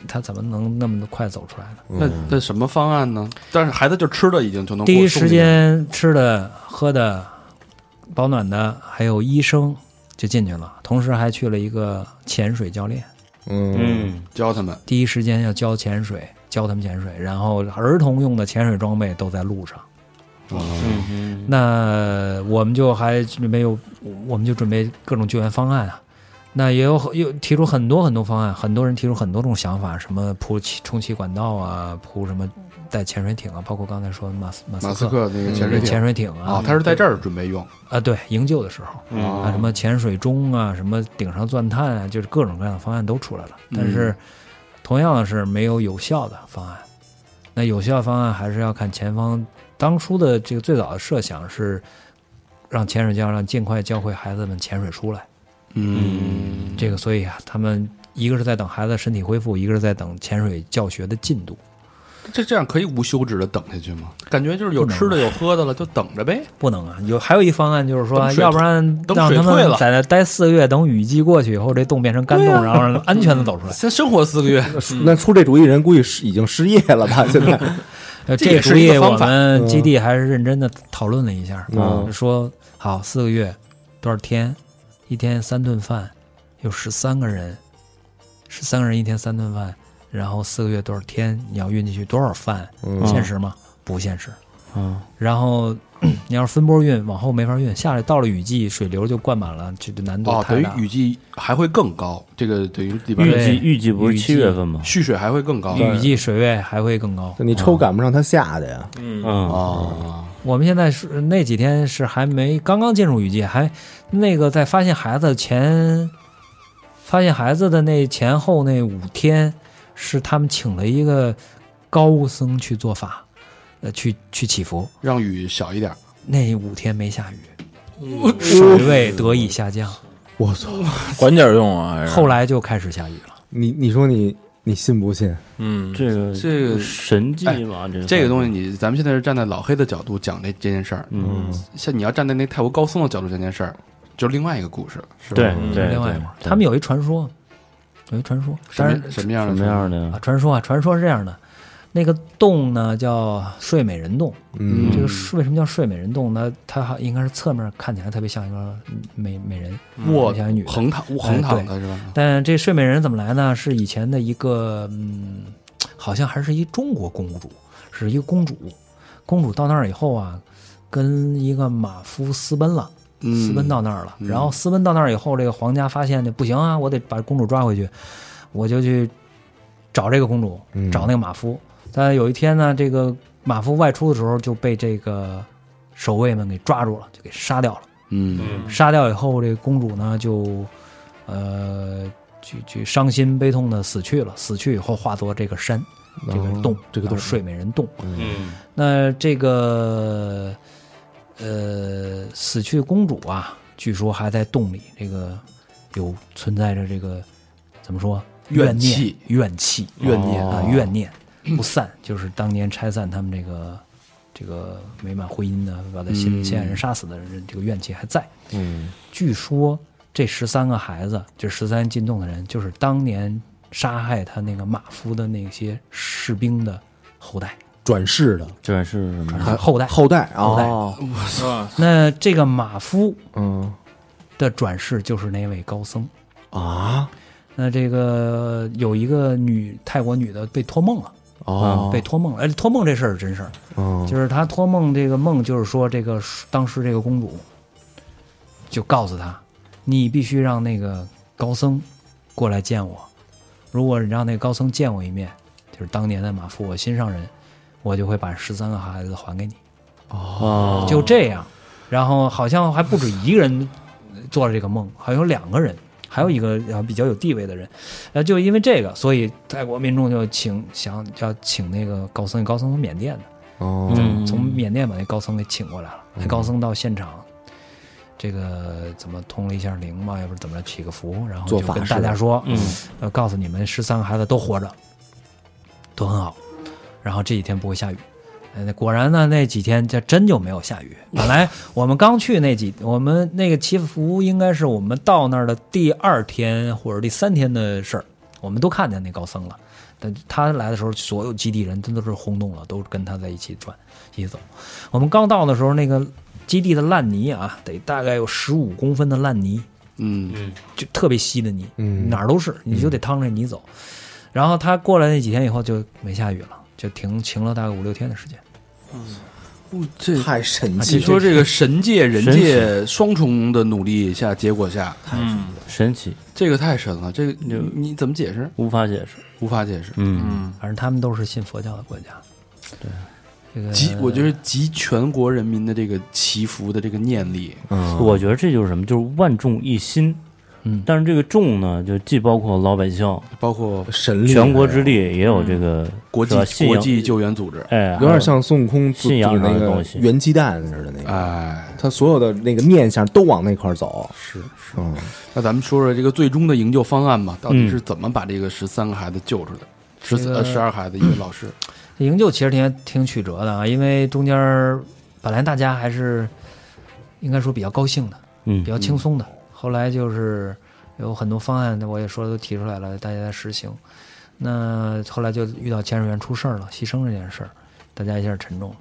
S6: 他怎么能那么快走出来呢？
S2: 那那什么方案呢？但是孩子就吃的已经就能
S6: 第
S2: 过
S6: 一
S2: 送
S6: 时
S2: 进来
S6: 间吃的、喝的、保暖的，还有医生就进去了，同时还去了一个潜水教练，
S3: 嗯
S5: 嗯，
S2: 教他们，
S6: 第一时间要教潜水，教他们潜水，然后儿童用的潜水装备都在路上。
S5: 嗯
S6: 那我们就还没有，我们就准备各种救援方案啊。那也有有提出很多很多方案，很多人提出很多种想法，什么铺气充气管道啊，铺什么带潜水艇啊，包括刚才说的马斯马
S2: 马
S6: 斯
S2: 斯
S6: 克
S2: 克那个潜水
S6: 潜
S2: 艇
S6: 水艇
S2: 啊，他是在这儿准备用
S6: 啊，对，营救的时候
S5: 嗯
S6: 啊，什
S2: 啊，
S6: 么潜水钟啊，什么顶上钻探啊，就是各种各样的方案都出来了。
S2: 嗯
S6: 但是，同样的是没有有效的方案。那有效的方案还是要看前方当初的这个最早的设想是，让潜水教练尽快教会孩子们潜水出来。
S2: 嗯，
S6: 这个，所以啊，他们一个是在等孩子身体恢复，一个是在等潜水教学的进度。
S2: 这这样可以无休止的等下去吗？感觉就是有吃的有喝的了，就等着呗。
S6: 不能啊，有还有一方案就是说
S2: 等，水
S6: 要不然
S2: 等
S6: 让
S2: 水
S6: 他
S2: 退
S6: 们
S2: 了啊
S6: 在那待四个月，等雨季过去以后，这洞变成干洞，然后让他们安全的走出来。
S2: 先生活四个月，
S3: 那出这主意人估计是已经失业了吧？现在，
S6: 呃，
S2: 这
S6: 这
S2: 也是
S6: 主
S2: 一
S6: 意
S2: 个方
S6: 我
S2: 法
S6: 们
S3: 嗯
S6: 基地还是认真的讨论了一下，
S3: 嗯
S6: 说好四个月多少天，一天三顿饭，有十三个人，十三个人一天三顿饭，然后四个月多少天，你要运进去多少饭，
S3: 嗯
S6: 现实吗？不现实。
S5: 嗯
S6: 然后 你要是分波运，往后没法运，下来到了雨季，水流就灌满了，这个难度
S2: 哦，等
S6: 太
S2: 于
S6: 大。
S2: 雨季还会更高，这个等于里边
S5: 预
S2: 的
S5: 计预计不
S6: 预
S5: 是七
S6: 计
S5: 月份吗？
S2: 蓄水还会更高
S6: 雨季水位还会更高。
S3: 你抽赶不上他下的呀，
S5: 嗯，
S2: 啊。
S6: 我们现在是那几天是还没刚刚进入雨季，还那个在发现孩子前，发现孩子的那前后那五天，是他们请了一个高僧去做法，呃，去去祈福。
S2: 让雨小一点，
S6: 那五天没下雨，水位得以下降，
S3: 我操！
S4: 缓点用啊，还是
S6: 后来就开始下雨了。
S3: 你你说你你信不信？
S4: 嗯，
S5: 这个
S2: 这个
S5: 神迹吧，这
S2: 这个东西
S5: 西，
S2: 你咱们现在是站在老黑的角度讲这这件事儿，
S5: 嗯，
S2: 像你要站在那泰国高僧的角度讲这件事儿，就是另外一个故事，是吧
S5: 对哎对，
S6: 另外一
S5: 对
S6: 会儿，他们有一传说，有一传说，
S2: 什
S6: 当然
S2: 么什么样
S5: 什
S2: 的
S5: 么样的
S6: 啊，
S5: 呀？
S6: 传说啊，传说是这样的，那个洞呢叫睡美人洞。
S3: 嗯
S6: 这个睡为什么叫睡美人洞呢？它还应该是侧面看起来特别像一个美美人，
S2: 卧
S6: 像一女的。
S2: 横躺横躺的是吧？
S6: 但这睡美人怎么来呢？是以前的一个，嗯，好像还是一中国公主，是一个公主。公主到那儿以后啊，跟一个马夫私奔了，
S2: 嗯
S6: 私奔到那儿了。
S2: 嗯
S6: 然后私奔到那儿以后，这个皇家发现这不行啊，我得把公主抓回去，我就去找这个公主，
S3: 嗯
S6: 找那个马夫。但有一天呢，这个马夫外出的时候就被这个守卫们给抓住了，就给杀掉了。
S2: 嗯
S6: 杀掉以后，这公主呢就，呃，就就伤心悲痛的死去了。死去以后化作这个山，这个洞，
S3: 哦这个
S6: 叫
S3: 洞
S6: 睡美人洞。
S1: 嗯
S6: 那这个，呃，死去公主啊，据说还在洞里，这个有存在着这个怎么说
S2: 怨
S6: 怨念
S2: 气
S6: 怨气
S2: 怨念哦
S6: 啊、怨念不散，就是当年拆散他们这个这个美满婚姻的，把他心
S2: 嗯
S6: 心爱人杀死的人，这个怨气还在。
S3: 嗯
S6: 据说这十三个孩子，这十三进洞的人，就是当年杀害他那个马夫的那些士兵的后代，
S3: 转世的
S5: 这是什么？
S6: 啊后代。
S3: 后代
S6: 后代
S3: 哦，
S6: 那这个马夫
S3: 嗯
S6: 的转世就是那位高僧。
S3: 啊
S6: 那这个有一个女泰国女的被托梦了，
S3: 哦
S6: 被托梦了。哎，托梦这事儿是真事儿，
S3: 嗯
S6: 就是她托梦这个梦，就是说这个当时这个公主就告诉她，你必须让那个高僧过来见我。如果你让那个高僧见我一面，就是当年的马夫我心上人，我就会把十三个孩子还给你。
S5: 哦，
S6: 就这样，然后好像还不止一个人做了这个梦，好像有两个人，还有一个啊比较有地位的人，呃，就因为这个，所以泰国民众就请想要请那个高僧，高僧从缅甸的，
S3: 哦
S5: 嗯
S6: 从缅甸把那高僧给请过来了，那高僧到现场。这个怎么通了一下灵嘛，要不是怎么着起个符，然后就
S3: 做法
S6: 跟
S3: 事
S6: 大家说，
S5: 嗯，
S6: 呃，告诉你们，十三个孩子都活着，都很好。然后这几天不会下雨。呃，那果然呢，那几天这真就没有下 雨。本来我们刚去那几，我们那个祈福应该是我们到那儿的第二天或者第三天的事儿，我们都看见那高僧了。但他来的时候，所有基地人真的是轰动了，都跟他在一起转，一起走。我们刚到的时候，那个基地的烂泥啊，得大概有十五公分的烂泥，
S2: 嗯
S6: 就特别稀的泥，
S3: 嗯
S6: 哪儿都是，你就得趟着泥走。然后他过来那几天以后就没下雨了，就停晴了大概五六天的时间。
S2: 哦这
S3: 太神
S2: 你
S3: 奇了
S2: 说这个神界、人
S5: 神
S2: 界双重的努力下，结果下，
S4: 嗯
S5: 神奇，
S2: 这个太神了，这个你你怎么解释？
S5: 无法解释。
S2: 无法解释。
S5: 嗯，
S4: 嗯，
S6: 反正他们都是信佛教的国家，对，这个
S2: 集，我觉得集全国人民的这个祈福的这个念力，
S3: 嗯
S5: 我觉得这就是什么，就是万众一心。
S6: 嗯
S5: 但是这个众呢，就既包括老百姓，
S2: 包括
S3: 神力
S5: 全国之力，也有这个
S2: 国际
S5: 是吧信
S2: 国
S5: 仰，
S2: 际救援组织，
S5: 哎，
S3: 有点像孙悟空自
S5: 信仰
S3: 自
S5: 上的
S3: 那个
S5: 东西
S3: 元气弹似的那个，
S2: 哎，
S3: 他所有的那个念想都往那块儿走，是是嗯
S2: 那咱们说说这个最终的营救方案吧，到底
S5: 嗯
S2: 是怎么把这个十三个孩子救出来？十
S6: 这
S2: 四
S6: 个
S2: 呃十二孩子一个老师，
S6: 营救其实挺挺曲折的啊，因为中间儿本来大家还是应该说比较高兴的，
S5: 嗯
S6: 比较轻松的。后来就是有很多方案，我也说都提出来了，大家在实行。那后来就遇到潜水员出事儿了，牺牲这件事儿，大家一下沉重了。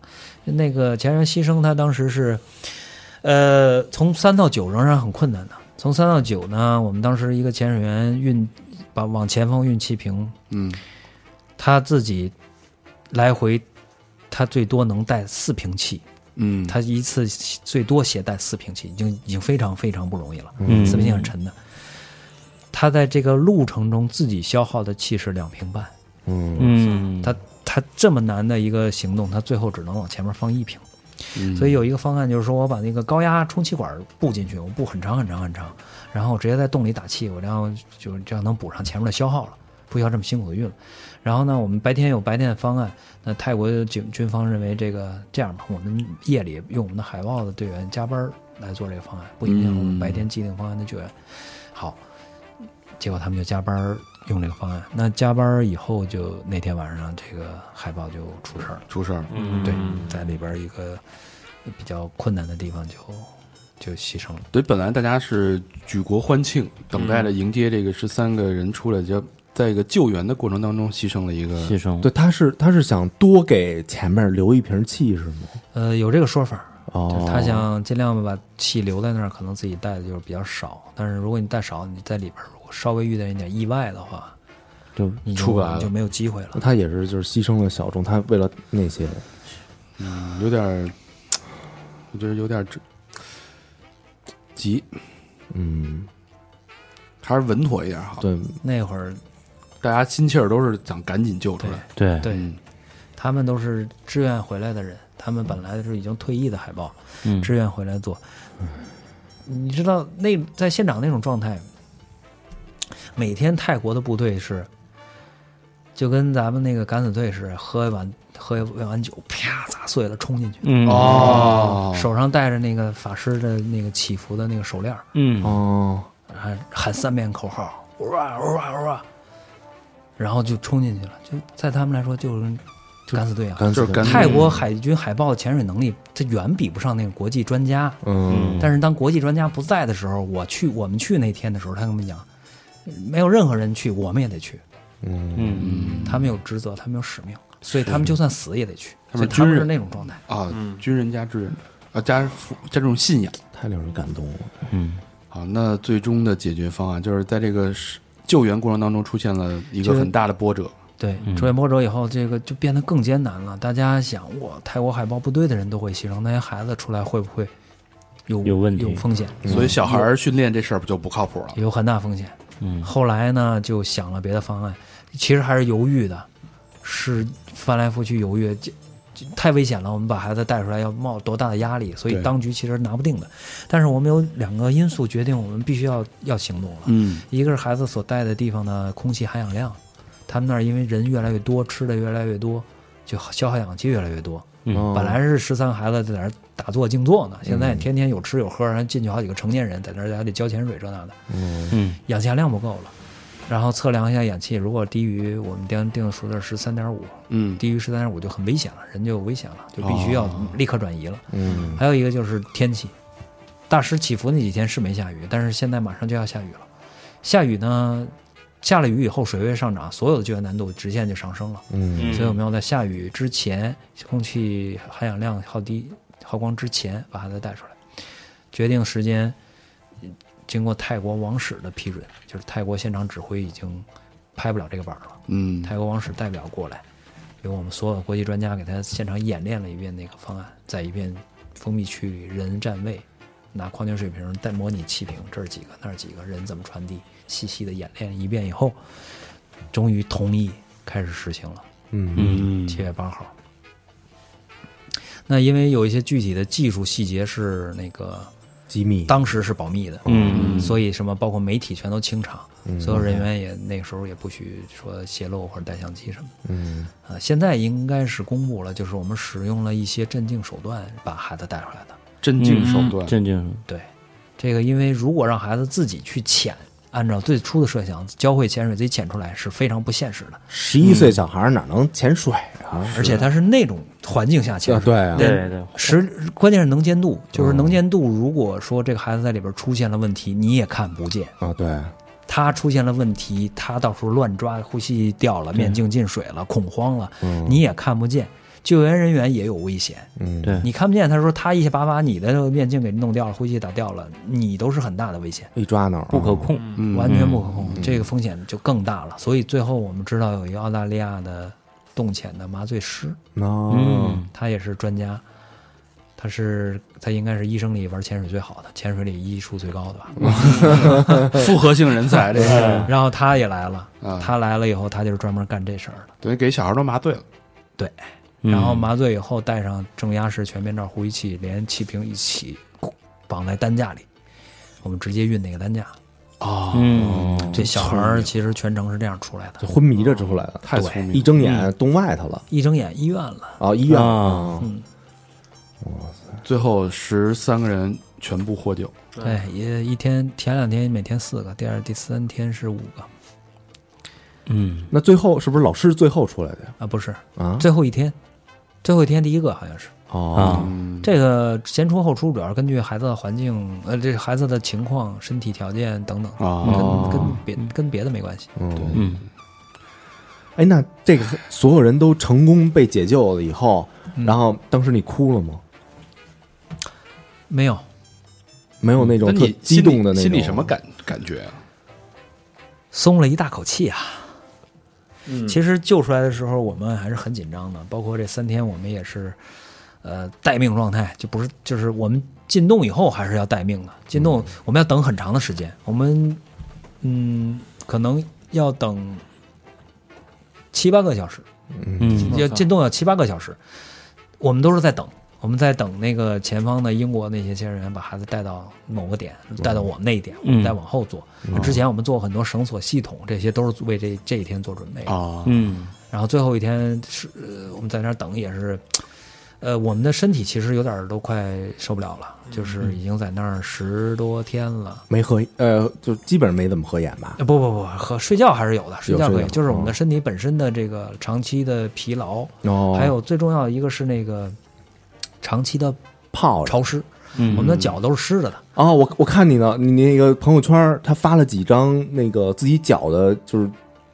S6: 那个潜水员牺牲，他当时是，呃，从三到九仍然很困难的。从三到九呢，我们当时一个潜水员运把往前方运气瓶，
S2: 嗯，
S6: 他自己来回，他最多能带四瓶气。
S2: 嗯，
S6: 他一次最多携带四瓶气，已经已经非常非常不容易了，
S5: 嗯
S6: 四瓶气很沉的。他在这个路程中自己消耗的气是两瓶半，
S3: 嗯
S5: 嗯，
S6: 他他这么难的一个行动，他最后只能往前面放一瓶。
S2: 嗯
S6: 所以有一个方案就是说我把那个高压充气管布进去，我布很长很长很长，然后我直接在洞里打气，我这样就这样能补上前面的消耗了，不需要这么辛苦的运了。然后呢，我们白天有白天的方案，那泰国警军方认为这个这样吧，我们夜里用我们的海豹的队员加班儿来做这个方案，不影响我们白天既定方案的救援。好，结果他们就加班儿用这个方案。那加班儿以后就那天晚上这个海豹就出事儿了。
S2: 出事儿了，
S6: 对，在里边儿一个比较困难的地方就就牺牲了。
S2: 所以本来大家是举国欢庆，等待着迎接这个十三个人出来，就在一个救援的过程当中牺牲了一个，
S5: 牺牲，
S3: 对，他是他是想多给前面留一瓶气是吗？
S6: 呃，有这个说法儿，就是
S3: 哦，
S6: 他想尽量把气留在那儿，可能自己带的就是比较少。但是如果你带少，你在里边儿如果稍微遇到一点意外的话，
S5: 就
S6: 你就
S2: 出不来了
S6: 你就没有机会了。
S3: 他也是就是牺牲了小众，他为了那些
S2: 嗯有点儿，我觉得有点儿这急，
S3: 嗯，
S2: 还是稳妥一点好。
S3: 对，
S6: 那会儿
S2: 大家心气儿都是想赶紧救出来。
S5: 对，
S6: 对、
S2: 嗯
S6: 他们都是志愿回来的人，他们本来是已经退役的海豹，
S5: 嗯
S6: 志愿回来做。你知道那在现场那种状态，每天泰国的部队是就跟咱们那个敢死队似的，喝一碗喝一碗酒，啪砸碎了冲进去，
S5: 嗯
S2: 哦
S6: 手上戴着那个法师的那个祈福的那个手链儿，
S5: 嗯
S3: 哦，
S6: 喊喊三遍口号，啊哇哇哇，然后就冲进去了。就在他们来说，就是敢死队啊。
S3: 干死
S2: 就是干
S6: 泰国海军海豹的潜水能力，它远比不上那个国际专家。
S3: 嗯，
S6: 但是当国际专家不在的时候，我去我们去那天的时候，他跟我们讲，没有任何人去，我们也得去。
S5: 嗯
S6: 他们有职责，他们有使命，所以他们就算死也得去。
S2: 他
S6: 所
S2: 们
S6: 以他
S2: 军
S6: 们是
S2: 人
S6: 那种状态。
S2: 啊，军人加志愿者啊，加服加这种信仰。
S3: 太令人感动了。
S5: 嗯
S2: 好，那最终的解决方案就是在这个是救援过程当中出现了一个很大的波折。
S6: 对，
S5: 嗯
S6: 出现波折以后，这个就变得更艰难了。大家想，哇，泰国海豹部队的人都会牺牲，那些孩子出来会不会有
S5: 有问题啊
S6: 有风险，
S2: 所以小孩儿训练这事儿不就不靠谱了？
S6: 有很大风险。
S5: 嗯
S6: 后来呢，就想了别的方案，其实还是犹豫的，是翻来覆去犹豫，这这太危险了，我们把孩子带出来要冒多大的压力，所以
S2: 对
S6: 当局其实拿不定的。但是我们有两个因素决定我们必须要要行动了，
S2: 嗯
S6: 一个是孩子所在的地方的空气含氧量，他们那儿因为人越来越多，吃的越来越多，就消耗氧气越来越多。
S3: 哦
S6: 本来是十三孩子在那儿打坐静坐呢，现在天天有吃有喝，然后进去好几个成年人在那儿还得交潜水这那的，
S5: 嗯
S6: 氧气含量不够了。然后测量一下氧气，如果低于我们定定的数字是三点五，
S2: 嗯，
S6: 低于十三点五就很危险了，人就有危险了，就必须要立刻转移了。
S3: 嗯，
S6: 还有一个就是天气，大师祈福那几天是没下雨，但是现在马上就要下雨了。下雨呢，下了雨以后水位上涨，所有的救援难度直线就上升了。
S3: 嗯
S5: 嗯
S6: 所以我们要在下雨之前，空气含氧量耗低、耗光之前把孩子带出来。决定时间，嗯经过泰国王室的批准，就是泰国现场指挥已经拍不了这个板儿了。
S2: 嗯，
S6: 泰国王室带不了过来，由我们所有的国际专家给他现场演练了一遍那个方案，在一片封闭区里人站位，拿矿泉水瓶带模拟气瓶，这儿几个那儿几个人怎么传递，细细的演练一遍以后，终于同意开始实行了。
S3: 嗯
S5: 嗯
S6: 七月八号。那因为有一些具体的技术细节是那个
S3: 机密
S6: 当时是保密的，
S5: 嗯
S6: 所以什么包括媒体全都清场，所有人员也那个时候也不许说泄露或者带相机什么的。
S3: 嗯
S6: 啊，现在应该是公布了，就是我们使用了一些镇静手段把孩子带出来的。
S2: 镇静手段。
S5: 嗯镇静
S6: 对，这个因为如果让孩子自己去潜，按照最初的设想，教会潜水自己潜出来是非常不现实的，
S3: 十一岁小孩哪能潜水啊？
S6: 而且他是那种环境下潜
S3: 啊，
S6: 水。
S3: 对啊，
S5: 对对
S6: 实关键是能监督，就是能监督。如果说这个孩子在里边出现了问题，你也看不见。
S3: 啊对，
S6: 他出现了问题，他到处乱抓，呼吸掉了，面镜进水了，恐慌了，你也看不见。救援人员也有危险，
S3: 嗯
S5: 对，
S6: 你看不见。他说他一下把把你的面镜给弄掉了，呼吸打掉了，你都是很大的危险，
S3: 一抓啊挠
S5: 不可控，
S2: 嗯
S6: 完全不可控，这个风险就更大了。所以最后我们知道有一个澳大利亚的洞潜的麻醉师，嗯
S3: 哦，
S2: 嗯
S6: 他也是专家，他是他应该是医生里玩潜水最好的，潜水里医术最高的吧。
S2: 复合性人才，这是
S6: 然后他也来了
S2: 嗯啊，
S6: 他来了以后，他就是专门干这事儿的。
S2: 等于给小孩都麻醉了。
S6: 对，
S5: 嗯
S6: 然后麻醉以后戴上正压式全面罩呼吸器，连气瓶一起绑在担架里，我们直接运那个担架。
S2: 哦，
S5: 嗯
S6: 这小孩儿其实全程是这样出来的
S3: 就，昏迷着出来了，
S2: 太聪明
S3: 一
S2: 了。
S3: 睁眼冻外头了
S6: 一睁眼医院了，
S3: 啊，医院
S5: 啊
S3: 嗯
S2: 最后十三个人全部获救。
S6: 对，哎也一天前两天每天四个，第二第三天是五个
S5: 嗯
S3: 那最后是不是老师最后出来的呀？
S6: 啊，不是
S3: 啊，
S6: 最后一天，最后一天第一个好像是。
S3: 哦，
S5: 啊
S2: 嗯，
S6: 这个先出后出，主要是根据孩子的环境，呃，这孩子的情况、身体条件等等，
S2: 哦
S6: 跟跟别跟别的没关系。
S3: 嗯，
S5: 嗯
S3: 哎，那这个所有人都成功被解救了以后，然后当时你哭了吗？
S6: 没有，
S3: 没有那种
S2: 那
S3: 特
S2: 你
S3: 激动的那种，
S2: 心里心里什么？感感觉啊？
S6: 松了一大口气啊。其实救出来的时候，我们还是很紧张的，包括这三天，我们也是，呃，待命状态，就不是就是我们进洞以后还是要待命的，进洞我们要等很长的时间，我们嗯，可能要等七八个小时，
S5: 嗯
S6: 嗯要进洞要七八个小时，我们都是在等。我们在等那个前方的英国那些线人员把孩子带到某个点，带到我们那一点，我们再往后做。之前我们做很多绳索系统，这些都是为这这一天做准备的。
S2: 啊，
S5: 嗯
S6: 然后最后一天是、呃我们在那儿等，也是，呃，我们的身体其实有点儿都快受不了了，就是已经在那儿十多天了。
S3: 没合呃，就基本上没怎么合眼吧。
S6: 呃不不不，和睡觉还是有的，睡觉可
S3: 睡
S6: 以，
S3: 觉
S6: 就是我们的
S3: 哦
S6: 身体本身的这个长期的疲劳，
S3: 哦，
S6: 还有最重要的一个是那个长期的
S3: 泡着
S6: 潮湿，
S5: 嗯，
S6: 我们的脚都是湿着的。
S3: 哦，我我看你呢，你那个朋友圈儿他发了几张那个自己脚的，就是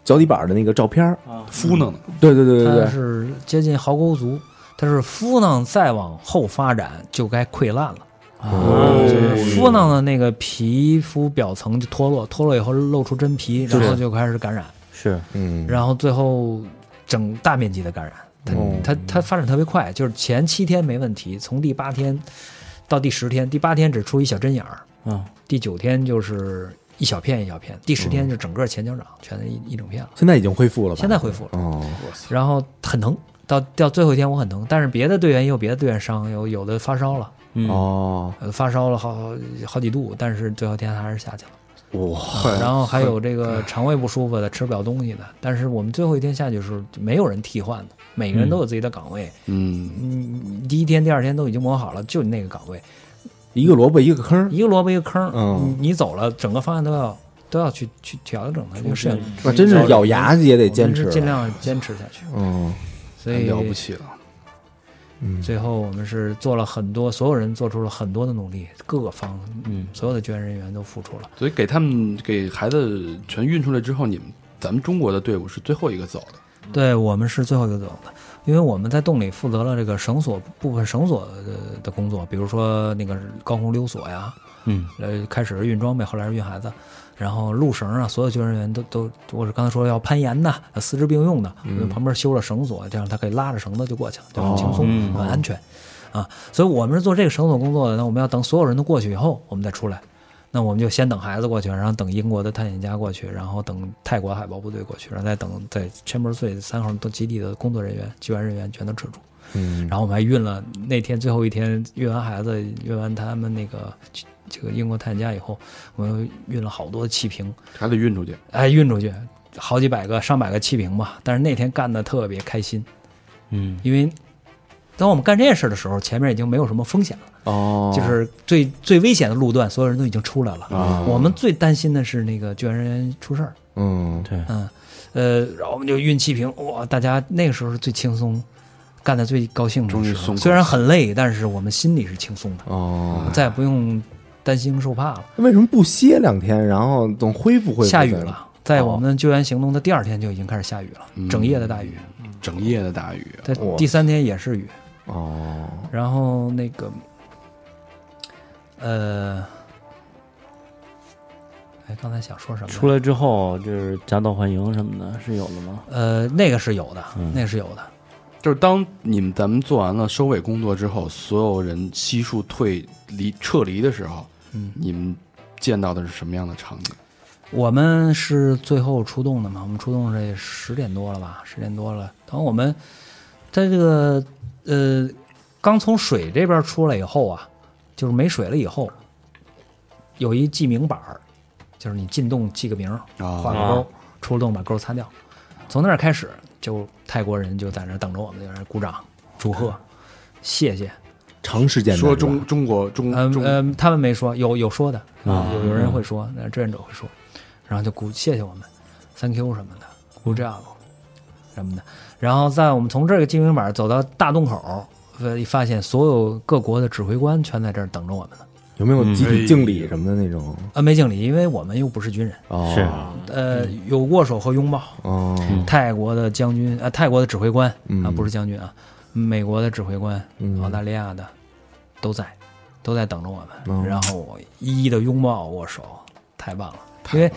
S3: 脚底板儿的那个照片儿。
S2: 啊
S3: 嗯
S2: 敷弄呢，
S3: 对对对对
S6: 它
S3: 对，
S6: 是接近壕沟族，它是夫囊再往后发展就该溃烂了。
S3: 哦
S6: 啊就是夫囊的那个皮肤表层就脱落，脱落以后露出真皮，然后就开始感染，
S5: 是
S3: 嗯，
S6: 然后最后整大面积的感染。它
S3: 哦
S6: 它它发展特别快，就是前七天没问题，从第八天到第十天，第八天只出一小针眼儿，
S5: 嗯，
S6: 第九天就是一小片一小片，第十天就整个前脚掌全是一一整片了。
S3: 现在已经恢复了吧？
S6: 现在恢复了。
S3: 哦，
S6: 然后很疼，到到最后一天我很疼，但是别的队员也有别的队员伤，有有的发烧了，
S5: 嗯
S3: 哦，
S6: 呃，发烧了好好几度，但是最后一天还是下去了。
S3: 哇，
S6: 然后还有这个肠胃不舒服的，吃不了东西的，但是我们最后一天下去的时候没有人替换的，每个人都有自己的岗位，
S2: 嗯，
S6: 嗯，第一天、第二天都已经磨好了，就你那个岗位，
S3: 一个萝卜一个坑儿。
S6: 一个萝卜一个坑，
S3: 嗯
S6: 你你走了，整个方案都要都要去去调整的，这个事情
S3: 那真是咬牙也得
S6: 嗯我
S3: 坚
S6: 们
S3: 持
S6: 是
S3: 了，
S6: 尽量坚持下去，
S3: 嗯
S6: 所以
S2: 了不起了，
S3: 嗯，
S6: 最后我们是做了很多，所有人做出了很多的努力，各个方，
S5: 嗯
S6: 所有的救援人员都付出了。
S2: 所以给他们给孩子全运出来之后，你们咱们中国的队伍是最后一个走的，
S6: 对我们是最后一个走的，因为我们在洞里负责了这个绳索部分绳索的的工作，比如说那个高空溜索呀，
S5: 嗯，
S6: 呃，开始是运装备，后来是运孩子，然后路绳啊，所有救援人员都都，我是刚才说要攀岩的，呃四肢并用的，我们旁边修了绳索，这样他可以拉着绳子就过去了，就很轻松，
S5: 嗯
S6: 很安全。啊，所以我们是做这个绳索工作的，那我们要等所有人都过去以后，我们再出来。那我们就先等孩子过去，然后等英国的探险家过去，然后等泰国海豹部队过去，然后再等在 Chamber Three 三号都基地的工作人员、救援人员全都撤出。
S3: 嗯，
S6: 然后我们还运了那天最后一天运完孩子、运完他们那个这个英国探险家以后，我们又运了好多气瓶，
S2: 还得运出去，
S6: 哎，运出去好几百个、上百个气瓶吧。但是那天干的特别开心，
S5: 嗯
S6: 因为当我们干这件事的时候，前面已经没有什么风险了。
S3: 哦，
S6: 就是最最危险的路段，所有人都已经出来了。
S3: 啊
S6: 我们最担心的是那个救援人员出事儿。
S3: 嗯，
S5: 对，
S6: 嗯，呃，然后我们就运气瓶，哇，大家那个时候是最轻松，干的最高兴
S2: 终
S6: 的
S2: 于
S6: 时
S2: 松
S6: 候。
S2: 口
S6: 虽然很累，但是我们心里是轻松的，
S3: 哦，
S6: 再也不用担心受怕了。
S3: 那为什么不歇两天，然后等恢复恢复？
S6: 下雨，了，在我们救援行动的第二天就已经开始下雨
S3: 哦
S6: 了，整夜的大雨。
S3: 嗯
S2: 整夜的大雨，
S6: 在
S3: 哇
S6: 第三天也是雨，
S3: 哦，
S6: 然后那个，呃，哎，刚才想说什么来着？
S5: 出来之后就是夹道欢迎什么的，是有的吗？
S6: 呃，那个是有的，
S5: 嗯
S6: 那个是有的。
S2: 就是当你们咱们做完了收尾工作之后，所有人悉数退离撤离的时候，
S6: 嗯
S2: 你们见到的是什么样的场景？
S6: 我们是最后出动的嘛，我们出动这十点多了吧，十点多了。当我们在这个呃刚从水这边出来以后啊，就是没水了以后，有一记名板儿，就是你进洞记个名儿，
S2: 啊
S6: 画个勾儿，出洞把勾儿擦掉。从那儿开始，就泰国人就在那儿等着我们，在那儿鼓掌、祝贺、谢谢。
S3: 长时间的
S2: 说
S3: 是吧
S2: 中中国中
S6: 嗯
S2: 中
S6: 嗯，他们没说，有有说的，嗯
S5: 啊
S6: 有有人会说，那志愿者会说，然后就鼓谢谢我们，thank you 什么的，good job 什么的，然后在我们从这个金明板走到大洞口，呃，发现所有各国的指挥官全在这儿等着我们呢。
S3: 有没有集体敬礼什么的那种？
S6: 啊，没敬礼，因为我们又不是军人，
S3: 哦，
S5: 是
S6: 呃，有握手和拥抱。
S3: 哦，
S6: 泰国的将军啊，泰国的指挥官啊，
S3: 嗯
S6: 不是将军啊，美国的指挥官
S3: 嗯，
S6: 澳大利亚的都在，都在等着我
S3: 哦
S6: 们，然后我一一的拥抱握手，太棒了，因为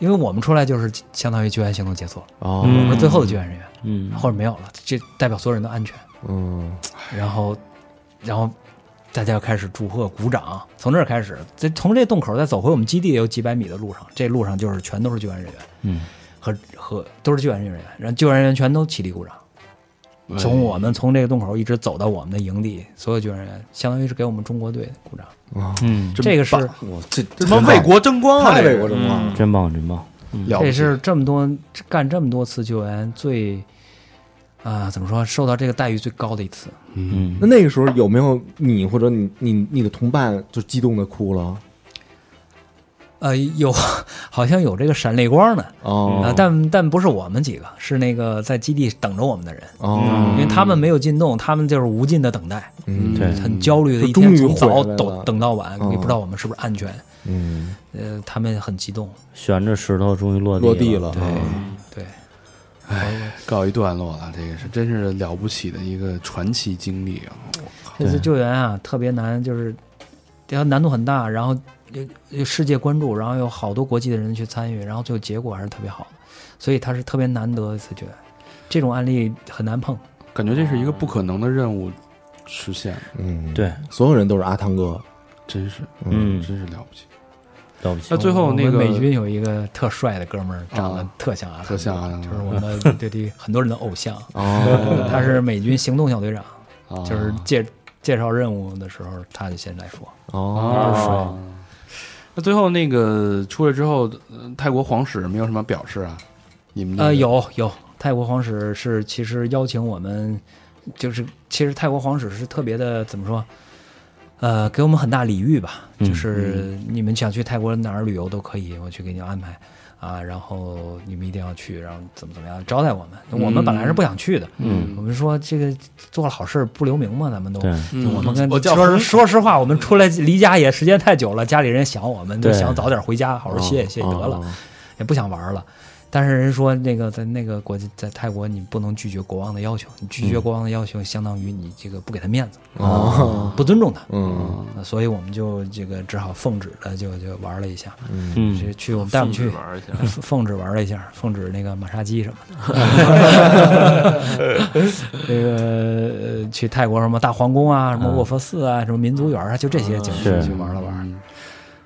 S6: 因为我们出来就是相当于救援行动结束了，
S3: 哦，
S6: 我
S5: 嗯
S6: 们最后的救援人员，
S5: 嗯，
S6: 后面没有了，这代表所有人的安全，
S3: 嗯，
S6: 然后然后。大家开始祝贺、鼓掌，从这儿开始，这从这洞口再走回我们基地有几百米的路上，这路上就是全都是救援人员，
S5: 嗯
S6: 和和都是救援人员，然后救援人员全都起立鼓掌，
S2: 哎
S6: 从我们从这个洞口一直走到我们的营地，所有军人员相当于是给我们中国队鼓掌。
S2: 嗯，
S6: 这个是
S3: 我这
S1: 这他妈为国争光啊！
S3: 太为
S1: 这
S3: 国
S1: 个
S3: 争光了，
S5: 真棒，真棒！
S2: 了不
S6: 这
S2: 起
S6: 是这么多干这么多次救援最啊、怎么说受到这个待遇最高的一次。
S5: 嗯
S3: 那，那个时候有没有你或者你你你的同伴就激动的哭了？
S6: 呃，有 好像有这个闪泪光呢，啊、
S3: 哦
S6: 但但不是我们几个，是那个在基地等着我们的人，
S3: 哦，
S6: 因为他们没有进洞，他们就是无尽的等待，
S3: 嗯
S5: 对
S6: 很焦虑的一
S3: 终
S6: 天，
S3: 于
S6: 从早
S3: 回来了
S6: 等等到晚，
S3: 嗯
S6: 也不知道我们是不是安全。
S3: 嗯，
S6: 呃，他们很激动，
S5: 悬着石头终于落地
S3: 落地了，哦
S5: 对，
S6: 对，
S2: 告一段落了，这个是真是了不起的一个传奇经历啊！
S6: 这次救援啊特别难，就是要难度很大，然后又又世界关注，然后有好多国际的人去参与，然后最后结果还是特别好的，所以它是特别难得的一次救援，这种案例很难碰。
S2: 感觉这是一个不可能的任务实现了，
S3: 嗯，
S5: 对，
S3: 所有人都是阿汤哥，
S2: 真是，
S5: 嗯，
S2: 真是了不起。
S5: 了不起
S2: 那，最后那个
S6: 我们美军有一个特帅的哥们儿，长得
S2: 啊
S6: 特像啊，
S2: 特像阿汤哥
S6: 就是我们的对对很多人的偶 像，
S3: 哦，
S6: 他是美军行动小队长，
S2: 啊
S6: 就是介介绍任务的时候他就先来说，
S2: 啊。那最后那个出来之后，呃泰国皇室没有什么表示啊？你们那个
S6: 呃，有有，泰国皇室是其实邀请我们，就是其实泰国皇室是特别的怎么说，呃，给我们很大礼遇吧，
S2: 嗯
S6: 就是你们想去泰国哪儿旅游都可以，我去给你安排啊，然后你们一定要去，然后怎么怎么样招待我们，我们本来是不想去的，
S2: 嗯
S6: 我们说这个做了好事不留名嘛，咱们都。
S5: 对，
S2: 嗯
S6: 我们跟
S2: 我叫
S6: 说
S2: 红
S6: 说实话，我们出来离家也时间太久了，家里人想我们，就
S5: 对
S6: 想早点回家，好好歇一歇得了。也不想玩了。但是人说那个在那个国际在泰国，你不能拒绝国王的要求，你拒绝国王的要求，相当于你这个不给他面子，
S3: 哦，
S6: 不尊重他。
S3: 嗯
S6: 呃所以我们就这个只好奉旨的就就玩了一下，
S3: 嗯，
S5: 嗯，
S6: 去去我们带我们去
S4: 玩儿去，
S6: 奉奉旨玩了一下，奉旨那个马杀鸡什么 的，这个呃去泰国什么大皇宫啊，什么卧佛寺啊，什么民族园啊，就这些景区
S5: 是
S6: 去玩了玩。
S2: 嗯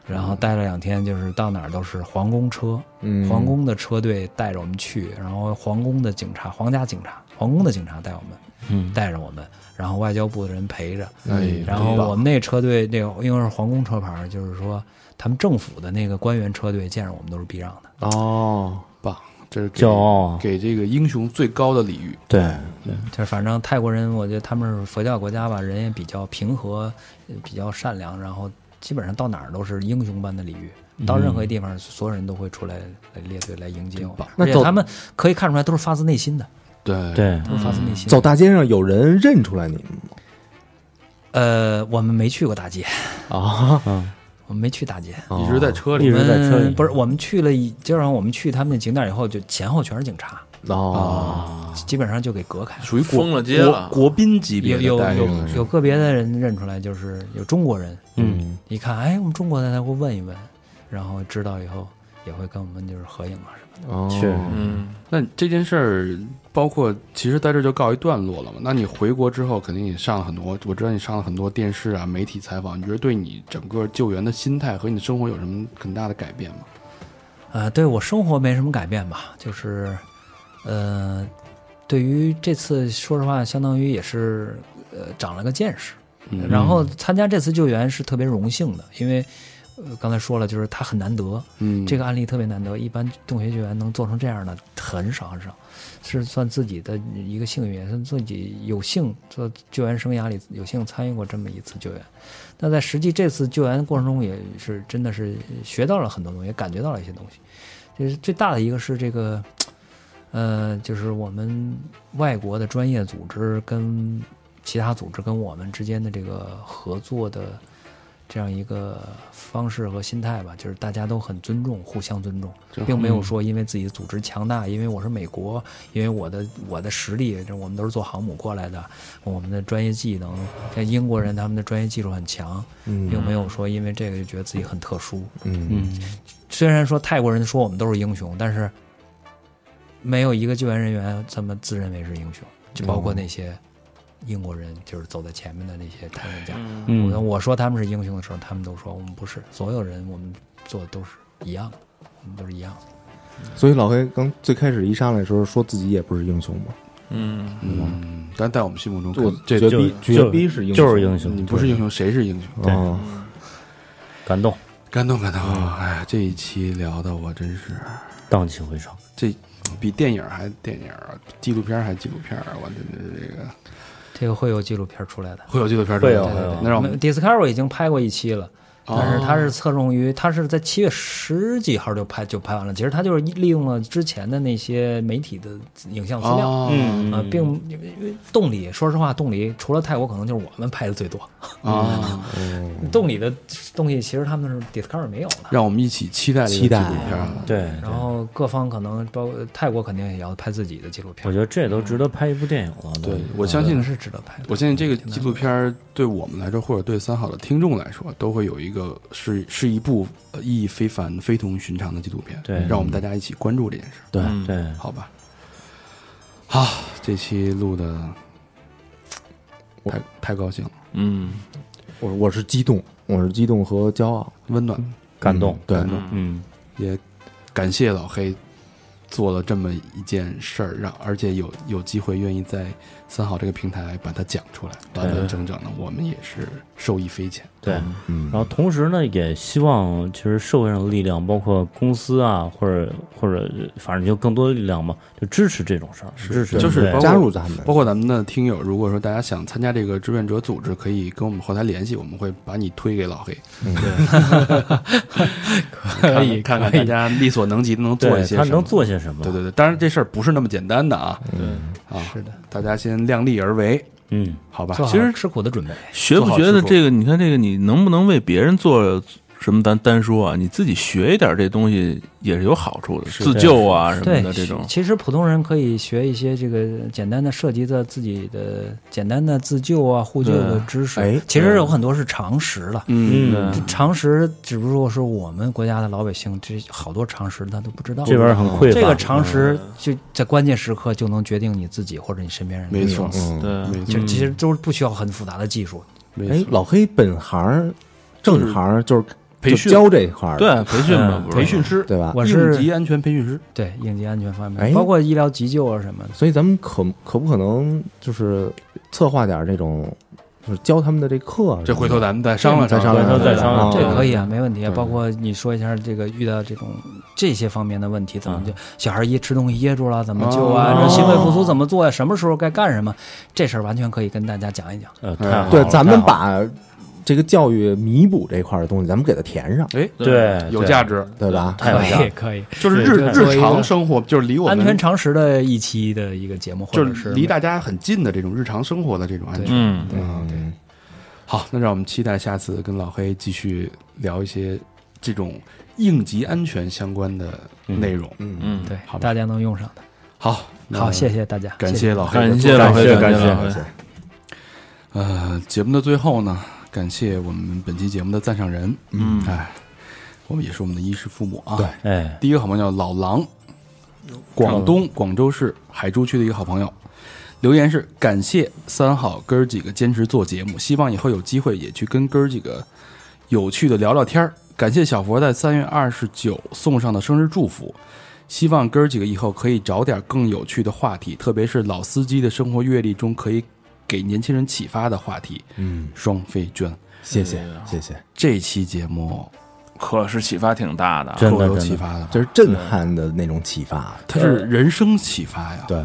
S6: 然后待了两天，就是到哪儿都是皇宫车，
S3: 嗯
S6: 皇宫的车队带着我们去，然后皇宫的警察、皇家警察、皇宫的警察带我们，
S5: 嗯，
S6: 带着我们，然后外交部的人陪着，
S2: 哎呀，
S6: 然后我们那车队那个因为是皇宫车牌，就是说他们政府的那个官员车队见着我们都是避让的。
S3: 哦，
S2: 棒，这是给
S5: 骄傲啊，
S2: 给这个英雄最高的礼遇。
S5: 对，
S6: 就是反正泰国人，我觉得他们是佛教国家吧，人也比较平和，呃比较善良，然后基本上到哪儿都是英雄般的礼遇，到任何地方，所有人都会出来来列队来迎接我们
S2: 棒，
S3: 那
S6: 而且
S3: 走
S6: 他们可以看出来都是发自内心的，
S2: 对，
S5: 对，
S6: 都是发自内心的。
S3: 嗯走大街上有人认出来你吗？
S6: 呃，我们没去过大街，
S3: 啊，
S5: 嗯，
S6: 我们没去大街。
S2: 一直在车里
S5: 一直在车里
S6: 嗯不是，我们去了一，就让我们去他们的景点以后，就前后全是警察，
S3: 哦，
S2: 啊，
S6: 基本上就给隔开了。
S2: 属于国
S4: 封了街了
S2: 国国宾级别
S6: 有
S2: 的
S6: 有
S2: 待遇
S6: 有
S2: 了是
S6: 有个别的人认出来，就是有中国人，
S5: 嗯，
S6: 一看，哎，我们中国的，他会问一问，然后知道以后也会跟我们就是合影啊什么的。
S3: 哦
S5: 是
S4: 嗯，
S2: 那这件事儿，包括其实在这儿就告一段落了嘛。那你回国之后，肯定也上了很多，我知道你上了很多电视啊、媒体采访。你觉得对你整个救援的心态和你的生活有什么很大的改变吗？
S6: 呃，对我生活没什么改变吧，就是，呃，对于这次说实话，相当于也是呃长了个见识。
S2: 嗯
S6: 然后参加这次救援是特别荣幸的，因为。呃，刚才说了，就是它很难得，
S2: 嗯，
S6: 这
S2: 个
S6: 个案例特别难得，一般洞穴救援能做成这样的很少很少，是算自己的一个幸运，也算自己有幸做救援生涯里有幸参与过这么一次救援。那在实际这次救援过程中，也是真的是学到了很多东西，也感觉到了一些东西。就是最大的一个是这个，呃，就是我们外国的专业组织跟其他组织跟我们之间的这个合作的这样一个方式和心态吧，就是大家都很尊重，互相尊重，并没有说因为自己的组织强大，因为我是美国，因为我的我的实力，这我们都是做航母过来的，我们的专业技能，像英国人他们的专业技术很强，并没有说因为这个就觉得自己很特殊。
S3: 嗯
S5: 嗯，
S6: 虽然说泰国人说我们都是英雄，但是没有一个救援人员这么自认为是英雄，就包括那些英国人，就是走在前面的那些探险家。
S5: 嗯
S6: 我我说他们是英雄的时候，他们都说我们不是。所有人我们做的都是一样的，我们都是一样的。
S3: 所以老黑刚最开始一上来的时候说自己也不是英雄嘛，
S4: 嗯，
S2: 嗯，但在我们心目中
S3: 我
S2: 肯，
S3: 绝
S2: 这
S5: 就
S3: 逼绝逼是英雄，
S5: 就是英雄，
S2: 你不是英雄谁是英雄？
S5: 对
S3: 哦
S5: 感动，
S2: 感动感动！哎，这一期聊的我真是
S5: 荡气回肠。
S2: 这比电影还电影啊，纪录片还纪录片啊，我真的是这个
S6: 这个会有纪录片出来的。
S2: 会有纪录片
S5: 会有
S2: 出来
S5: 会有
S2: 那让我们
S6: Discovery 已经拍过一期了，
S2: 哦
S6: 但是它是侧重于，它是在七月十几号就拍就拍完了。其实它就是利用了之前的那些媒体的影像资料。
S2: 哦
S5: 嗯
S6: 啊，并因为因为动力，说实话，动力除了泰国，可能就是我们拍的最多。
S3: 嗯
S2: 啊，
S6: 动力的东西，其实他们是 Discovery 没有的。
S2: 让我们一起期待这个纪
S3: 期
S2: 录
S3: 待
S2: 片啊。
S5: 对，
S6: 然后各方可能包括泰国，肯定也要拍自己的纪录
S5: 我
S6: 片
S5: 觉，得这都值得拍一部电影了。
S2: 对
S5: 都，
S2: 我相信
S6: 是值得拍的。
S2: 我相信这个纪录片儿对我们来说，或者对三好的听众来说，都会有一个是是一部呃意义非凡、非同寻常的纪录片。
S5: 对
S2: 让我们大家一起关注这件事儿，
S5: 对
S4: 嗯
S5: 对，
S2: 好吧？好，这期录的太太高兴了，
S4: 嗯，
S3: 我我是激动，我是激动和骄傲，
S2: 温暖，
S5: 感动
S3: 嗯，对，
S2: 感动，
S5: 嗯，
S2: 也感谢老黑做了这么一件事儿，让而且有有机会愿意在三好这个平台把它讲出来，完完整整的，我们也是受益匪浅。
S5: 对。
S3: 嗯
S5: 然后同时呢，也希望其实社会上的力量，包括公司啊，或者或者反正就更多的力量嘛，就支持这种事儿，支持
S2: 就是
S5: 对
S2: 包括
S3: 加入咱们，
S2: 包括咱们的听友，如果说大家想参加这个志愿者组织，可以跟我们后台联系，我们会把你推给老黑，可以看看大家力所能及的能做一
S5: 对
S2: 些
S5: 他
S2: 什么
S5: 能。做些什么？
S2: 对对对，当然这事儿不是那么简单的啊啊！
S6: 是的，
S2: 大家先量力而为，
S5: 嗯，
S2: 好吧？
S6: 做好
S2: 其实
S6: 吃苦的准备。
S4: 学不学的这个，你看这个，你能不能为别人做什么？咱单说啊，你自己学一点这东西也是有好处的，自救啊什么
S6: 对
S4: 的，这种
S6: 其实普通人可以学一些这个简单的涉及的自己的简单的自救啊、互救的知识。
S3: 哎
S6: 其实有很多是常识了。
S2: 嗯，
S5: 嗯
S6: 这常识只不过是我们国家的老百姓，这好多常识他都不知道。
S5: 这边儿很匮乏。
S6: 这个常识就在关键时刻就能决定你自己或者你身边人的
S2: 没
S6: 命
S2: 错
S6: 运。
S3: 嗯，
S4: 对，
S2: 没
S6: 就其实都是不需要很复杂的技术。
S2: 没
S3: 哎
S2: 错，
S3: 老黑本行正行就是
S2: 培训
S3: 就教这一块儿的，
S4: 对培训嘛，不是
S2: 培训师，
S3: 对吧？
S6: 我
S2: 应
S6: 是嗯
S2: 急安全培训师，
S6: 对应急安全方
S3: 哎
S6: 面，包括医疗急救啊什么的。
S3: 所以咱们可可不可能就是策划点儿这种，就是教他们的这课啊什么的？
S2: 这回头咱们再商量
S3: 再商
S5: 量
S2: 量，
S5: 再商量
S6: 这
S5: 对
S6: 可以啊，没问题啊。
S3: 对
S6: 包括你说一下这个遇到这种这些方面的问题，怎么就小孩噎吃东西噎住了，怎么救啊？
S2: 嗯哦
S6: 这心肺复苏怎么做呀？什么时候该干什么？这事儿完全可以跟大家讲一讲。
S2: 哎
S5: 呃，太好了
S3: 对，咱
S5: 太
S3: 们
S5: 好了
S3: 把这个教育弥补这块儿的东西，咱们给它填上，
S2: 哎，
S5: 对
S2: 有价值，
S3: 对吧？嗯
S5: 太有价
S6: 可以
S5: 值，
S6: 可以，
S2: 就是日日常生活，就是离我
S6: 安全
S2: 们
S6: 常识的一期的一个节目，或
S2: 就
S6: 者
S2: 是
S6: 是
S2: 离大家很近的这种日常生活的这种安全。
S4: 嗯，
S6: 对对
S3: 嗯，
S2: 好，那让我们期待下次跟老黑继续聊一些这种应急安全相关的内容。
S3: 嗯，
S4: 嗯，
S6: 对
S2: 好吧
S6: 大家能用上的。
S2: 好，那
S6: 好，谢谢大家，
S2: 感谢老黑的
S4: 感
S2: 做
S4: 谢
S2: 客
S4: 老黑，
S5: 感谢
S4: 感
S5: 感谢
S4: 老黑，
S2: 呃，节目的最后呢，感谢我们本期节目的赞赏人，嗯，哎，我们也是我们的衣食父母啊。
S3: 对
S5: 哎，
S2: 第一个好朋友老狼，广东广州市海珠区的一个好朋友，留言是感谢三好哥儿几个坚持做节目，希望以后有机会也去跟哥儿几个有趣的聊聊天儿。感谢小佛在三月二十九送上的生日祝福，希望哥儿几个以后可以找点更有趣的话题，特别是老司机的生活阅历中可以给年轻人启发的话题。
S3: 嗯，
S2: 双飞娟，
S3: 谢谢谢谢，
S2: 这期节目
S4: 可是启发挺大的啊，
S5: 真的
S2: 够有
S5: 真
S2: 启
S5: 的
S2: 发的吧，
S3: 这是震撼的那种启发，
S2: 它是人生启发呀。
S3: 对，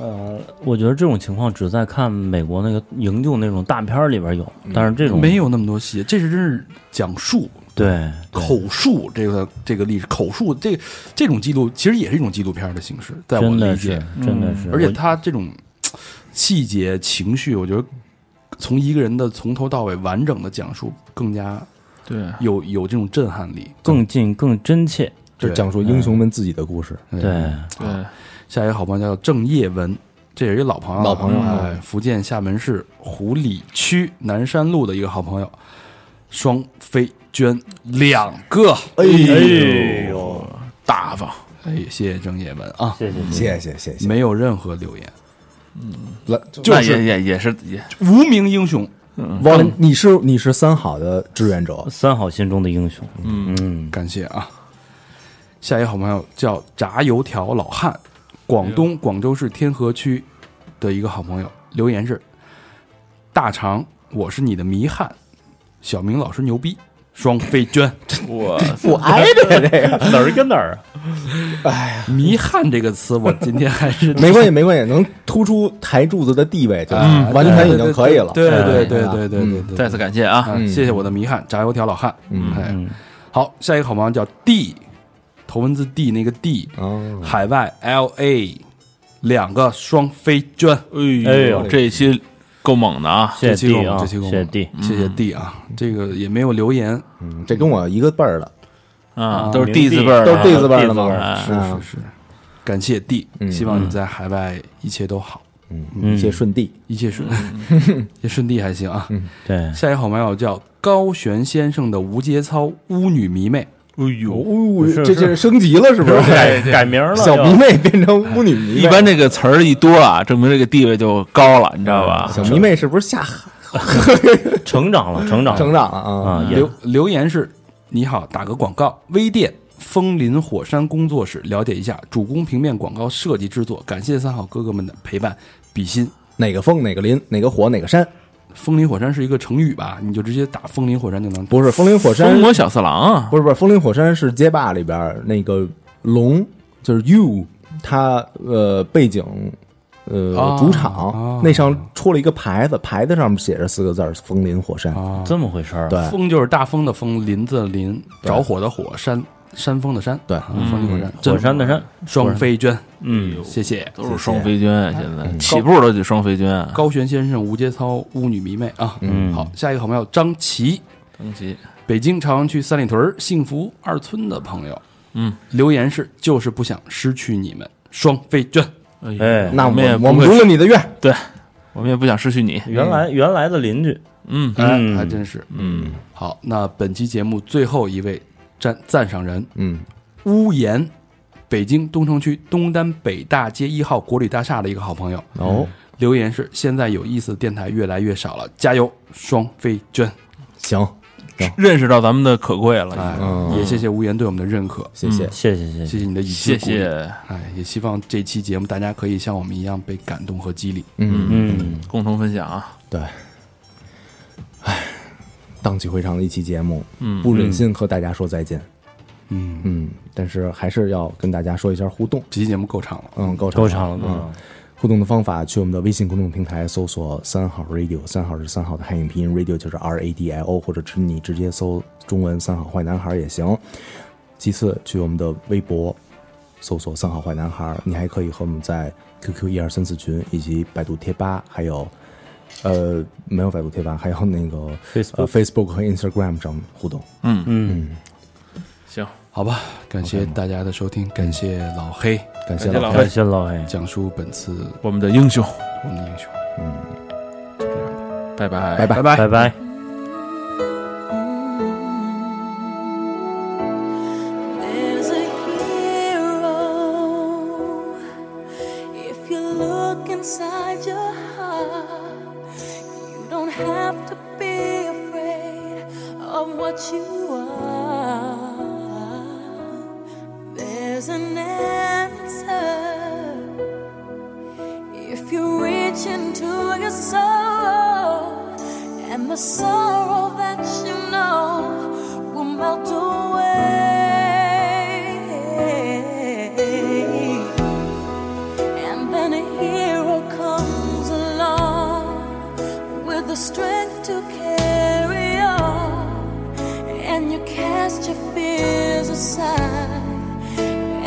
S5: 呃，我觉得这种情况只在看美国那个营救那种大片儿里边有，但是这种
S2: 嗯没有那么多细节，这是真是讲述
S5: 对对
S2: 口述这个这个历史口述这这种记录，其实也是一种纪录片的形式，在我
S5: 真的
S2: 理
S5: 是
S2: 解，嗯
S5: 真的是，
S2: 而且
S5: 我
S2: 它这种嘖细节情绪，我觉得从一个人的从头到尾完整的讲述更加
S4: 对，
S2: 有有这种震撼力。
S5: 更近更真切，
S3: 这是讲述英雄们自己的故事，
S2: 对
S5: 对，
S4: 对，
S2: 下一个好朋友叫郑业文，这也是一老朋友了，
S3: 老朋友了
S2: 哎，福建厦门市湖里区南山路的一个好朋友，双飞娟两个，哎
S4: 呦，大方，
S2: 哎，谢谢郑业文啊，
S5: 谢谢
S3: 谢谢谢谢，
S2: 没有任何留言，
S3: 来，
S4: 那也也也是也
S2: 无名英雄，
S3: 忘了你是你是三好的志 愿者，
S5: 三好心中的英雄，嗯
S2: 感谢啊。下一个好朋友叫炸油条老汉，广东广州市天河区的一个好朋友留言是：大肠，我是你的迷汉，小明老师牛逼，双飞 娟。
S4: 我
S3: 不挨着这个，
S5: 哪儿跟哪儿啊？
S2: 迷汉这个词，我今天还 是
S3: 没关系，没关系，能突出台柱子的地位，就是
S2: 嗯
S3: 完全已经可以了。
S2: 对对对对
S3: 哎
S2: 对对对对，
S4: 再次感谢啊，
S2: 啊，
S3: 嗯
S2: 谢谢我的迷汉炸油条老汉。
S3: 嗯
S2: 哎，
S5: 嗯，
S2: 好，下一个好朋友叫 D，头文字 D 那个 D，
S5: 嗯
S3: 哦，
S2: 海外 L A，两个双飞娟。
S4: 哎呦，这一期够猛的啊！
S5: 谢
S2: 这
S5: 谢
S2: 期够
S5: D
S2: 了
S5: 啊，
S2: 这
S5: 谢
S2: 期够了
S5: 谢 D，嗯
S2: 谢谢 D 啊，这个也没有留言，
S3: 嗯这跟我一个辈儿的，
S4: 啊，都是
S5: 明
S4: D
S5: 帝
S4: 字辈儿
S3: 都是
S4: 的
S3: D 字辈儿的哎
S5: 啊
S3: 吗？
S4: 啊，
S2: 是是是，感谢 D，
S3: 嗯
S2: 希望你在海外一切都好，
S3: 嗯，一切顺地。
S2: 一切顺，
S5: 嗯
S2: 也顺利还行啊。
S5: 对，
S2: 下一个好朋友叫高悬先生的无节操巫女迷妹，
S4: 哎呦，
S3: 哦
S5: 是
S3: 这这是升级了是不是？
S5: 改改名了，
S3: 小迷
S5: 又
S3: 妹变成巫女迷妹，
S4: 一般这个词儿一多啊，证明这个地位就高了，你知道吧？
S3: 小迷妹是不是下
S5: 成长了，成长了，
S3: 成长了啊？
S5: 啊，也
S2: 留留言是：你好，打个广告，微店枫林火山工作室，了解一下主攻平面广告设计制作。感谢三好哥哥们的陪伴，比心。
S3: 哪个风哪个林哪个火哪个山？
S2: 枫林火山是一个成语吧？你就直接打枫林火山就能。
S3: 不是风林火山
S4: 疯，魔小四郎啊，
S3: 不是不是风林火山是街霸里边儿那个龙，就是 you，它呃背景。呃
S2: 哦，
S3: 主场
S2: 哦
S3: 那上戳了一个牌子，牌子上面写着四个字儿“枫林火山
S2: 啊，
S5: 这么回事儿。
S3: 对
S2: 枫就是大风的风，林子的林，着火的火，山山峰的山。
S3: 对嗯
S2: 啊枫林火山，真
S5: 火山的山，
S2: 双飞娟，
S5: 嗯，
S2: 谢谢。
S4: 都是双飞娟啊，现在起步都得双飞娟啊。
S2: 高悬先生无节操巫女迷妹啊，
S5: 嗯
S2: 好，下一个好朋友张琪，
S4: 升级，
S2: 北京朝阳区三里屯儿幸福二村的朋友，
S4: 嗯，
S2: 留言是就是不想失去你们，双飞娟，
S4: 哎
S5: 哎
S4: 呦”。
S3: 嗯那
S4: 我
S3: 我
S4: 们也
S3: 们
S4: 不
S3: 我们
S4: 会
S3: 如了你的愿，
S4: 对，我们也不想失去你。
S5: 原来原来的邻居，
S4: 嗯
S2: 哎，
S5: 嗯
S2: 还真是。
S4: 嗯，
S2: 好，那本期节目最后一位赞赞赏人
S3: 嗯，
S2: 屋檐，北京东城区东单北大街一号国旅大厦的一个好朋友，
S3: 哦，
S2: 留言是现在有意思的电台越来越少了，加油，双飞娟，
S3: 行，
S4: 认识到咱们的可贵了，
S2: 哎
S4: 已，
S3: 嗯
S2: 也谢谢屋檐对我们的认可，
S3: 谢谢，
S5: 谢谢谢
S2: 谢
S5: 谢，
S2: 谢你的一致
S4: 经嗯谢
S2: 鼓励，
S4: 谢，
S2: 哎，也希望这期节目大家可以像我们一样被感动和激励。
S3: 嗯，
S5: 嗯，
S4: 共同分享啊。
S3: 对，唉，荡气回肠的一期节目，
S4: 嗯
S3: 不忍心和大家说再见，
S2: 嗯。
S3: 嗯，但是还是要跟大家说一下互动，
S2: 这期节目够长了，
S3: 嗯，够长
S5: 够
S3: 了
S5: 长了，够长了，
S3: 互动的方法，去我们的微信公众平台搜索“三号 radio”，三号是三号的汉语拼音，radio 就是 R A D I O，或者是你直接搜中文“三好坏男孩”也行。其次，去我们的微博搜索“三好坏男孩”，你还可以和我们在 QQ 一二三四群以及百度贴吧，还有呃没有百度贴吧，还有那个
S5: Facebook
S3: 呃 Facebook 和 Instagram 上互动。
S5: 嗯，
S4: 行，
S2: 好吧？感谢大家的收听，感谢老黑
S3: 感谢
S4: 感谢
S3: 老
S4: 老
S5: 感谢老黑，
S2: 讲述本次
S4: 我们的英雄，
S2: 我们的英雄。
S4: 拜拜，
S3: 拜
S2: 拜
S3: 拜
S5: 拜
S2: 拜
S5: 拜。
S7: There's a hero. If you look inside your heart, you don't have to be afraid of what you are. There's an answer. If you reach into your soul, and the sorrow that you know will melt away. And then a hero comes along with the strength to carry on. And you cast your fears aside,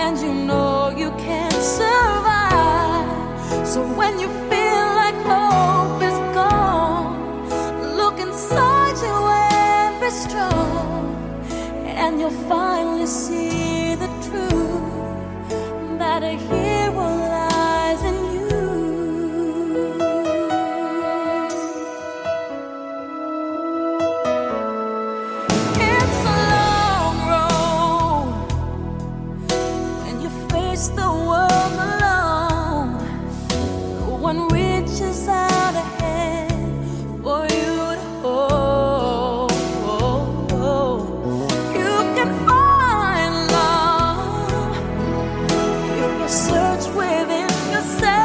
S7: and you know you can survive. So when you feel like hope is gone, look inside you and be strong, and you'll finally see the truth that a hero lies in you. It's a long road when you face the world alone. No one reaches out a hand for you to hold. You can find love if you search within yourself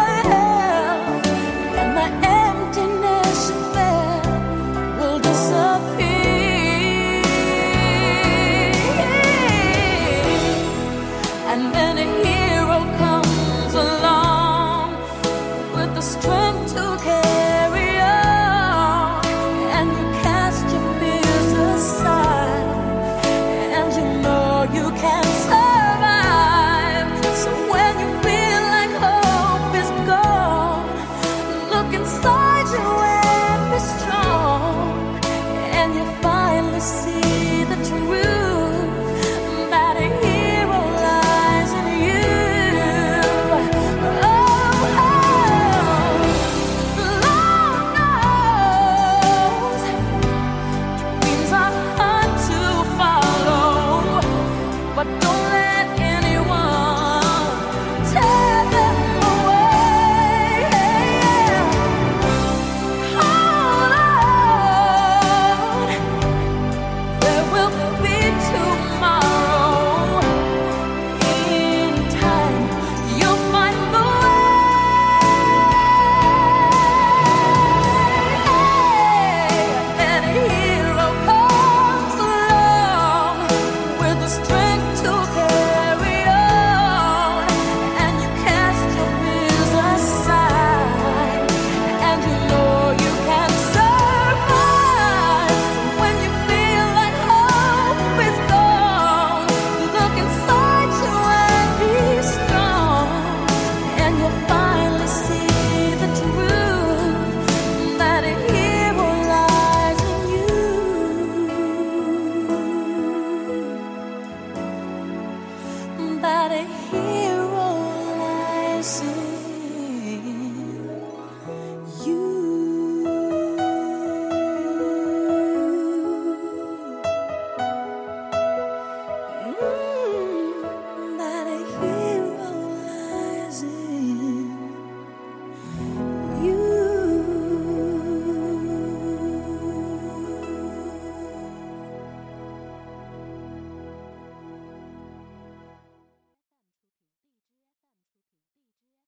S7: the strength to carry Oh, Mm,